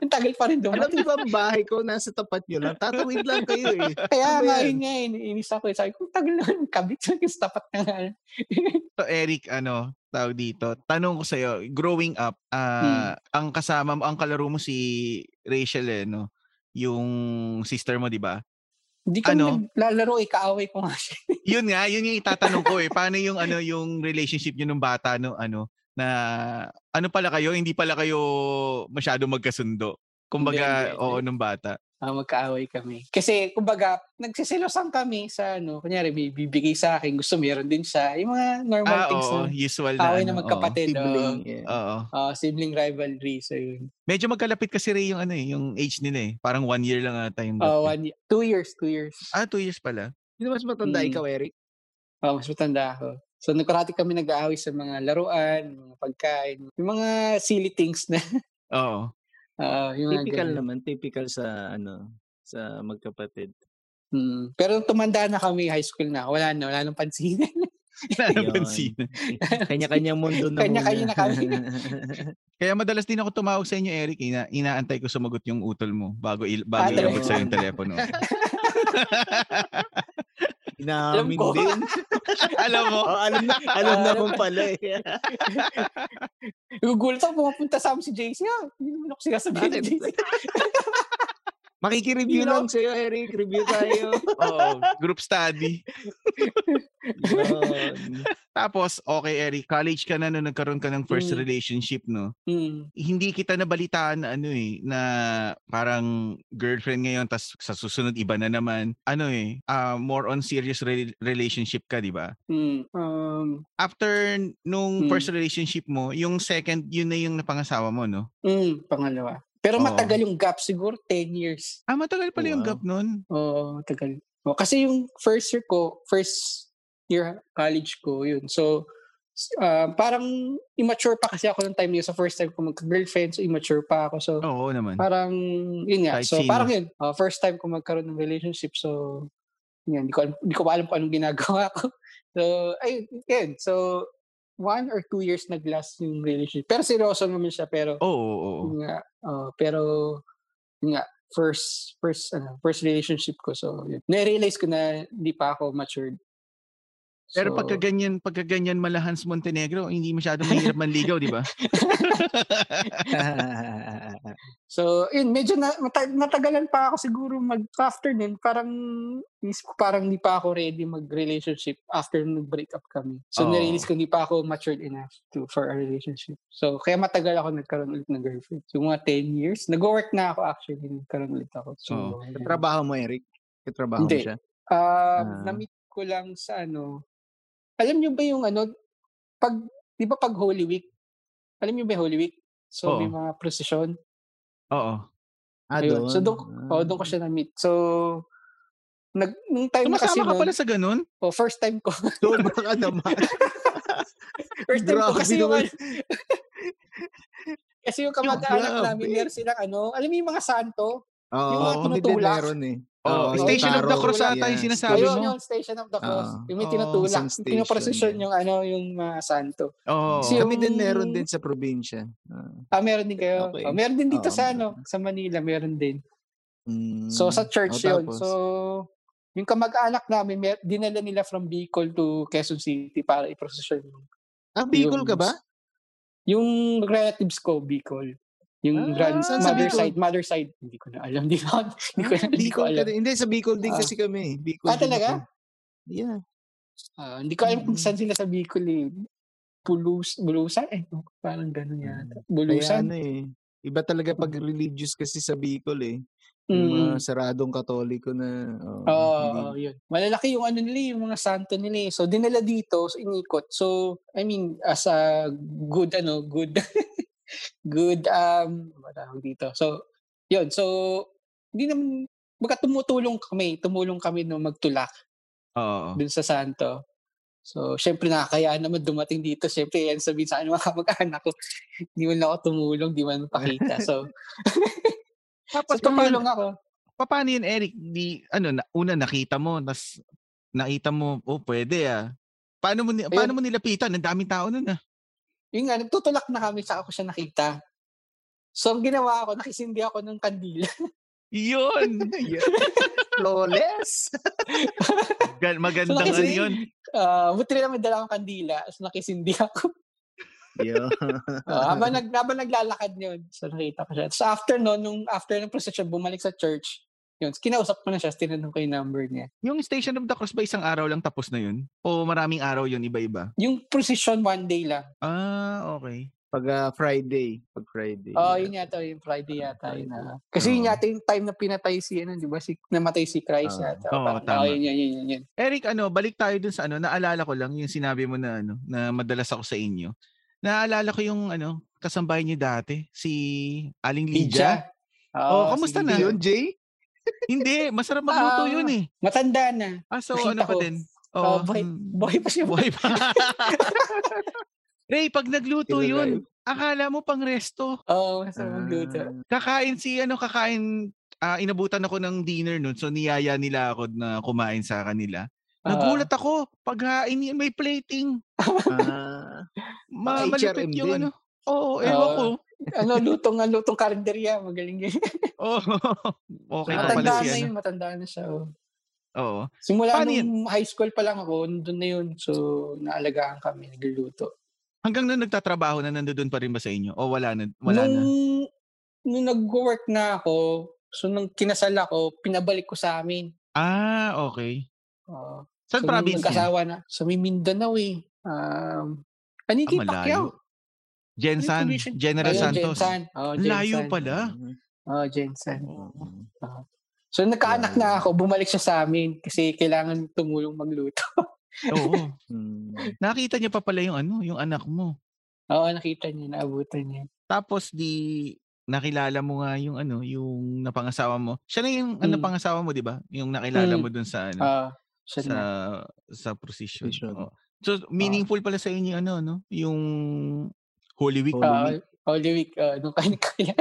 Speaker 4: ang tagal pa rin
Speaker 3: Alam
Speaker 4: dumating.
Speaker 3: niyo ba ang bahay ko nasa tapat niyo lang? Tatawid lang kayo eh.
Speaker 4: Kaya
Speaker 3: Ano
Speaker 4: nga
Speaker 3: yan?
Speaker 4: yun nga, iniinis ako. eh. Sabi ko, tagal na yung kabit. Sabi ko, tapat na nga.
Speaker 1: So, Eric, ano, tawag dito. Tanong ko sa'yo, growing up, ah,
Speaker 4: Hmm.
Speaker 1: ang kasama mo, ang kalaro mo si Rachel eh, no? Yung sister mo, di ba?
Speaker 4: Hindi kami
Speaker 1: Ano?
Speaker 4: naglalaro eh, kaaway ko nga siya.
Speaker 1: yun nga, yun yung itatanong ko eh. Paano yung ano yung relationship niyo nung bata no ano na ano pala kayo, hindi pala kayo masyado magkasundo. Kumbaga,
Speaker 4: Hindi, hindi,
Speaker 1: oo
Speaker 4: hindi.
Speaker 1: nung bata.
Speaker 4: Ah, magkaaway kami. Kasi, kumbaga, nagsisilosan kami sa ano, kunyari, may bibigay sa akin, gusto meron din siya. Yung mga normal
Speaker 1: Ah,
Speaker 4: things
Speaker 1: oo,
Speaker 4: na
Speaker 1: usual na.
Speaker 4: kaaway
Speaker 1: ano,
Speaker 4: na
Speaker 1: oo.
Speaker 4: magkapatid.
Speaker 3: Sibling.
Speaker 4: Sibling.
Speaker 3: Yeah.
Speaker 1: Oo.
Speaker 4: sibling rivalry. So, yun.
Speaker 1: Medyo magkalapit kasi Ray yung ano eh, yung age nila eh. Parang one year lang ata yung gap.
Speaker 4: Ah,
Speaker 1: eh.
Speaker 4: one year- two years, two years.
Speaker 1: Ah, two years pala.
Speaker 3: Sino mas matanda
Speaker 4: Mm.
Speaker 3: ikaw, Eric?
Speaker 4: Ah, mas matanda ako. So, nagkarati kami nag-aaway sa mga laruan, mga pagkain, yung mga silly things na.
Speaker 1: Oo.
Speaker 4: Ah, yung mga
Speaker 3: Typical
Speaker 4: ganun.
Speaker 3: naman. Typical sa ano sa magkapatid.
Speaker 4: Mm. Pero nung tumanda na kami, high school na, wala na, wala nang pansinan.
Speaker 3: Yun.
Speaker 1: Napansin.
Speaker 3: Kanya-kanya mundo na muna.
Speaker 4: Kanya-kanya na kami.
Speaker 1: Kaya madalas din ako tumawag sa inyo, Eric. Ina- inaantay ko sumagot yung utol mo bago, il- bago
Speaker 4: Ah,
Speaker 1: ilabot
Speaker 4: talaga?
Speaker 1: sa yung telepono.
Speaker 3: Inamin
Speaker 4: ko.
Speaker 3: din.
Speaker 1: Alam mo?
Speaker 3: Oh, alam, alam
Speaker 4: Ah,
Speaker 3: naman pala eh.
Speaker 4: Gugulat ako, pumapunta sa amin si JC. Ah, hindi naman ako sinasabihin
Speaker 3: Bakit?
Speaker 4: ni JC.
Speaker 3: Makikireview
Speaker 4: You know?
Speaker 3: lang sa'yo, Eric. Review tayo.
Speaker 1: Oo, group study.
Speaker 3: Yun.
Speaker 1: Tapos, okay, Eric, college ka na nung nagkaroon ka ng first
Speaker 4: Mm.
Speaker 1: relationship, no?
Speaker 4: Mm.
Speaker 1: Hindi kita nabalitaan na ano eh, na parang girlfriend ngayon, tas sa susunod iba na naman. Ano eh, ah, more on serious re- relationship ka, di ba?
Speaker 4: Mm. Um,
Speaker 1: After n- nung
Speaker 4: Mm.
Speaker 1: first relationship mo, yung second, yun na yung napangasawa mo, no?
Speaker 4: mm, pangalawa. Pero
Speaker 1: Oo.
Speaker 4: matagal yung gap, siguro 10 years.
Speaker 1: Ah, matagal pala yung
Speaker 3: Wow.
Speaker 1: gap nun.
Speaker 4: Oo, matagal. O, kasi yung first year ko, first year college ko, yun. So, s- ah, parang immature pa kasi ako ng time niya. So, first time ko magka-girlfriend, so immature pa ako. So,
Speaker 1: Oo naman.
Speaker 4: parang, yun nga.
Speaker 1: Kahit
Speaker 4: So,
Speaker 1: sino.
Speaker 4: parang yun. ah, first time ko magkaroon ng relationship. So, yun, hindi ko, alam- hindi ko pa alam kung anong ginagawa ko. So, ayun, yun. So, one or two years nag-last yung relationship. Pero seryoso naman siya. Pero,
Speaker 1: Oo, oo, oo.
Speaker 4: yun nga, oh, pero yun nga first first ano, first relationship ko so yun. na-realize ko na hindi pa ako matured.
Speaker 1: Pero
Speaker 4: So,
Speaker 1: pagka ganyan, pagka ganyan malahans Montenegro, hindi masyado mahirap manligaw, di ba?
Speaker 4: So, yun, medyo na, mata- natagalan pa ako siguro mag after nun. Parang, isip ko parang hindi pa ako ready mag-relationship after nag-break up kami. So,
Speaker 1: Oo.
Speaker 4: na-realize ko hindi pa ako matured enough to for a relationship. So, kaya matagal ako nagkaroon ulit ng girlfriend. So, mga 10 years. Nag-work na ako actually, nagkaroon ulit ako. So,
Speaker 1: Oo.
Speaker 4: ayun.
Speaker 3: Trabaho mo, Eric? Katrabaho mo
Speaker 4: Hindi.
Speaker 3: siya? Ah.
Speaker 4: Ah, na-meet ko lang sa ano. Alam niyo ba yung ano pag 'di ba pag Holy Week? Alam niyo ba yung Holy Week? So may
Speaker 1: Oo.
Speaker 4: mga prosesyon.
Speaker 1: Oo.
Speaker 3: Ah,
Speaker 4: Ayun.
Speaker 3: doon.
Speaker 4: So doon
Speaker 3: Ah.
Speaker 4: oh, doon ko siya na-meet. So nag nung time na kasi
Speaker 1: Tumasama ka
Speaker 4: nun,
Speaker 1: pala sa ganun?
Speaker 4: oh, first time ko.
Speaker 3: Sobra ka naman.
Speaker 4: first time ko
Speaker 3: Grabe
Speaker 4: kasi yung
Speaker 3: naman.
Speaker 4: ano- kasi yung kamag-anak
Speaker 1: Grabe.
Speaker 4: namin meron silang ano, alam niyo yung mga santo?
Speaker 3: Oo,
Speaker 4: yung mga
Speaker 3: kami din
Speaker 4: tinutulak.
Speaker 3: meron eh.
Speaker 1: Oo,
Speaker 3: Oo, yung
Speaker 1: Station of the
Speaker 3: taro.
Speaker 1: Cross ata yung
Speaker 3: Yes.
Speaker 1: sinasabi
Speaker 4: Ayun,
Speaker 1: mo.
Speaker 4: yung Station of the Cross.
Speaker 3: Ah.
Speaker 4: yung may
Speaker 3: Oo,
Speaker 4: tinutulak,
Speaker 3: isang
Speaker 4: yung pinaprosesyon
Speaker 3: station.
Speaker 4: yung ano, yung mga santo.
Speaker 1: Oo.
Speaker 4: Kasi
Speaker 3: Kami din
Speaker 4: yung-
Speaker 3: meron din sa probinsya. Ah,
Speaker 4: Ah, meron din kayo.
Speaker 3: Okay.
Speaker 4: Ah, meron din dito
Speaker 3: Oo, meron.
Speaker 4: sa ano, sa Manila, meron din.
Speaker 3: mm.
Speaker 4: So sa church
Speaker 3: Oh,
Speaker 4: yun.
Speaker 3: tapos?
Speaker 4: So yung kamag-anak namin, mer- dinala nila from Bicol to Quezon City para i-procession yung,
Speaker 3: ah, Bicol ka ba?
Speaker 4: yung relatives ko, Bicol.
Speaker 3: Ah,
Speaker 4: Yung grand
Speaker 3: saan sa
Speaker 4: mother
Speaker 3: Bicol?
Speaker 4: side, mother side. Hindi ko na alam. Hindi ko, hindi ko,
Speaker 3: Ah,
Speaker 4: hindi ko
Speaker 3: Bicol ka
Speaker 4: alam.
Speaker 3: din. Hindi, sa Bicol din
Speaker 4: Ah.
Speaker 3: kasi kami. Bicol
Speaker 4: Ah,
Speaker 3: din
Speaker 4: talaga?
Speaker 3: ako. Yeah.
Speaker 4: Ah, hindi ko alam kung
Speaker 3: Mm.
Speaker 4: saan sila sa Bicol eh. Bulus, bulusan? Eh, parang ganun yata.
Speaker 3: Kaya
Speaker 4: Bulusan?
Speaker 3: ano eh. Iba talaga pag religious kasi sa Bicol eh. Yung mga
Speaker 4: Mm.
Speaker 3: saradong katoliko na oh,
Speaker 4: Oo,
Speaker 3: hindi,
Speaker 4: oo, yun. Malalaki yung ano nila, yung mga santo nila. eh. So dinala dito, so inikot. So I mean, as a good ano, good good um ano tawag dito. So yun, so hindi naman baka tumutulong kami, tumulong kami no magtulak
Speaker 1: Oo.
Speaker 4: dun sa santo. So, syempre nakakayaan naman dumating dito. Syempre, yan sabihin sa akin, mga kamag-anak ko, hindi man lang ako tumulong, di man pakita. So,
Speaker 1: Tapos
Speaker 4: so tumulong ako.
Speaker 1: pa- paano yun, Eric? Di, ano, na, una nakita mo, tas nakita mo, oh, pwede ah. Paano mo, ni- paano mo nilapitan? Ang daming tao nun ah.
Speaker 4: Yun nga, nagtutulak na kami, saka ko siya nakita. So, ang ginawa ko, nakisindi ako ng kandila.
Speaker 1: Yun!
Speaker 3: flawless.
Speaker 1: Gan- Magandang
Speaker 4: So,
Speaker 1: ano
Speaker 4: nakisindi-
Speaker 1: yun.
Speaker 4: Ah, buti rin naman dala akong kandila. So, nakisindi ako.
Speaker 3: Yo.
Speaker 4: Uh, habang, nag, habang naglalakad yun, so nakita ko siya. So, after no, nung after ng procession, bumalik sa church. Yun, kinausap ko na siya, tinanong ko yung number niya.
Speaker 1: Yung Station of the Cross ba isang araw lang tapos na yun? O maraming araw yun, iba-iba?
Speaker 4: Yung procession, one day lang.
Speaker 1: Ah, okay.
Speaker 3: pag ah, Friday, pag Friday.
Speaker 4: Oh, yun yata, yung Friday yata. Yun, ah. Kasi yun
Speaker 1: Oo.
Speaker 4: yata yung time na pinatay si, ano, di ba? Si, namatay si Christ
Speaker 3: Ah.
Speaker 4: yata.
Speaker 1: Oo,
Speaker 4: Parang,
Speaker 1: tama.
Speaker 4: oh, yun, yun, yun, yun, yun.
Speaker 1: Eric, ano, balik tayo dun sa ano, naalala ko lang yung sinabi mo na ano, na madalas ako sa inyo. Naalala ko yung ano, kasambahay niyo dati, si Aling Lydia.
Speaker 4: Lydia.
Speaker 1: Oh, kamusta
Speaker 4: si
Speaker 1: na?
Speaker 4: Lydia.
Speaker 3: Ano Yun, Jay?
Speaker 1: Hindi, masarap magluto
Speaker 4: Ah.
Speaker 1: yun eh.
Speaker 4: Matanda na.
Speaker 1: Ah, so
Speaker 4: Nakita
Speaker 1: ano pa
Speaker 4: ko.
Speaker 1: din? Oo.
Speaker 4: Oh, buhay-
Speaker 1: hmm,
Speaker 4: buhay pa siya.
Speaker 1: Buhay pa. Ray, pag nagluto
Speaker 3: Still
Speaker 1: yun, akala mo pang resto.
Speaker 4: Oo, oh, masarap magluto.
Speaker 1: Kakain si ano, kakain, ah, inabutan ako ng dinner nun. So niyaya nila ako na kumain sa kanila.
Speaker 4: Ah.
Speaker 1: Nagulat ako. Paghain niya, may plating.
Speaker 3: Ah,
Speaker 1: Ma-
Speaker 3: Baka
Speaker 1: malupit
Speaker 3: HRM
Speaker 1: yung
Speaker 3: din.
Speaker 1: ano. Oo, ewan
Speaker 4: Oo.
Speaker 1: ko.
Speaker 4: ano, lutong, ano, lutong karinderya. Magaling yun.
Speaker 1: Oo. okay pa pala
Speaker 4: matanda
Speaker 1: si
Speaker 4: na
Speaker 1: ano.
Speaker 4: yun, matanda na siya. Oh.
Speaker 1: Oo.
Speaker 4: Simula
Speaker 1: Paano
Speaker 4: nung high school pa lang ako, nandun na yun. So, naalagaan kami, nagluluto.
Speaker 1: Hanggang nung nagtatrabaho na nandoon pa rin ba sa inyo? O wala na? Wala
Speaker 4: nung,
Speaker 1: na?
Speaker 4: Nung nag-work na ako, so nung kinasal ako, pinabalik ko sa amin.
Speaker 1: Ah, okay.
Speaker 4: Oo.
Speaker 1: Saan
Speaker 4: so, nung
Speaker 1: province niya?
Speaker 4: nag-asawa na, sa may Mindanao eh. Um,
Speaker 1: Ah,
Speaker 4: Aniki
Speaker 1: malayo.
Speaker 4: Pacquiao.
Speaker 1: Jensan.
Speaker 4: provision?
Speaker 1: General
Speaker 4: Ayun,
Speaker 1: Santos.
Speaker 4: Jensan. Oh, Jensan.
Speaker 1: Layo pala.
Speaker 4: Oh, Jensan.
Speaker 1: Oo.
Speaker 3: mm,
Speaker 4: So, nagkaanak
Speaker 3: Grabe.
Speaker 4: na ako, bumalik siya sa amin kasi kailangan tumulong magluto.
Speaker 1: Oo.
Speaker 3: Mm.
Speaker 1: Nakita niya pa pala yung ano, yung anak mo.
Speaker 4: Oo, nakita niya, naabutan niya.
Speaker 1: Tapos di nakilala mo nga yung ano, yung napangasawa mo. Siya na yung
Speaker 4: Mm.
Speaker 1: napangasawa mo, di ba? Yung nakilala
Speaker 4: Mm.
Speaker 1: mo dun sa ano.
Speaker 4: Ah, Siya
Speaker 1: sa
Speaker 4: na.
Speaker 1: sa procession.
Speaker 3: Procession.
Speaker 1: Oo.
Speaker 4: Ah.
Speaker 1: So meaningful pala sa inyo ano no, yung Holy Week.
Speaker 3: Holy
Speaker 1: Holy
Speaker 4: Ah,
Speaker 1: Week.
Speaker 4: Holy Week, ah, nung kanya kaya.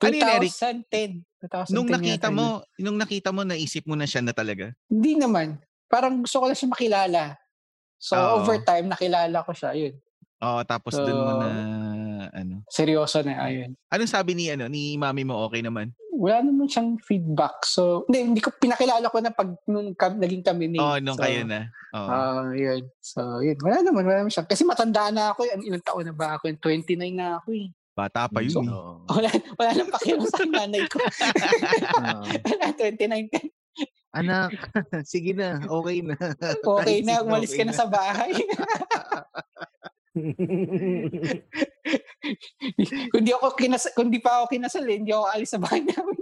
Speaker 1: Ano yun, Eric?
Speaker 4: 2010. 2010
Speaker 1: Nung nakita
Speaker 4: yata yun.
Speaker 1: mo, nung nakita mo naisip mo na siya na talaga.
Speaker 4: Hindi naman. Parang gusto ko lang siya makilala. So,
Speaker 1: Oo.
Speaker 4: over time, nakilala ko siya. Yun.
Speaker 1: Oo, tapos dun mo
Speaker 4: So-
Speaker 1: na ano.
Speaker 4: Seryoso na. Ayun.
Speaker 1: Anong sabi ni ano ni mami mo okay naman?
Speaker 4: Wala naman siyang feedback. So, hindi, hindi ko pinakilala ko na pag nung kam- naging kami ni.
Speaker 1: Oo, nung
Speaker 4: so,
Speaker 1: kayo na. Oo.
Speaker 4: ah, yun. So, yun. Wala naman. Wala naman siya. Kasi matanda na ako. eh. Ano, Ilang taon na ba ako? 29 na ako eh.
Speaker 1: Bata pa yun. eh.
Speaker 3: Oo.
Speaker 4: Wala, wala lang pakialam sa akin, nanay ko.
Speaker 3: Oo.
Speaker 4: Wala, 29 ka.
Speaker 3: Anak, sige na, okay na. Kahit
Speaker 4: Okay na.
Speaker 3: sino,
Speaker 4: Umalis
Speaker 3: okay
Speaker 4: ka na sa bahay. kundi ako kinasal, kundi pa ako kinasal, eh, hindi ako alis sa bahay namin.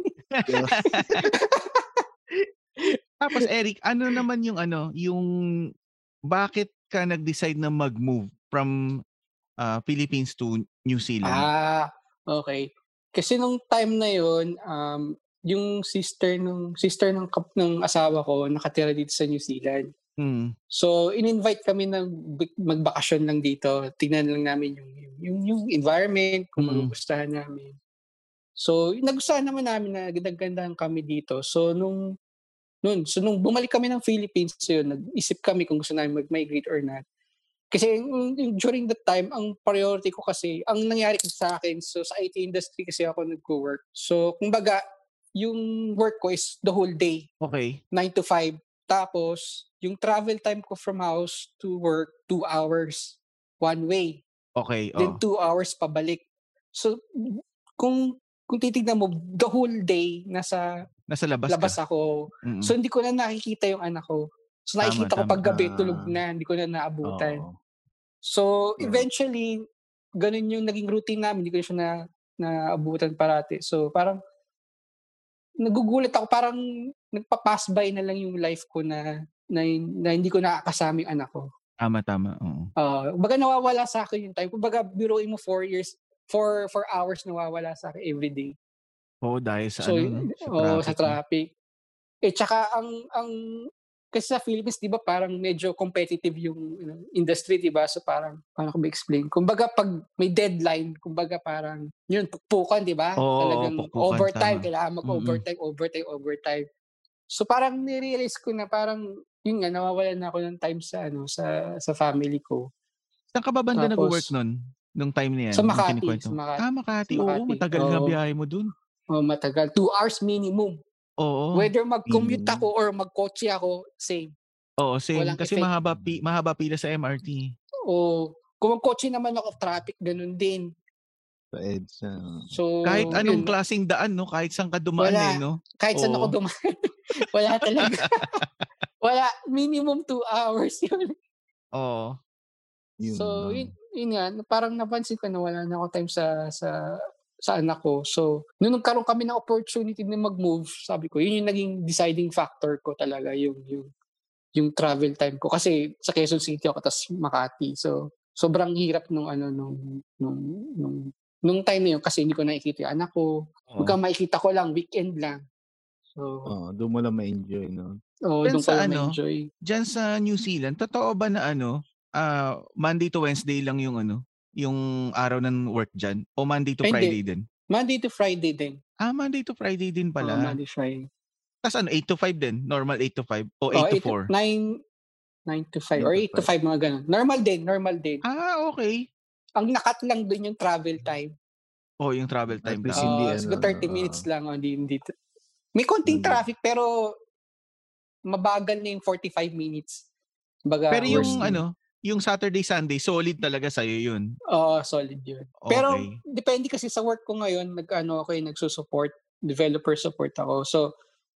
Speaker 1: Tapos Eric, ano naman yung ano, yung bakit ka nag-decide na mag-move from ah, Philippines to New Zealand?
Speaker 4: Ah, okay. Kasi nung time na yon, um, yung sister nung sister ng kap ng asawa ko nakatira dito sa New Zealand.
Speaker 1: Hmm.
Speaker 4: So, in-invite kami na bi- magbakasyon lang dito. Tingnan lang namin yung yung, yung, yung environment, kung
Speaker 1: Mm.
Speaker 4: magugustahan namin. So, nagustuhan naman namin na ginagandahan kami dito. So, nung nun, so nung bumalik kami ng Philippines, so yun, nag-isip kami kung gusto namin mag-migrate or not. Kasi yung- yung during that time, ang priority ko kasi, ang nangyari kasi sa akin, so sa IT industry kasi ako nag-work. So, kumbaga, yung work ko is the whole day.
Speaker 1: Okay.
Speaker 4: 9 to 5. Tapos, yung travel time ko from house to work, 2 hours one way.
Speaker 1: Okay. oo.
Speaker 4: Then 2 hours pabalik. So, kung kung titignan mo, the whole day nasa
Speaker 1: Nasa labas,
Speaker 4: labas
Speaker 1: ka. Mm,
Speaker 4: ako.
Speaker 1: Mm-mm.
Speaker 4: So, hindi ko na nakikita yung anak ko.
Speaker 1: Hmm.
Speaker 4: So,
Speaker 1: Tama,
Speaker 4: nakikita
Speaker 1: tama.
Speaker 4: ko paggabi,
Speaker 3: Ah.
Speaker 4: tulog na, hindi ko na naabutan.
Speaker 3: Oo.
Speaker 4: So,
Speaker 3: Mm.
Speaker 4: eventually, ganun yung naging routine namin. Hindi ko siya na, naabutan parati. So, parang, nagugulat ako. Parang, nagpa-pass by na lang yung life ko na, na, na hindi ko nakakasama yung anak ko.
Speaker 1: Tama, tama. oo.
Speaker 4: Uh, baga nawawala sa akin yung time. Kumbaga, biruin mo four years, four, four hours nawawala sa akin every day.
Speaker 1: Oo, dahil sa
Speaker 4: So,
Speaker 1: ano, no?
Speaker 4: sa traffic. sa
Speaker 1: no?
Speaker 4: traffic. Eh, tsaka ang, ang, kasi sa Philippines, di ba, parang medyo competitive yung you know, industry, di ba? So, parang, paano ko ba-explain? Kumbaga, pag may deadline, kumbaga, parang, yun, pukpukan, di ba?
Speaker 1: Oo, oo,
Speaker 4: Talagang
Speaker 1: pukpukan,
Speaker 4: overtime,
Speaker 1: tama.
Speaker 4: kailangan mag-overtime, overtime, overtime. So, parang nirealize ko na parang, yun nga, nawawalan na ako ng time sa, ano, sa, sa family ko.
Speaker 1: Saan ka ba banda
Speaker 4: Tapos,
Speaker 1: nag-work nun? Nung time na yan?
Speaker 4: Sa
Speaker 1: yung
Speaker 4: Makati,
Speaker 1: kinikwento
Speaker 4: sa
Speaker 1: mo?
Speaker 4: Makati,
Speaker 1: Ah, Makati.
Speaker 4: sa
Speaker 1: Oo,
Speaker 4: Makati.
Speaker 1: matagal nga
Speaker 4: Oo.
Speaker 1: biyahe mo dun.
Speaker 4: Oh, matagal. Two hours minimum.
Speaker 1: Oo.
Speaker 4: Whether mag-commute
Speaker 3: Mm.
Speaker 4: ako or mag-kotse ako, same.
Speaker 1: Oo, same.
Speaker 4: walang
Speaker 1: Kasi
Speaker 4: effect.
Speaker 1: mahaba, pi- mahaba pila sa MRT.
Speaker 4: O kung mag-kotse naman ako, traffic, ganun din.
Speaker 3: Sa EDSA.
Speaker 4: So,
Speaker 1: Kahit anong
Speaker 4: yun,
Speaker 1: klaseng daan, no? Kahit saan ka dumaan,
Speaker 4: Wala.
Speaker 1: eh, no?
Speaker 4: kahit saan
Speaker 1: oo.
Speaker 4: ako dumaan, wala talaga. wala, minimum two hours yun.
Speaker 1: Oo.
Speaker 3: Yun
Speaker 4: So,
Speaker 3: lang.
Speaker 4: yun, yun nga, na- parang napansin ko na wala na ako time sa, sa, sa anak ko. So, nung nagkaroon kami ng opportunity na mag-move, sabi ko, yun yung naging deciding factor ko talaga, yung, yung, yung travel time ko. Kasi sa Quezon City ako, tas Makati. So, sobrang hirap nung, ano, nung, nung, nung, nung time na yun kasi hindi ko nakikita yung anak
Speaker 3: Oh.
Speaker 4: ko.
Speaker 1: Oo.
Speaker 4: Pagka makikita ko lang, weekend lang. So,
Speaker 3: Oo, doon mo lang ma-enjoy, no?
Speaker 4: oh,
Speaker 1: Then
Speaker 4: doon ko
Speaker 1: sa
Speaker 4: lang
Speaker 1: ano,
Speaker 4: enjoy.
Speaker 1: Diyan sa New Zealand, totoo ba na ano, ah, Monday to Wednesday lang yung ano, yung araw ng work dyan? O Monday to
Speaker 4: Ay, hindi.
Speaker 1: Friday din?
Speaker 4: Monday to Friday din.
Speaker 1: Ah, Monday to Friday din
Speaker 4: Pala.
Speaker 1: pala.
Speaker 4: Monday to Friday.
Speaker 1: Tapos ano, 8 to 5 din? Normal 8 to 5? O 8
Speaker 4: Oh,
Speaker 1: to
Speaker 4: eight to-
Speaker 1: 4?
Speaker 4: nine- nine to 5 or
Speaker 3: Nine to
Speaker 4: 8 to 5 mga ganun. Normal din, normal din.
Speaker 1: Ah, okay.
Speaker 4: Ang nakat lang dun yung travel time.
Speaker 1: O, Oh, yung travel time
Speaker 3: least
Speaker 1: tama.
Speaker 3: hindi,
Speaker 4: Ah, siguro
Speaker 3: ano, oo.
Speaker 4: 30
Speaker 3: Mm.
Speaker 4: minutes lang. Oh, hindi, hindi. May konting
Speaker 3: Hindi.
Speaker 4: traffic pero mabagal na yung 45 minutes. Baga,
Speaker 1: Pero yung
Speaker 4: worst.
Speaker 1: ano, yung Saturday, Sunday, solid talaga sa'yo yun.
Speaker 4: Oo, solid yun.
Speaker 1: Okay.
Speaker 4: Pero depende kasi sa work ko ngayon, nag ano ako, eh, nagsusupport, developer support ako. So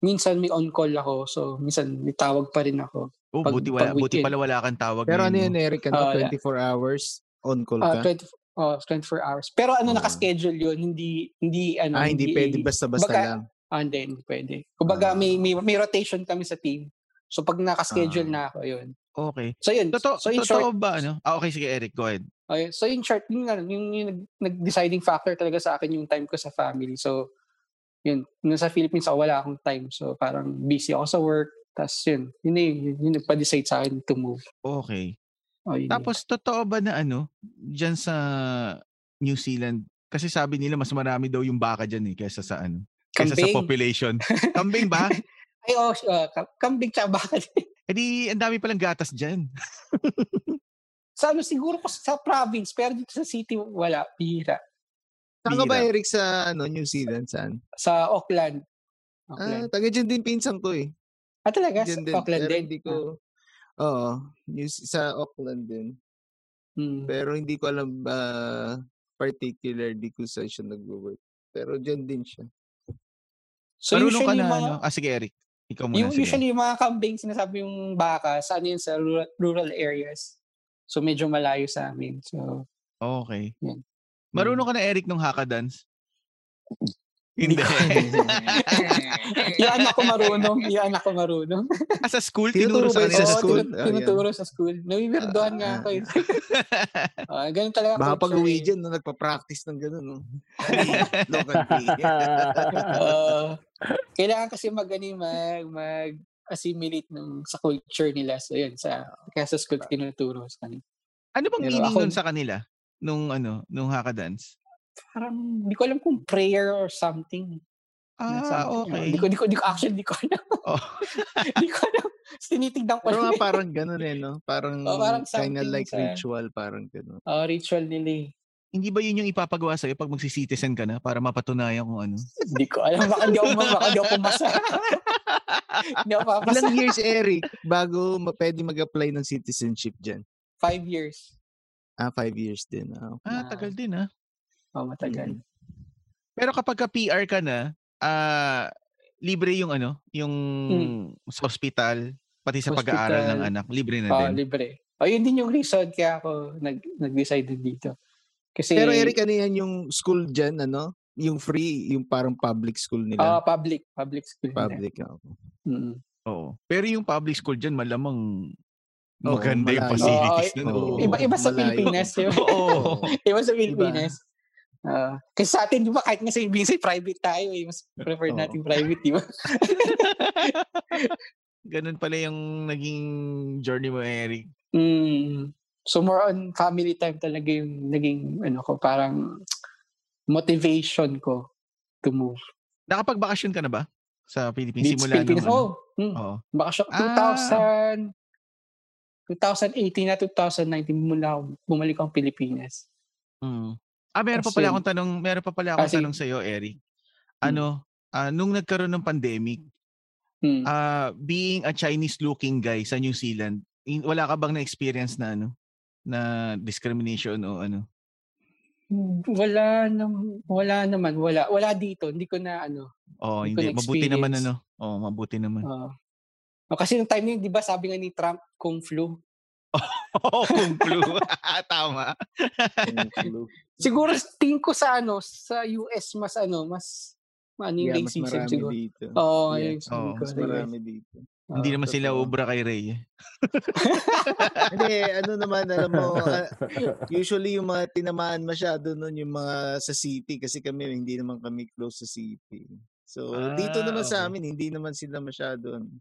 Speaker 4: minsan may on-call ako, so minsan may tawag pa rin ako.
Speaker 1: oh,
Speaker 4: pag-
Speaker 1: buti, wala,
Speaker 4: pag
Speaker 1: buti
Speaker 4: weekend.
Speaker 1: pala wala kang tawag
Speaker 3: Pero ano
Speaker 1: ngayon.
Speaker 3: yun,
Speaker 1: no?
Speaker 3: Eric? Ano,
Speaker 4: Ah,
Speaker 3: 24 hours on-call
Speaker 4: Ah,
Speaker 3: ka?
Speaker 4: 20 oh, 24 hours. Pero ano
Speaker 3: Oo.
Speaker 4: naka-schedule 'yun, hindi hindi
Speaker 3: Mm.
Speaker 4: ano,
Speaker 3: ah, hindi pwede basta-basta
Speaker 4: Baga-
Speaker 3: lang.
Speaker 4: Ah, hindi, hindi pwede.
Speaker 3: Ah.
Speaker 4: Kumbaga may, may may rotation kami sa team. So pag naka-schedule
Speaker 3: Ah.
Speaker 4: na ako 'yun.
Speaker 1: Okay.
Speaker 4: So 'yun.
Speaker 1: Totoo,
Speaker 4: so in
Speaker 1: totoo
Speaker 4: short,
Speaker 1: ba ano? Ah, okay, sige Eric, go ahead.
Speaker 4: Okay, so in short, yun, nga, yung, yung, nag- nag-deciding factor talaga sa akin yung time ko sa family. So, yun, nung sa Philippines ako, wala akong time. So, parang busy ako sa work. Tapos yun, yun na yun, yun, yun nagpa-decide sa akin to move.
Speaker 1: Okay.
Speaker 4: O, yun
Speaker 1: Tapos totoo ba na ano, diyan sa New Zealand, kasi sabi nila mas marami daw yung baka diyan eh kaysa sa ano, kaysa sa
Speaker 4: Kambing.
Speaker 1: population. Kambing ba?
Speaker 4: Ay, oh, uh, kambing tsaka baka.
Speaker 1: Eh di, ang dami palang gatas diyan.
Speaker 4: sa ano, siguro ko sa province, pero dito sa city, wala. Pira.
Speaker 3: Saan ka ba,
Speaker 1: Bihira.
Speaker 3: Eric, sa ano, New Zealand? Saan?
Speaker 4: Sa Auckland.
Speaker 3: Ah,
Speaker 4: Auckland.
Speaker 3: taga dyan din pinsan ko eh.
Speaker 4: Ah, talaga? Sa
Speaker 3: Dyan din.
Speaker 4: Auckland
Speaker 3: pero
Speaker 4: din?
Speaker 3: hindi ko... Oo. New, sa Auckland din.
Speaker 4: Ah, mm.
Speaker 3: Pero hindi ko alam ah, particular di ko saan siya nagwo-work. Pero dyan din siya.
Speaker 4: So,
Speaker 1: Marunong ka
Speaker 4: usually,
Speaker 1: na
Speaker 4: yung mga,
Speaker 1: ano? Ah, sige Eric. Ikaw muna.
Speaker 4: yung,
Speaker 1: sige.
Speaker 4: usually yung mga kambing, sinasabi yung baka, sa ano yun, sa rural, rural areas. So, medyo malayo sa amin. So,
Speaker 1: Okay.
Speaker 4: Yan.
Speaker 3: Hmm.
Speaker 1: Marunong ka na Eric nung haka dance?
Speaker 3: Mm.
Speaker 1: Hindi.
Speaker 4: yung anak ko marunong, yung anak ko marunong.
Speaker 1: Ah, sa school? Tinuro
Speaker 3: Tinuturo ba
Speaker 1: sa
Speaker 3: yun sa
Speaker 1: kanila?
Speaker 4: Oo,
Speaker 3: school?
Speaker 4: tinu-
Speaker 3: Ah, yan.
Speaker 4: tinuturo sa school. Nawiwirdohan nga
Speaker 3: Ah,
Speaker 4: ako. eh. Ah, ganun talaga.
Speaker 3: Baka
Speaker 4: culture
Speaker 3: pag uwi
Speaker 4: eh.
Speaker 3: dyan, no, nagpa-practice ng gano'n, no? Local play.
Speaker 4: Ah, kailangan kasi mag, ano, eh, mag, mag assimilate ng, sa culture nila. So, yun, sa, kaya sa school tinuturo sa kanila.
Speaker 1: Ano bang
Speaker 4: Pero
Speaker 1: meaning
Speaker 4: ako-
Speaker 1: nun sa kanila? Nung ano, nung haka dance?
Speaker 4: Parang, di ko alam kung prayer or something.
Speaker 1: Ah,
Speaker 4: Nasa-
Speaker 1: okay.
Speaker 4: Di ko, di ko, di ko, actually, di ko alam.
Speaker 1: Oh.
Speaker 4: di ko alam. Tinitignan ko
Speaker 3: Pero
Speaker 4: lang.
Speaker 3: nga parang gano'n eh, no? Parang,
Speaker 4: Oo, Oh, parang
Speaker 3: kind of
Speaker 4: something
Speaker 3: like
Speaker 4: sa-
Speaker 3: ritual, parang gano'n.
Speaker 4: Oh, ritual nila eh.
Speaker 1: Hindi ba yun yung ipapagawa sa'yo pag magsi-citizen ka na para mapatunayan kung ano?
Speaker 4: Hindi ko alam. Baka di ako, ma- baka di ako pumasa. Hindi ako papasa.
Speaker 3: Ilang years, Eric, bago ma- pwede mag-apply ng citizenship dyan?
Speaker 4: Five years.
Speaker 3: Ah, five years din. Ah, okay.
Speaker 1: Ah,
Speaker 4: Ah.
Speaker 1: tagal din ah.
Speaker 4: Oh, matagal.
Speaker 3: Mm-hmm.
Speaker 1: Pero kapag ka PR ka na, ah, libre yung ano, yung
Speaker 3: Hmm.
Speaker 1: sa hospital, pati sa pag-aaral ng
Speaker 4: Hospital.
Speaker 1: anak, libre na
Speaker 4: Oh,
Speaker 1: din.
Speaker 4: libre. Oh, yun din yung reason kaya ako nag, nag-decide din dito. Kasi,
Speaker 3: Pero Eric, ano yan yung school dyan, ano? Yung free, yung parang public school nila.
Speaker 4: ah, public. Public school. nila.
Speaker 3: public. ah, okay.
Speaker 4: Mm.
Speaker 1: Oo. Pero yung public school dyan, malamang
Speaker 3: Oo,
Speaker 1: maganda yung
Speaker 3: malayo.
Speaker 1: facilities
Speaker 4: Oo,
Speaker 1: nun.
Speaker 3: oo.
Speaker 1: Oo.
Speaker 4: Iba, iba sa
Speaker 3: Oh, malayo.
Speaker 4: Pilipinas. Yun.
Speaker 1: Oo.
Speaker 4: iba sa Pilipinas. Ah, kasi sa atin, di ba, kahit nga sa Ibiza, private tayo eh. Mas prefer
Speaker 3: Oo.
Speaker 4: natin private, di ba?
Speaker 1: Ganun pala yung naging journey mo, Eric.
Speaker 4: Mm. So more on family time talaga yung naging ano ko parang motivation ko to move.
Speaker 1: Nakapag-bakasyon ka na ba? Sa Philippines?
Speaker 4: Dito
Speaker 1: Simula
Speaker 4: sa Pilipinas.
Speaker 1: nung ano?
Speaker 4: Oh, mm,
Speaker 1: Oo.
Speaker 4: baka siya
Speaker 1: Ah.
Speaker 4: 2000 2018 na 2019 mula ako bumalik ang Pilipinas.
Speaker 1: Mm. Ah, meron pa
Speaker 4: Kasi
Speaker 1: pala
Speaker 4: yun.
Speaker 1: akong tanong, meron pa pala akong
Speaker 4: Kasi-
Speaker 1: tanong sa iyo, Eric. Ano, ah, nung nagkaroon ng pandemic,
Speaker 4: Mm.
Speaker 1: ah being a Chinese looking guy sa New Zealand, in- wala ka bang na-experience na ano? na discrimination o ano.
Speaker 4: Wala nam wala naman wala wala dito hindi ko na ano.
Speaker 1: Oh,
Speaker 4: Hindi ko
Speaker 1: hindi, mabuti naman
Speaker 4: na-experience.
Speaker 1: ano. Oh, mabuti naman.
Speaker 4: ah. Oh, kasi nung time na yun, 'di ba, sabi nga ni Trump kung flu.
Speaker 1: Oo, kung flu. Tama.
Speaker 3: Kung-
Speaker 4: Siguro tingin ko sa ano sa US mas ano mas ano yung
Speaker 3: Yeah,
Speaker 4: yeah,
Speaker 3: mas marami
Speaker 4: siguro.
Speaker 3: dito.
Speaker 4: Oo, oh,
Speaker 3: Yeah.
Speaker 4: yun yung sabi
Speaker 1: Oo,
Speaker 4: ko.
Speaker 3: Mas
Speaker 4: Like,
Speaker 3: marami dito. Ah,
Speaker 4: oo.
Speaker 1: Hindi naman sila
Speaker 3: totoo.
Speaker 1: obra kay Ray. eh.
Speaker 3: Hindi, ano naman, alam mo, ah, usually yung mga tinamaan masyado nun yung mga sa city kasi kami hindi naman kami close sa city. So, dito
Speaker 1: Ah,
Speaker 3: naman
Speaker 1: okay.
Speaker 3: sa amin, hindi naman sila masyado, ano,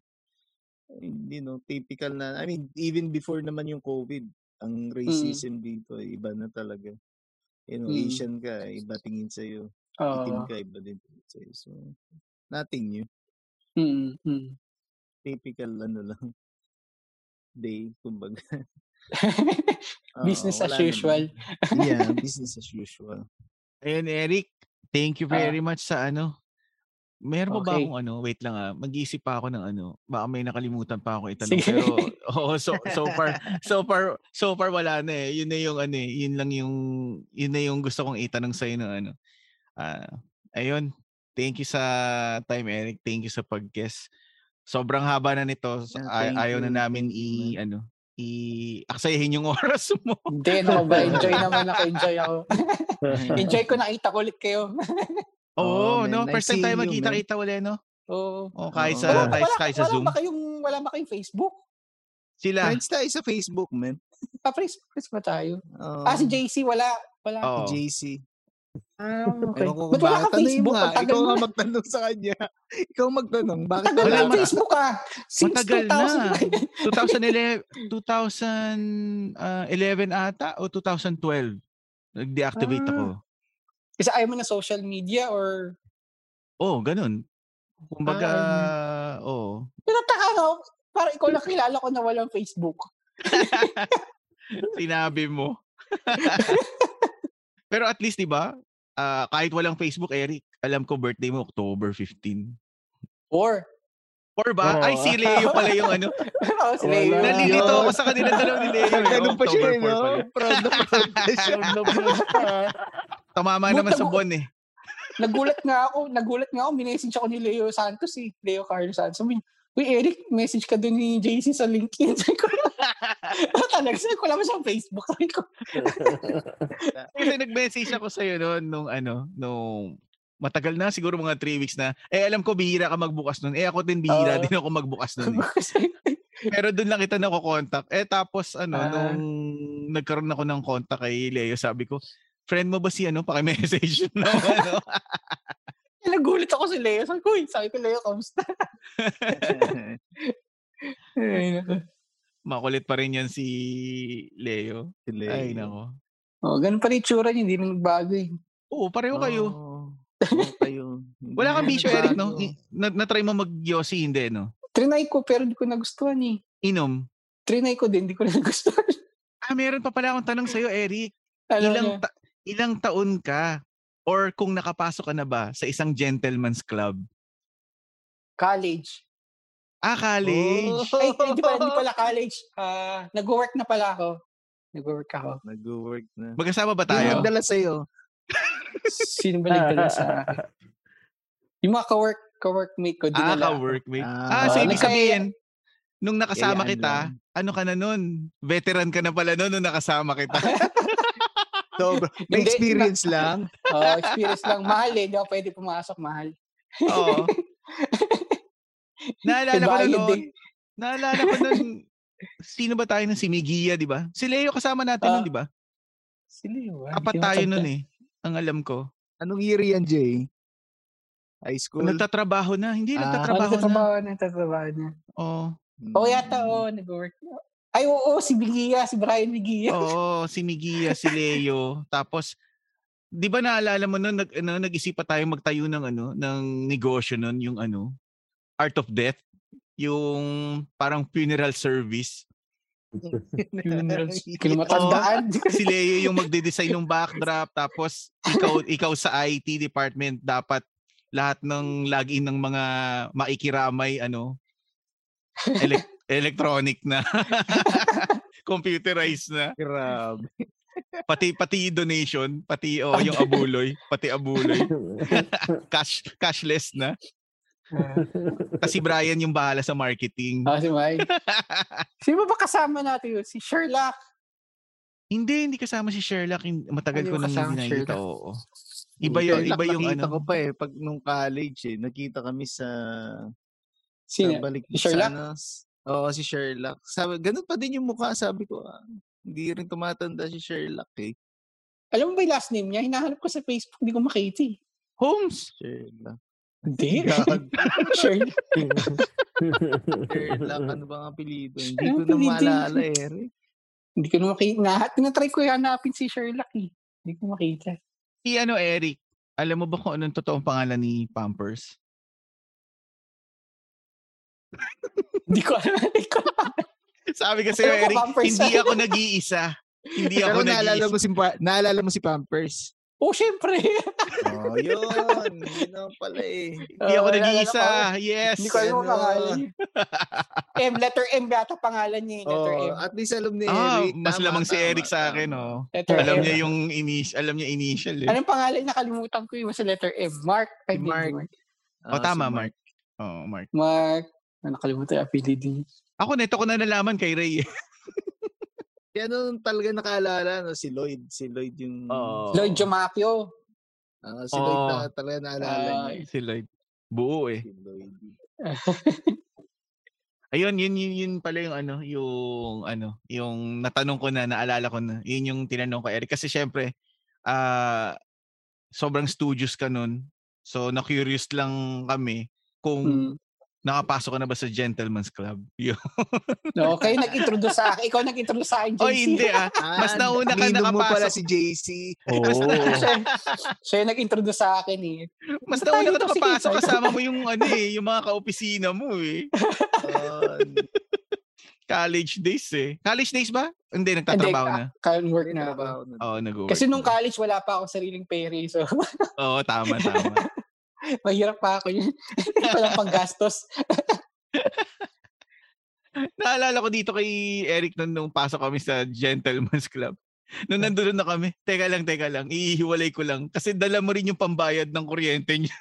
Speaker 3: hindi no, typical na, I mean, even before naman yung COVID,
Speaker 4: Mm.
Speaker 3: ang racism dito, ay iba na talaga. You know,
Speaker 4: Mm.
Speaker 3: Asian ka, eh, iba tingin sa'yo.
Speaker 4: Oo.
Speaker 3: Itim ka, iba din tingin sa'yo. So, nothing new.
Speaker 4: Mm, mm.
Speaker 3: Typical, ano lang, day, kumbaga. Oo,
Speaker 4: Business as
Speaker 3: wala naman.
Speaker 4: usual.
Speaker 3: Yeah, business as usual.
Speaker 1: Ayun, Eric. Thank you
Speaker 4: Ah.
Speaker 1: very much sa ano. Meron pa ba
Speaker 4: Okay.
Speaker 1: akong ano? Wait lang ah. Mag-iisip pa ako ng ano. Baka may nakalimutan pa ako itanong.
Speaker 4: Sige.
Speaker 1: Pero oo, so, so far, so far, so far wala na eh. Yun na yung ano eh. Yun lang yung, yun na yung gusto kong itanong sa'yo ng ano. Ah, ayun. Thank you sa time, Eric. Thank you sa pag-guess. Sobrang haba na nito. So,
Speaker 3: Yeah,
Speaker 1: ay-
Speaker 3: thank
Speaker 1: ayaw na
Speaker 3: you,
Speaker 1: namin
Speaker 3: thank
Speaker 1: i,
Speaker 3: you,
Speaker 1: ano, i-aksayahin yung oras mo.
Speaker 4: Hindi, ano ba? Enjoy naman ako. Enjoy ako. enjoy ko nakita ko ulit kayo.
Speaker 1: Oo,
Speaker 3: Oo, man.
Speaker 1: no?
Speaker 3: Nice
Speaker 1: First time tayo
Speaker 3: seeing you,
Speaker 1: magkita-kita ulit, no?
Speaker 4: Oo.
Speaker 1: O, Oh, kahit
Speaker 3: Oo.
Speaker 1: sa,
Speaker 3: Wala-
Speaker 1: kahit, kahit sa
Speaker 4: wala
Speaker 1: Zoom.
Speaker 4: ba kayong, wala ba kayong Facebook?
Speaker 1: Sila.
Speaker 3: Friends tayo sa Facebook, Oh, man.
Speaker 4: Pa-Facebook ba tayo?
Speaker 1: Oh.
Speaker 3: Oo.
Speaker 4: Ah, si JC, wala. Wala.
Speaker 1: Oo.
Speaker 3: JC.
Speaker 4: Ah, okay.
Speaker 3: Ewan ko kung
Speaker 4: Ba't wala
Speaker 3: bakit.
Speaker 4: ka
Speaker 3: Tanungin
Speaker 4: Facebook?
Speaker 3: mo nga.
Speaker 4: Ang tagal
Speaker 3: Ikaw
Speaker 4: mo
Speaker 3: ka
Speaker 4: na.
Speaker 3: magtanong sa kanya. Ikaw magtanong. Bakit
Speaker 4: Tagal
Speaker 1: Wala
Speaker 4: na
Speaker 1: naman.
Speaker 4: Facebook ka. Since
Speaker 1: Matagal
Speaker 4: 2000.
Speaker 1: na. 2011, 2011 ah, ata o 2012. Nag-deactivate
Speaker 4: Ah.
Speaker 1: ako.
Speaker 4: Kasi ayaw mo na social media or...
Speaker 1: Oo, oh, ganun. Kumbaga,
Speaker 3: Ah,
Speaker 1: oo.
Speaker 4: Pinataka nga ako. Parang ikaw lang kilala ko na walang Facebook.
Speaker 1: Sinabi mo. Pero at least, di ba, ah, kahit walang Facebook, Eric, alam ko birthday mo October 15.
Speaker 4: Or...
Speaker 1: Or ba?
Speaker 2: Oo.
Speaker 1: Ay, si Leo pala yung ano.
Speaker 4: Oh, sila
Speaker 2: Wala.
Speaker 4: yun.
Speaker 1: Nalilito
Speaker 3: Yun.
Speaker 1: ako sa kanila dalaw ni Leo. eh.
Speaker 3: Ganun pa siya,
Speaker 1: October 4
Speaker 3: eh, no?
Speaker 1: pala.
Speaker 3: Proud na proud na siya.
Speaker 1: Tumama naman sa buwan eh.
Speaker 4: Nagulat nga ako. Nagulat nga ako. Minessage ako ni Leo Santos eh. Leo Carlos Santos. Sabi niya, Uy, Eric, message ka dun ni JC sa LinkedIn. Sabi ko, "Ah, talaga, sabi ko wala mo siyang Facebook. Sabi ko,
Speaker 1: Kasi nag-message ako sa'yo noon nung ano, nung matagal na, siguro mga 3 weeks na. Eh, alam ko, bihira ka magbukas noon. Eh, ako din bihira
Speaker 4: Oo.
Speaker 1: din ako magbukas noon. Eh. Pero doon lang kita nakokontakt. Eh, tapos ano,
Speaker 4: Ah.
Speaker 1: nung nagkaroon ako ng contact kay Leo, sabi ko, friend mo ba si ano, pakimessage na ako, ano.
Speaker 4: nagulat ako si Leo. Sabi ko, "Uy," sabi ko, Leo, kamusta? Ay, nako.
Speaker 1: Makulit pa rin yan si Leo. Ay, nako.
Speaker 4: Oh, ganun pa rin yung tsura niya, hindi na nagbago eh.
Speaker 1: Oo, pareho kayo.
Speaker 3: Oo, Oh, kayo.
Speaker 1: Wala kang bisyo, Eric, no?
Speaker 3: Bago.
Speaker 1: I- Na- na-try mo mag-yossi, hindi, no?
Speaker 4: Trinay ko, pero hindi ko nagustuhan eh.
Speaker 1: Inom.
Speaker 4: Trinay ko din, hindi ko na nagustuhan.
Speaker 1: Ah, meron pa pala akong tanong sa'yo, Eric.
Speaker 4: Alam
Speaker 1: ilang
Speaker 4: niya.
Speaker 1: ta- ilang taon ka or kung nakapasok ka na ba sa isang gentleman's club?
Speaker 4: College.
Speaker 1: Ah, college.
Speaker 3: Oh.
Speaker 4: Ay, hindi pala, hindi pala college. Ah, nag-work na pala ako. Nag-work ako.
Speaker 3: Ah, Nag-work na.
Speaker 1: Magkasama ba
Speaker 3: Yung
Speaker 1: tayo?
Speaker 4: Yeah.
Speaker 3: nagdala sa'yo.
Speaker 4: Sino ba nagdala sa akin? Yung mga ka-work, ka-workmate ko,
Speaker 1: Ah,
Speaker 4: dinala.
Speaker 1: ka-workmate. Ah,
Speaker 3: Ah,
Speaker 1: so
Speaker 4: oo,
Speaker 1: ibig
Speaker 4: nagka-
Speaker 1: sabihin, nung nakasama
Speaker 3: Yayaan
Speaker 1: kita,
Speaker 3: lang.
Speaker 1: ano ka na nun? Veteran ka na pala nun nung nakasama kita.
Speaker 3: So, may
Speaker 4: Hindi,
Speaker 3: experience lang.
Speaker 4: Oh, experience lang. Mahal eh. Hindi ako pwede pumasok. Mahal.
Speaker 1: Oo. Naalala ko na
Speaker 4: Bayad
Speaker 1: nun.
Speaker 4: eh.
Speaker 1: Naalala ko nun. Sino ba tayo nun? Si Migia, di ba? Si Leo kasama natin nun,
Speaker 4: Ah.
Speaker 1: di ba?
Speaker 4: Sino yun? ah?
Speaker 1: Apat
Speaker 4: Hindi ko
Speaker 1: tayo
Speaker 4: matanda.
Speaker 1: nun eh. Ang alam ko.
Speaker 3: Anong year yan, Jay? High school?
Speaker 1: Ano Nagtatrabaho na. Hindi,
Speaker 3: Ah.
Speaker 4: Oh,
Speaker 1: nagtatrabaho na.
Speaker 4: nagtatrabaho na. Nagtatrabaho na.
Speaker 1: Oo.
Speaker 3: Hmm.
Speaker 4: Oo Oh, yata, oo. nag-work na. Ay, oo, si Bigia, si Brian
Speaker 1: Oh.
Speaker 4: Bigia.
Speaker 1: Oo, si Migia, si Leo. Tapos, di ba naalala mo noon, nag, ano, nag-isip pa tayo magtayo ng, ano, ng negosyo noon, yung ano, Art of Death. Yung parang funeral service.
Speaker 4: Funerals.
Speaker 1: Oh.
Speaker 4: Kinumatandaan.
Speaker 1: Si Leo yung magde-design ng backdrop. Tapos, ikaw, ikaw sa IT department, dapat lahat ng login ng mga maikiramay, ano, elec- electronic na. computerized na.
Speaker 3: Oh, Grabe.
Speaker 1: Pati pati yung donation, pati oh, yung abuloy, pati abuloy, cash cashless na. Kasi Brian yung bahala sa marketing.
Speaker 4: Ah, si Mai. Sino ba kasama natin yun? Si Sherlock.
Speaker 1: Hindi, hindi kasama si Sherlock. Hin- Matagal
Speaker 4: Hindi
Speaker 1: ko
Speaker 4: mo
Speaker 1: nang
Speaker 4: kasama
Speaker 1: hindi
Speaker 4: si
Speaker 1: nakita.
Speaker 4: Sherlock.
Speaker 1: Oo. Iba yung, iba yung
Speaker 3: nakita
Speaker 1: ano.
Speaker 3: ko pa eh. Pag nung college eh, nakita kami sa, sa
Speaker 4: Sino?
Speaker 3: balik.
Speaker 4: Si Sherlock?
Speaker 3: Sa, ano, s- oo, si Sherlock. Sabi, ganun pa din yung mukha. Sabi ko, ah, hindi rin tumatanda si Sherlock eh.
Speaker 4: Alam mo ba yung last name niya? Hinahanap ko sa Facebook, hindi ko makita eh.
Speaker 1: Holmes!
Speaker 3: Sherlock.
Speaker 4: Hindi.
Speaker 3: God,
Speaker 4: Sherlock.
Speaker 3: Sherlock. Ano bang apelido? Hindi
Speaker 4: Ano
Speaker 3: ko na
Speaker 4: apelido yun?
Speaker 3: maalala eh. Eric.
Speaker 4: Hindi ko na makita. Na, tinatry ko hanapin si Sherlock eh. Hindi ko makita.
Speaker 1: Si ano, Eric. Alam mo ba kung anong totoong pangalan ni Pampers?
Speaker 4: Hindi ko alam. Hindi ko
Speaker 1: Sabi kasi
Speaker 4: Alam ko,
Speaker 1: Eric,
Speaker 4: Pampers. eh.
Speaker 1: hindi ako nag-iisa. Hindi ako
Speaker 3: Pero naalala
Speaker 1: nag-iisa.
Speaker 3: mo si, Pa- naalala mo si Pampers.
Speaker 4: Oh, syempre.
Speaker 3: Oh, yun. Yun ang pala eh.
Speaker 1: Hindi ako
Speaker 4: Oo, Oh, naalala
Speaker 1: nag-iisa.
Speaker 4: ko.
Speaker 1: Yes.
Speaker 4: Hindi ko alam ang
Speaker 3: ano.
Speaker 4: pangalan niya. M, letter M yata pangalan niya. eh, Letter
Speaker 3: Oh,
Speaker 4: M.
Speaker 3: at least alam ni
Speaker 1: Ah,
Speaker 3: Eric.
Speaker 1: mas
Speaker 3: Tama,
Speaker 1: lamang si
Speaker 3: tama,
Speaker 1: Eric sa akin,
Speaker 3: tama.
Speaker 1: oh.
Speaker 4: Letter
Speaker 1: Alam
Speaker 4: M.
Speaker 1: niya yung inis, alam niya initial eh.
Speaker 4: Anong pangalan? Nakalimutan ko yung sa letter M. Mark. I
Speaker 3: Si
Speaker 4: believe,
Speaker 3: Mark.
Speaker 4: Mark.
Speaker 1: Oh,
Speaker 3: Ah, si
Speaker 1: tama, Mark. Oh, Mark.
Speaker 4: Mark. Ah, nakalimutan yung apelido niya.
Speaker 1: Ako neto ko na nalaman kay Ray. eh.
Speaker 3: Kaya noon talaga nakaalala, no, si Lloyd. Si Lloyd yung...
Speaker 4: Lloyd Jamacchio.
Speaker 3: Ah, si Lloyd
Speaker 1: Oo.
Speaker 3: na talaga naalala
Speaker 4: Ah,
Speaker 3: niya.
Speaker 1: Si Lloyd. Buo eh.
Speaker 3: Si Lloyd.
Speaker 1: Ayun, yun, yun, yun pala yung ano, yung ano, yung natanong ko na, naalala ko na. Yun yung tinanong ko, Eric. Kasi syempre, ah sobrang studious ka nun. So, na-curious lang kami kung
Speaker 4: Mm.
Speaker 1: nakapasok ka na ba sa Gentleman's Club. Yun.
Speaker 4: No, kayo nag-introduce sa akin. Ikaw nag-introduce sa akin, JC.
Speaker 1: Oy, hindi ah. Mas nauna ka
Speaker 3: Ninong mo pala
Speaker 1: nakapasok.
Speaker 3: si JC.
Speaker 2: Oo.
Speaker 4: siya, siya yung nag-introduce sa akin eh.
Speaker 1: Mas
Speaker 4: Punta tayo
Speaker 1: nauna ka
Speaker 4: dito, sige,
Speaker 1: nakapasok
Speaker 4: tayo.
Speaker 1: kasama mo yung ano eh, yung mga kaopisina mo eh.
Speaker 3: Yun.
Speaker 1: College days eh. College days ba? Hindi, nagtatrabaho na.
Speaker 4: Kaya work na ba?
Speaker 3: Trabaho na.
Speaker 1: Oo, nag-work.
Speaker 4: Kasi nung
Speaker 1: na.
Speaker 4: college, wala pa akong sariling pere. So,
Speaker 1: Oo, tama, tama.
Speaker 4: mahirap pa ako yun. Walang panggastos.
Speaker 1: Naalala ko dito kay Eric nun nung pasok kami sa Gentleman's Club. Nung nandun na kami, teka lang, teka lang, ihiwalay ko lang. Kasi dala mo rin yung pambayad ng kuryente niya.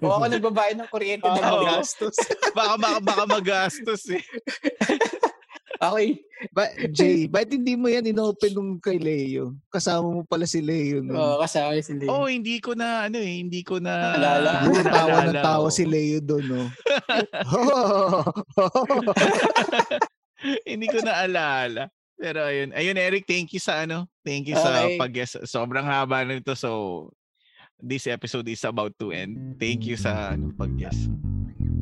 Speaker 4: O ako nagbabayad ng kuryente.
Speaker 1: Oo.
Speaker 4: dalawa.
Speaker 3: gastos.
Speaker 1: Baka, baka, baka magastos eh.
Speaker 4: Ako yung,
Speaker 3: ba, Jay, ba't hindi mo yan inopen nung kay Leo? Kasama mo pala si Leo nun.
Speaker 4: oh, kasama yung sila.
Speaker 1: Oo, oh, hindi ko na, ano eh, hindi ko na...
Speaker 4: Alala.
Speaker 3: Siguro tawa
Speaker 1: Ah,
Speaker 3: ng
Speaker 1: naalala,
Speaker 3: tawa
Speaker 1: oo.
Speaker 3: si Leo doon, no? Oh,
Speaker 1: hindi ko na alala. Pero ayun, ayun Eric, thank you sa ano, thank you sa
Speaker 4: Okay.
Speaker 1: pag-guess. Sobrang haba na ito, so this episode is about to end. Thank you sa ano, pag-guess.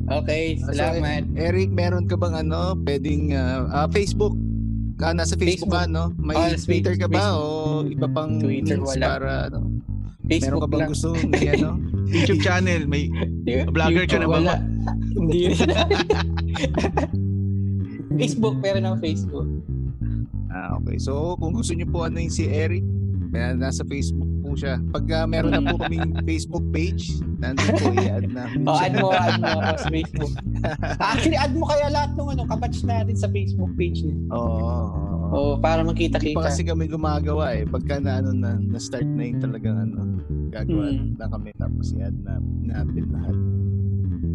Speaker 4: Okay,
Speaker 3: So,
Speaker 4: salamat.
Speaker 3: Eric, meron ka bang ano, pwedeng ah, ah, Facebook? Ka, nasa Facebook,
Speaker 4: Facebook.
Speaker 3: ka, no? May
Speaker 4: Ah, sa
Speaker 3: Twitter ka ba?
Speaker 4: Facebook.
Speaker 3: O iba pang
Speaker 4: Twitter,
Speaker 3: means
Speaker 4: wala.
Speaker 3: para, ano? meron ka
Speaker 4: Facebook
Speaker 3: bang
Speaker 4: lang.
Speaker 3: gusto? Hindi, ano?
Speaker 1: YouTube channel, may
Speaker 4: Yung-
Speaker 1: Vlogger ka
Speaker 4: YouTube,
Speaker 1: na ba,
Speaker 4: wala. Hindi rin. Facebook, pero ng Facebook.
Speaker 3: Ah, okay. So, kung gusto niyo po ano yung si Eric, na- nasa Facebook po siya. Pag ah, meron na po kaming Facebook page, nandun po i-add namin
Speaker 4: O,
Speaker 3: siya.
Speaker 4: add mo, add mo ako sa Facebook. Actually, add mo kaya lahat ng ano, kabatch natin sa Facebook page niya.
Speaker 3: Oo. Oh,
Speaker 4: O, para
Speaker 3: Hindi pa
Speaker 4: makita-kita.
Speaker 3: kasi kami gumagawa eh. Pagka na, ano, na, na-start na yung talagang ano, gagawa
Speaker 4: Mm.
Speaker 3: na kami tapos i-add na, natin lahat.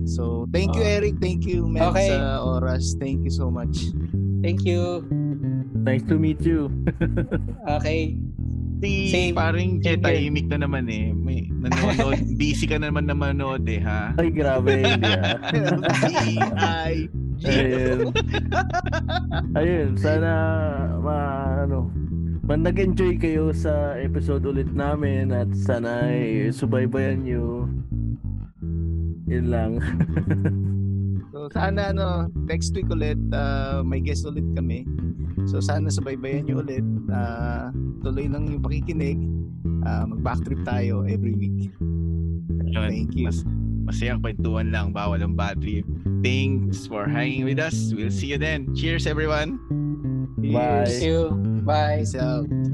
Speaker 3: So, thank you
Speaker 4: Oo.
Speaker 3: Eric. Thank you, Mel,
Speaker 4: Oh. Okay.
Speaker 3: sa oras. Thank you so much.
Speaker 4: Thank you.
Speaker 2: Nice to meet you.
Speaker 4: Okay.
Speaker 1: si
Speaker 4: Same.
Speaker 1: paring Che,
Speaker 4: Same
Speaker 1: tahimik na naman eh. May nanonood, busy ka naman na manood eh, ha?
Speaker 2: Ay, grabe. Hindi ah.
Speaker 3: G.I.
Speaker 2: Ayun. Ayun, sana ma ano, man nag-enjoy kayo sa episode ulit namin at sana ay subaybayan nyo. Yun lang.
Speaker 3: So sana ano, next week ulit ah, may guest ulit kami. So sana subaybayan niyo ulit. Ah, tuloy lang yung pakikinig. Ah, mag-backtrip tayo every week.
Speaker 1: Yun.
Speaker 3: Thank you.
Speaker 1: Mas, masayang kwentuhan lang, bawal ang bad trip. Thanks for hanging with us. We'll see you then. Cheers, everyone!
Speaker 2: Bye.
Speaker 4: Thank you. Bye.
Speaker 3: Peace out.